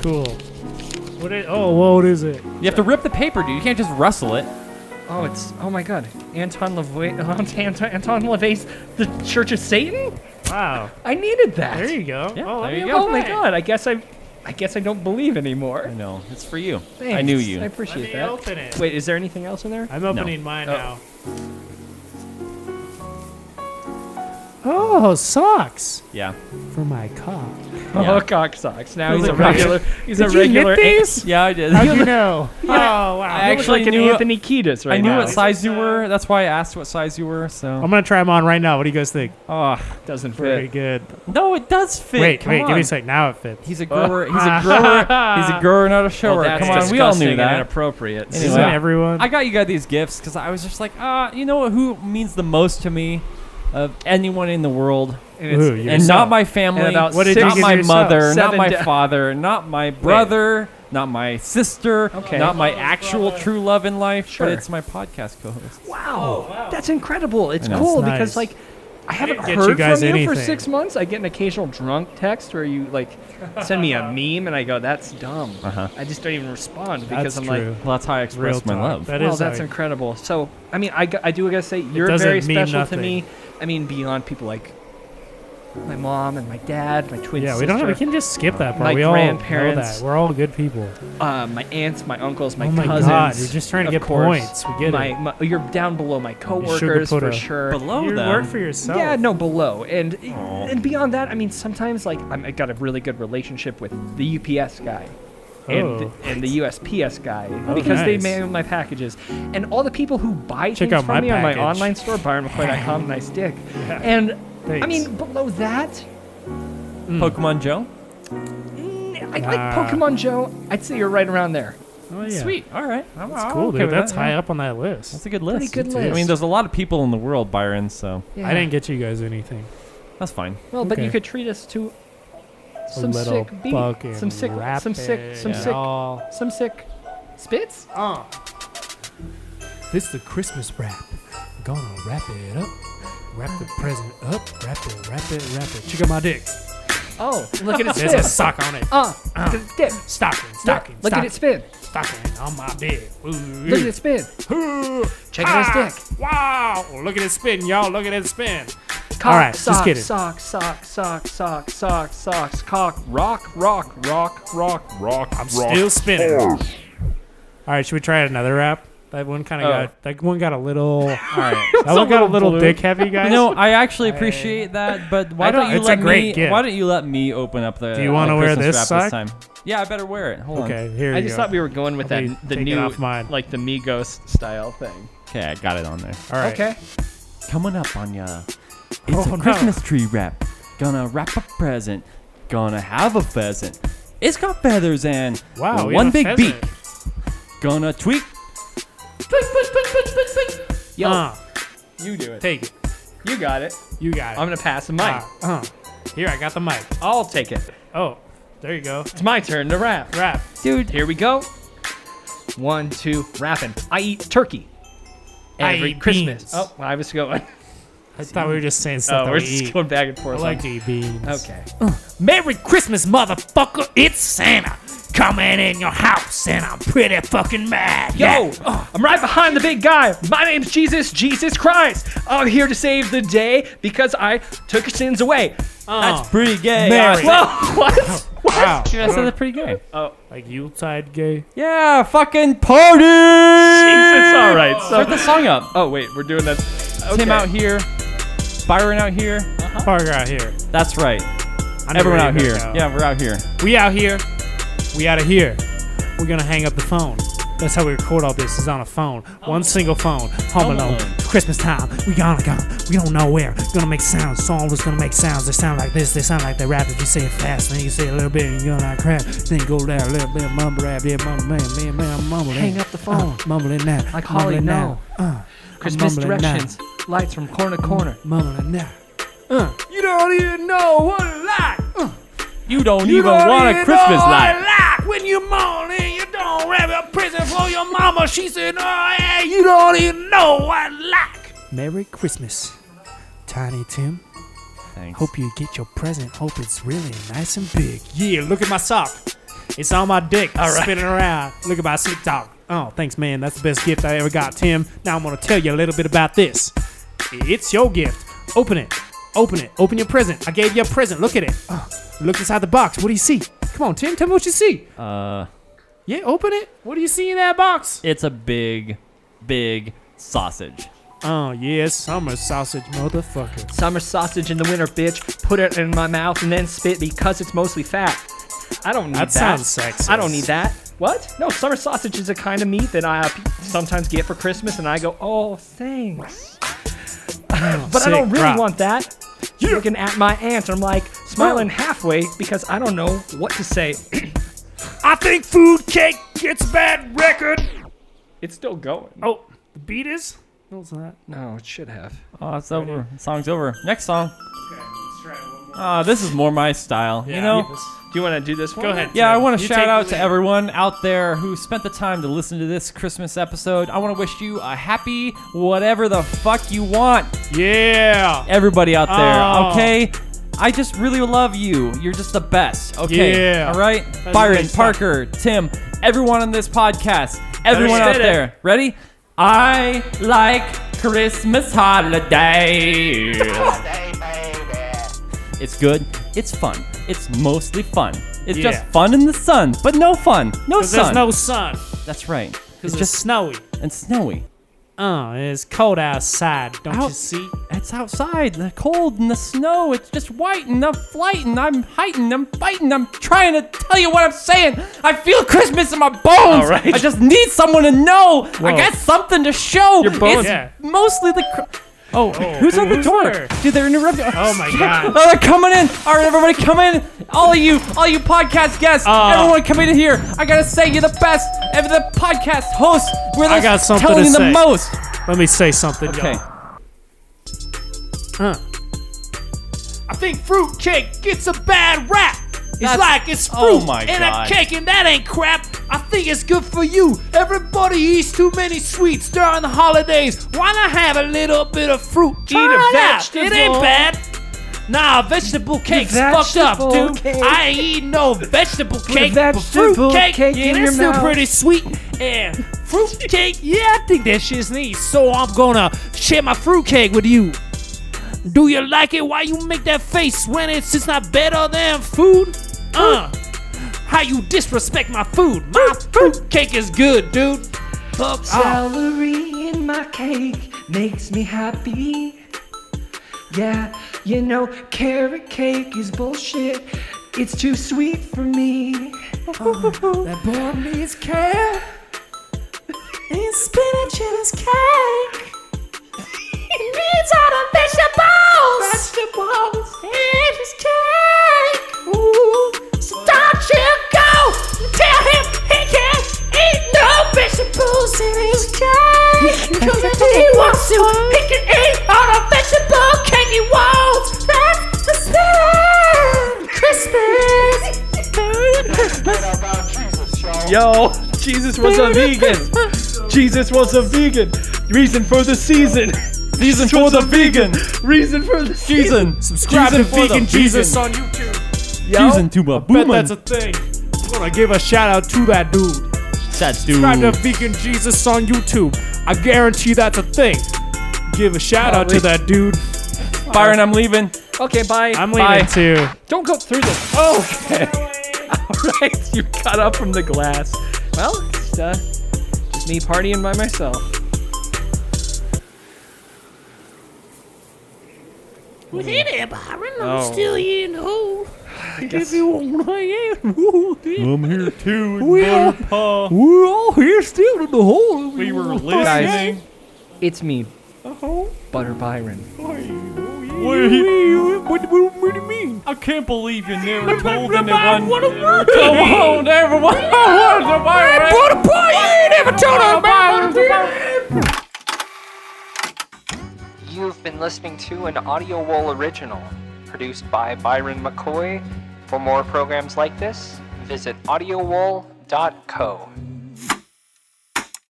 Speaker 1: Cool. What is? Oh, what is it?
Speaker 3: You have to rip the paper, dude. You can't just rustle it.
Speaker 2: Oh, it's oh my God, Anton LaVey, Anton, Anton LaVey's The Church of Satan.
Speaker 1: Wow.
Speaker 2: I needed that.
Speaker 1: There you go.
Speaker 3: Yeah,
Speaker 1: oh, let
Speaker 3: there
Speaker 1: me
Speaker 3: you
Speaker 1: look
Speaker 3: go.
Speaker 2: Oh my
Speaker 1: at it.
Speaker 2: God, I guess I, I guess I don't believe anymore.
Speaker 3: I know. It's for you. I
Speaker 2: Thanks.
Speaker 3: knew you.
Speaker 2: I
Speaker 1: Let me
Speaker 2: appreciate that.
Speaker 1: open it.
Speaker 2: Wait, is there anything else in there?
Speaker 1: I'm opening mine
Speaker 2: Oh.
Speaker 1: now. Oh, socks
Speaker 3: yeah.
Speaker 1: for my cock.
Speaker 2: Oh,
Speaker 3: Yeah.
Speaker 2: cock socks. Now he's
Speaker 1: Those
Speaker 2: a
Speaker 1: are great.
Speaker 2: regular. He's a
Speaker 1: Did you knit
Speaker 2: regular.
Speaker 1: these?
Speaker 3: Yeah, I did.
Speaker 1: How'd you know? Oh wow.
Speaker 3: I
Speaker 2: I
Speaker 3: actually
Speaker 2: actually like an
Speaker 3: knew-
Speaker 2: Anthony Kiedis right
Speaker 3: I knew
Speaker 2: now.
Speaker 3: what size you were. That's why I asked what size you were. So.
Speaker 1: I'm gonna try them on right now. What do you guys think?
Speaker 3: Oh,
Speaker 2: doesn't
Speaker 1: Very
Speaker 2: fit.
Speaker 1: good.
Speaker 3: no, it does fit.
Speaker 1: wait,
Speaker 3: Come
Speaker 1: wait, give
Speaker 3: on.
Speaker 1: me a sec. Now it fits.
Speaker 3: He's a grower. He's a grower. He's a grower, not a shower.
Speaker 2: Well, that's
Speaker 3: Come on, we all
Speaker 2: disgusting
Speaker 3: knew
Speaker 2: and
Speaker 3: that.
Speaker 2: Inappropriate.
Speaker 3: Anyway.
Speaker 1: Isn't
Speaker 3: Yeah.
Speaker 1: everyone?
Speaker 3: I got you guys these gifts because I was just like, ah, you know who means the most to me of anyone in the world,
Speaker 2: And it's-
Speaker 1: Ooh,
Speaker 3: and
Speaker 1: Yourself.
Speaker 3: not my family,
Speaker 2: And about
Speaker 1: What did
Speaker 3: not
Speaker 1: you give
Speaker 3: my
Speaker 1: yourself?
Speaker 3: mother, not
Speaker 2: Seven
Speaker 3: my
Speaker 2: da-
Speaker 3: father, not my brother, not my sister,
Speaker 2: Okay.
Speaker 3: not my actual true love in life,
Speaker 2: Sure.
Speaker 3: but it's my podcast co-host.
Speaker 2: Wow, that's incredible. It's
Speaker 3: I know.
Speaker 2: cool
Speaker 1: That's
Speaker 2: because
Speaker 1: nice.
Speaker 2: like I haven't
Speaker 1: get you
Speaker 2: heard
Speaker 1: guys
Speaker 2: from you for
Speaker 1: anything.
Speaker 2: six months. I get an occasional drunk text where you like send me a meme and I go, "That's dumb."
Speaker 3: Uh-huh.
Speaker 2: I just don't even respond because
Speaker 1: That's
Speaker 2: I'm
Speaker 1: true.
Speaker 2: like,
Speaker 3: Well, that's how I
Speaker 1: Real
Speaker 3: express my
Speaker 1: talk.
Speaker 3: love.
Speaker 1: That
Speaker 2: "Well,
Speaker 1: is
Speaker 2: that's
Speaker 1: how-
Speaker 2: incredible." So I mean, I, g- I do gotta say you're
Speaker 1: doesn't
Speaker 2: very
Speaker 1: mean
Speaker 2: special
Speaker 1: nothing.
Speaker 2: to me. I mean, beyond people like my mom and my dad, my twin
Speaker 1: Yeah,
Speaker 2: sister,
Speaker 1: we don't. Have, we can just skip that part.
Speaker 2: My
Speaker 1: we all know
Speaker 2: grandparents.
Speaker 1: that. We're all good people.
Speaker 2: uh, my aunts, my uncles, my
Speaker 1: oh my
Speaker 2: cousins.
Speaker 1: god, you're just trying to
Speaker 2: of
Speaker 1: get
Speaker 2: course.
Speaker 1: points. We get
Speaker 2: my,
Speaker 1: it.
Speaker 2: my- you're down below my coworkers
Speaker 1: put
Speaker 2: for
Speaker 1: a-
Speaker 2: sure.
Speaker 3: Below
Speaker 1: you
Speaker 3: them.
Speaker 1: work for yourself.
Speaker 2: Yeah, no, below, and and beyond that, I mean, sometimes like I'm, I got a really good relationship with the UPS guy, and,
Speaker 1: Oh.
Speaker 2: and the USPS guy because they
Speaker 1: nice.
Speaker 2: mail my packages. And all the people who buy
Speaker 1: Check
Speaker 2: things
Speaker 1: out
Speaker 2: from
Speaker 1: my
Speaker 2: me on
Speaker 1: package.
Speaker 2: my online store, ByronMcCoy.com, nice dick. And I
Speaker 1: Thanks.
Speaker 2: mean, below that,
Speaker 3: Pokemon Joe.
Speaker 2: I like
Speaker 1: Ah.
Speaker 2: Pokemon Joe. I'd say you're right around there.
Speaker 1: Oh, yeah.
Speaker 3: Sweet. All right. I'm-
Speaker 1: That's
Speaker 3: I'm
Speaker 1: cool,
Speaker 3: okay
Speaker 1: dude.
Speaker 3: with
Speaker 1: That's
Speaker 3: that,
Speaker 1: high
Speaker 3: yeah.
Speaker 1: up on that list.
Speaker 3: That's a good list.
Speaker 2: good
Speaker 3: It is. I mean,
Speaker 2: list.
Speaker 3: there's a lot of people in the world, Byron. So
Speaker 2: Yeah.
Speaker 1: I didn't get you guys anything.
Speaker 3: that's fine.
Speaker 2: Well, but you
Speaker 1: okay.
Speaker 2: could treat us to some
Speaker 1: little
Speaker 2: sick beat,
Speaker 1: fucking
Speaker 2: some sick, some sick, some
Speaker 1: rapping.
Speaker 2: sick,
Speaker 1: Oh.
Speaker 2: some sick spits.
Speaker 1: This the Christmas wrap. Gonna wrap it up. Wrap the present up. Wrap it, wrap it, wrap it. Check out my dick.
Speaker 2: Oh, look at it
Speaker 1: There's a
Speaker 2: spin.
Speaker 1: sock on it.
Speaker 2: Uh, look at it dip.
Speaker 1: Stocking, stocking,
Speaker 2: Look at
Speaker 1: stocking,
Speaker 2: it spin.
Speaker 1: stocking on my dick. Ooh,
Speaker 2: Look at it spin.
Speaker 1: ooh.
Speaker 2: Check out
Speaker 1: Ah,
Speaker 2: his dick.
Speaker 1: Wow! Look at it spin, y'all. Look at it spin.
Speaker 2: Cock,
Speaker 1: All right, just
Speaker 2: sock,
Speaker 1: kidding.
Speaker 2: sock, sock, sock, sock, sock, socks, cock, rock, rock, rock, rock, rock.
Speaker 1: I'm still spinning. All right, should we try another wrap? That one kind of
Speaker 3: Oh.
Speaker 1: got. That one got a little.
Speaker 3: All right.
Speaker 1: that one got a little
Speaker 2: blue.
Speaker 1: dick heavy, guys.
Speaker 3: You know, I actually appreciate that, but why
Speaker 1: I
Speaker 3: don't
Speaker 1: don't-
Speaker 3: you
Speaker 1: it's a
Speaker 3: let
Speaker 1: great
Speaker 3: me?
Speaker 1: gift.
Speaker 3: Why don't you let me open up the?
Speaker 1: Do you
Speaker 3: uh,
Speaker 1: wanna wear
Speaker 3: Christmas
Speaker 1: this
Speaker 3: wrap
Speaker 1: sock?
Speaker 3: time? Yeah, I better wear it. Hold
Speaker 1: okay, here you
Speaker 2: I just
Speaker 1: go.
Speaker 2: thought we were going with
Speaker 1: I'll be
Speaker 2: that the
Speaker 1: taking
Speaker 2: new
Speaker 1: off mine.
Speaker 2: like the Migos style thing.
Speaker 3: on. Okay, I got it on there.
Speaker 1: All right.
Speaker 2: Okay.
Speaker 3: Coming up on ya.
Speaker 1: Oh,
Speaker 3: It's
Speaker 1: no.
Speaker 3: a Christmas tree wrap. Gonna wrap a present. Gonna have a pheasant. It's got feathers and
Speaker 1: Wow. we
Speaker 3: one
Speaker 1: have a
Speaker 3: big
Speaker 1: pheasant.
Speaker 3: beak. Gonna tweak.
Speaker 2: Yo,
Speaker 1: Uh,
Speaker 2: you do it.
Speaker 1: take it.
Speaker 2: You got it.
Speaker 1: You got it.
Speaker 2: I'm gonna pass the mic.
Speaker 1: Uh, uh. Here, I got the mic.
Speaker 2: I'll take it.
Speaker 1: Oh, there you go.
Speaker 2: It's my turn to rap.
Speaker 1: Wrap.
Speaker 2: Dude, here we go. One, two, rapping. I eat turkey
Speaker 1: I
Speaker 2: every
Speaker 1: eat
Speaker 2: Christmas.
Speaker 1: beans.
Speaker 2: Oh, I was going.
Speaker 1: I thought we were just saying
Speaker 2: Oh,
Speaker 1: something.
Speaker 2: we're
Speaker 1: we
Speaker 2: just
Speaker 1: eat.
Speaker 2: going back and
Speaker 1: I
Speaker 2: forth.
Speaker 1: like to eat beans.
Speaker 2: on- okay.
Speaker 4: Merry Christmas, motherfucker. It's Santa coming in your house, and I'm pretty fucking mad.
Speaker 2: Yo, oh, I'm right behind the big guy. My name's Jesus, Jesus Christ. I'm here to save the day because I took your sins away.
Speaker 1: That's
Speaker 3: Pretty gay.
Speaker 1: Oh. Mary.
Speaker 3: All right.
Speaker 2: Whoa, what?
Speaker 1: wow.
Speaker 3: Dude, I said that's pretty gay.
Speaker 1: Like Yuletide gay.
Speaker 3: Yeah, fucking party.
Speaker 2: Jesus, all right.
Speaker 3: Start
Speaker 2: So,
Speaker 3: the song up.
Speaker 2: oh wait, we're doing that.
Speaker 3: Tim out here. Byron out here.
Speaker 1: Parker out here.
Speaker 3: That's right.
Speaker 1: I know
Speaker 3: Everyone
Speaker 1: where
Speaker 3: out
Speaker 1: you
Speaker 3: here.
Speaker 1: guys are.
Speaker 3: Yeah, we're out here.
Speaker 1: We out here. We out of here. We're gonna hang up the phone. That's how we record all this. Is on a phone, one single phone. Home alone.
Speaker 3: Alone.
Speaker 1: It's Christmas time. We gonna go. We don't know where. Gonna make sounds. Song was gonna make sounds. They sound like this. They sound like they rap. If you say it fast, then you say it a little bit, and you're not crap. Then go there a little bit, mumble rap, yeah, mumble, man, man, man, I'm mumbling.
Speaker 2: Hang up the phone.
Speaker 1: Uh, mumbling that.
Speaker 2: Like Holly,
Speaker 1: mumbling
Speaker 2: no.
Speaker 1: that, Uh,
Speaker 2: Christmas
Speaker 1: mumbling that,
Speaker 2: directions, lights from corner to corner.
Speaker 1: Mumbling that.
Speaker 2: You don't even know what to like.
Speaker 3: You don't even want a Christmas light.
Speaker 4: Like when you moan and you don't have a present for your mama, she said, "Oh, yeah, you don't even know what like."
Speaker 1: Merry Christmas, Tiny Tim.
Speaker 3: Thanks.
Speaker 1: Hope you get your present. Hope it's really nice and big. Yeah, look at my sock. It's on my dick. All right. Spinning around. Look at my slick dog. Oh, thanks, man. That's the best gift I ever got, Tim. Now I'm going to tell you a little bit about this. It's your gift. Open it. Open it. Open your present. I gave you a present. Look at it. Oh, look inside the box. What do you see? Come on, Tim. Tell me what you see.
Speaker 3: Uh,
Speaker 1: Yeah, open it. What do you see in that box?
Speaker 3: it's a big, big sausage.
Speaker 1: Oh, yeah, summer sausage, motherfucker.
Speaker 2: Summer sausage in the winter, bitch. Put it in my mouth and then spit because it's mostly fat. I don't need
Speaker 1: That
Speaker 2: that.
Speaker 1: sounds sexist.
Speaker 2: I don't need that. What? No, summer sausage is a kind of meat that I sometimes get for Christmas, and I go, oh, thanks. but I don't
Speaker 1: sick
Speaker 2: really
Speaker 1: crap.
Speaker 2: want that. Looking at my aunt, I'm like smiling halfway because I don't know what to say.
Speaker 1: I think food cake gets a bad record.
Speaker 2: It's still going.
Speaker 1: Oh, the beat is? No, it's not.
Speaker 2: No, it should have.
Speaker 3: Oh, it's over. Song's over. Next song. Ah, this is more my style. you know.
Speaker 2: Do you want to do this one?
Speaker 1: Go ahead.
Speaker 3: Yeah, I
Speaker 1: Tim.
Speaker 3: want to
Speaker 1: You
Speaker 3: shout
Speaker 1: take
Speaker 3: out
Speaker 1: the
Speaker 3: to
Speaker 1: lead.
Speaker 3: everyone out there who spent the time to listen to this Christmas episode. I want to wish you a happy whatever the fuck you want.
Speaker 1: Yeah.
Speaker 3: Everybody out there,
Speaker 1: Oh.
Speaker 3: okay? I just really love you. You're just the best. Okay.
Speaker 1: Yeah.
Speaker 3: All right.
Speaker 1: a
Speaker 3: Byron,
Speaker 1: nice song.
Speaker 3: Parker, Tim, everyone on this podcast, everyone
Speaker 1: Better
Speaker 3: out
Speaker 1: say that.
Speaker 3: there. Ready? I like Christmas holiday. It's good. It's fun. It's mostly fun. It's
Speaker 1: Yeah.
Speaker 3: just fun in the sun, but no fun. No
Speaker 1: Because there's
Speaker 3: sun.
Speaker 1: no sun.
Speaker 3: That's right.
Speaker 1: Because
Speaker 3: It's
Speaker 1: it's
Speaker 3: just
Speaker 1: snowy. Uh,
Speaker 3: and snowy.
Speaker 7: Oh, it's cold outside, don't you
Speaker 3: Out-
Speaker 7: see?
Speaker 3: It's outside, the cold and the snow. It's just white and I'm flighting. I'm heightened. I'm fighting. I'm trying to tell you what I'm saying. I feel Christmas in my bones. All
Speaker 8: right.
Speaker 3: I just need someone to know. I
Speaker 7: Whoa.
Speaker 3: got something to show.
Speaker 8: Your bones-
Speaker 3: It's
Speaker 7: Yeah.
Speaker 3: mostly the. Cr- oh, who's
Speaker 7: who-
Speaker 3: on the
Speaker 7: who's
Speaker 3: door?
Speaker 7: there?
Speaker 3: Dude, they're interrupting.
Speaker 7: Oh my god.
Speaker 3: Oh, they're coming in! All right, everybody, come in! All of you, all you podcast guests,
Speaker 7: Oh.
Speaker 3: everyone, come in here! I gotta say, you're the best, and the podcast host. We're the
Speaker 7: I got something
Speaker 3: telling
Speaker 7: to
Speaker 3: you
Speaker 7: say.
Speaker 3: the most.
Speaker 7: Let me say something,
Speaker 3: Okay.
Speaker 7: y'all. Huh.
Speaker 1: I think fruit cake gets a bad rap. It's
Speaker 3: That's-
Speaker 1: like it's fruit
Speaker 3: oh my
Speaker 1: and
Speaker 3: God.
Speaker 1: a cake, and that ain't crap. I think it's good for you. Everybody eats too many sweets during the holidays. Why not have a little bit of fruit? Eat
Speaker 8: a
Speaker 1: It
Speaker 8: vegetable.
Speaker 1: ain't bad. Nah, vegetable cake's
Speaker 8: vegetable
Speaker 1: fucked up, dude.
Speaker 8: cake.
Speaker 1: I ain't eat no vegetable cake, but
Speaker 8: vegetable
Speaker 1: fruit cake,
Speaker 8: cake
Speaker 1: yeah,
Speaker 8: in
Speaker 1: that's
Speaker 8: your
Speaker 1: still
Speaker 8: mouth.
Speaker 1: pretty sweet. And fruit cake, yeah, I think that shit's neat. So I'm gonna share my fruit cake with you. Do you like it? Why you make that face when it's just not better than food? Uh, how you disrespect my food? My fruit cake is good, dude. ah. Fuck off.
Speaker 8: Celery in my cake makes me happy. Yeah, you know, carrot cake is bullshit. It's too sweet for me.
Speaker 1: That boy needs care.
Speaker 4: It's spinach in his cake. It needs all the vegetables. Vegetables in his cake. Ooh. So don't you go and tell him he can't eat no vegetables in his cake. 'Cause if he wants to, he can eat all the vegetable cake he wants. That's the spirit. Christmas. Merry Christmas.
Speaker 8: Yo, Jesus was a vegan. Jesus was a vegan. Reason for the season. Reason for the vegan. Reason for the season.
Speaker 7: Subscribe to
Speaker 3: for the
Speaker 7: Vegan Jesus on
Speaker 8: Yo,
Speaker 3: to my
Speaker 7: Bet that's a thing. I want to give a shout out to that dude.
Speaker 3: That
Speaker 7: Subscribe to Vegan Jesus on YouTube. I guarantee that's a thing. Give a shout out to that dude.
Speaker 3: Byron, I'm leaving.
Speaker 8: Okay, bye.
Speaker 7: I'm
Speaker 8: bye.
Speaker 7: leaving too.
Speaker 8: Don't go through this. Okay. All right, you cut up from the glass. Well, it's, uh, just me partying by myself.
Speaker 1: Well, hey there, Byron. I'm
Speaker 8: Oh.
Speaker 1: still here in the hole.
Speaker 8: guess-
Speaker 1: If you want, I am. Ooh, yeah.
Speaker 3: I'm here too.
Speaker 1: We all, we're all here still in the hole. We
Speaker 3: were
Speaker 8: Guys, it's me,
Speaker 2: Uh-huh.
Speaker 8: Butter Byron.
Speaker 3: What do
Speaker 1: What, what, what do you mean?
Speaker 3: I can't believe you never told
Speaker 1: Byron, what a word!
Speaker 3: Come on, everyone. Byron.
Speaker 1: What a boy! You ain't never told us, Byron!
Speaker 2: You've been listening to an Audio Wall original produced by Byron McCoy. For more programs like this, visit audiowall.co.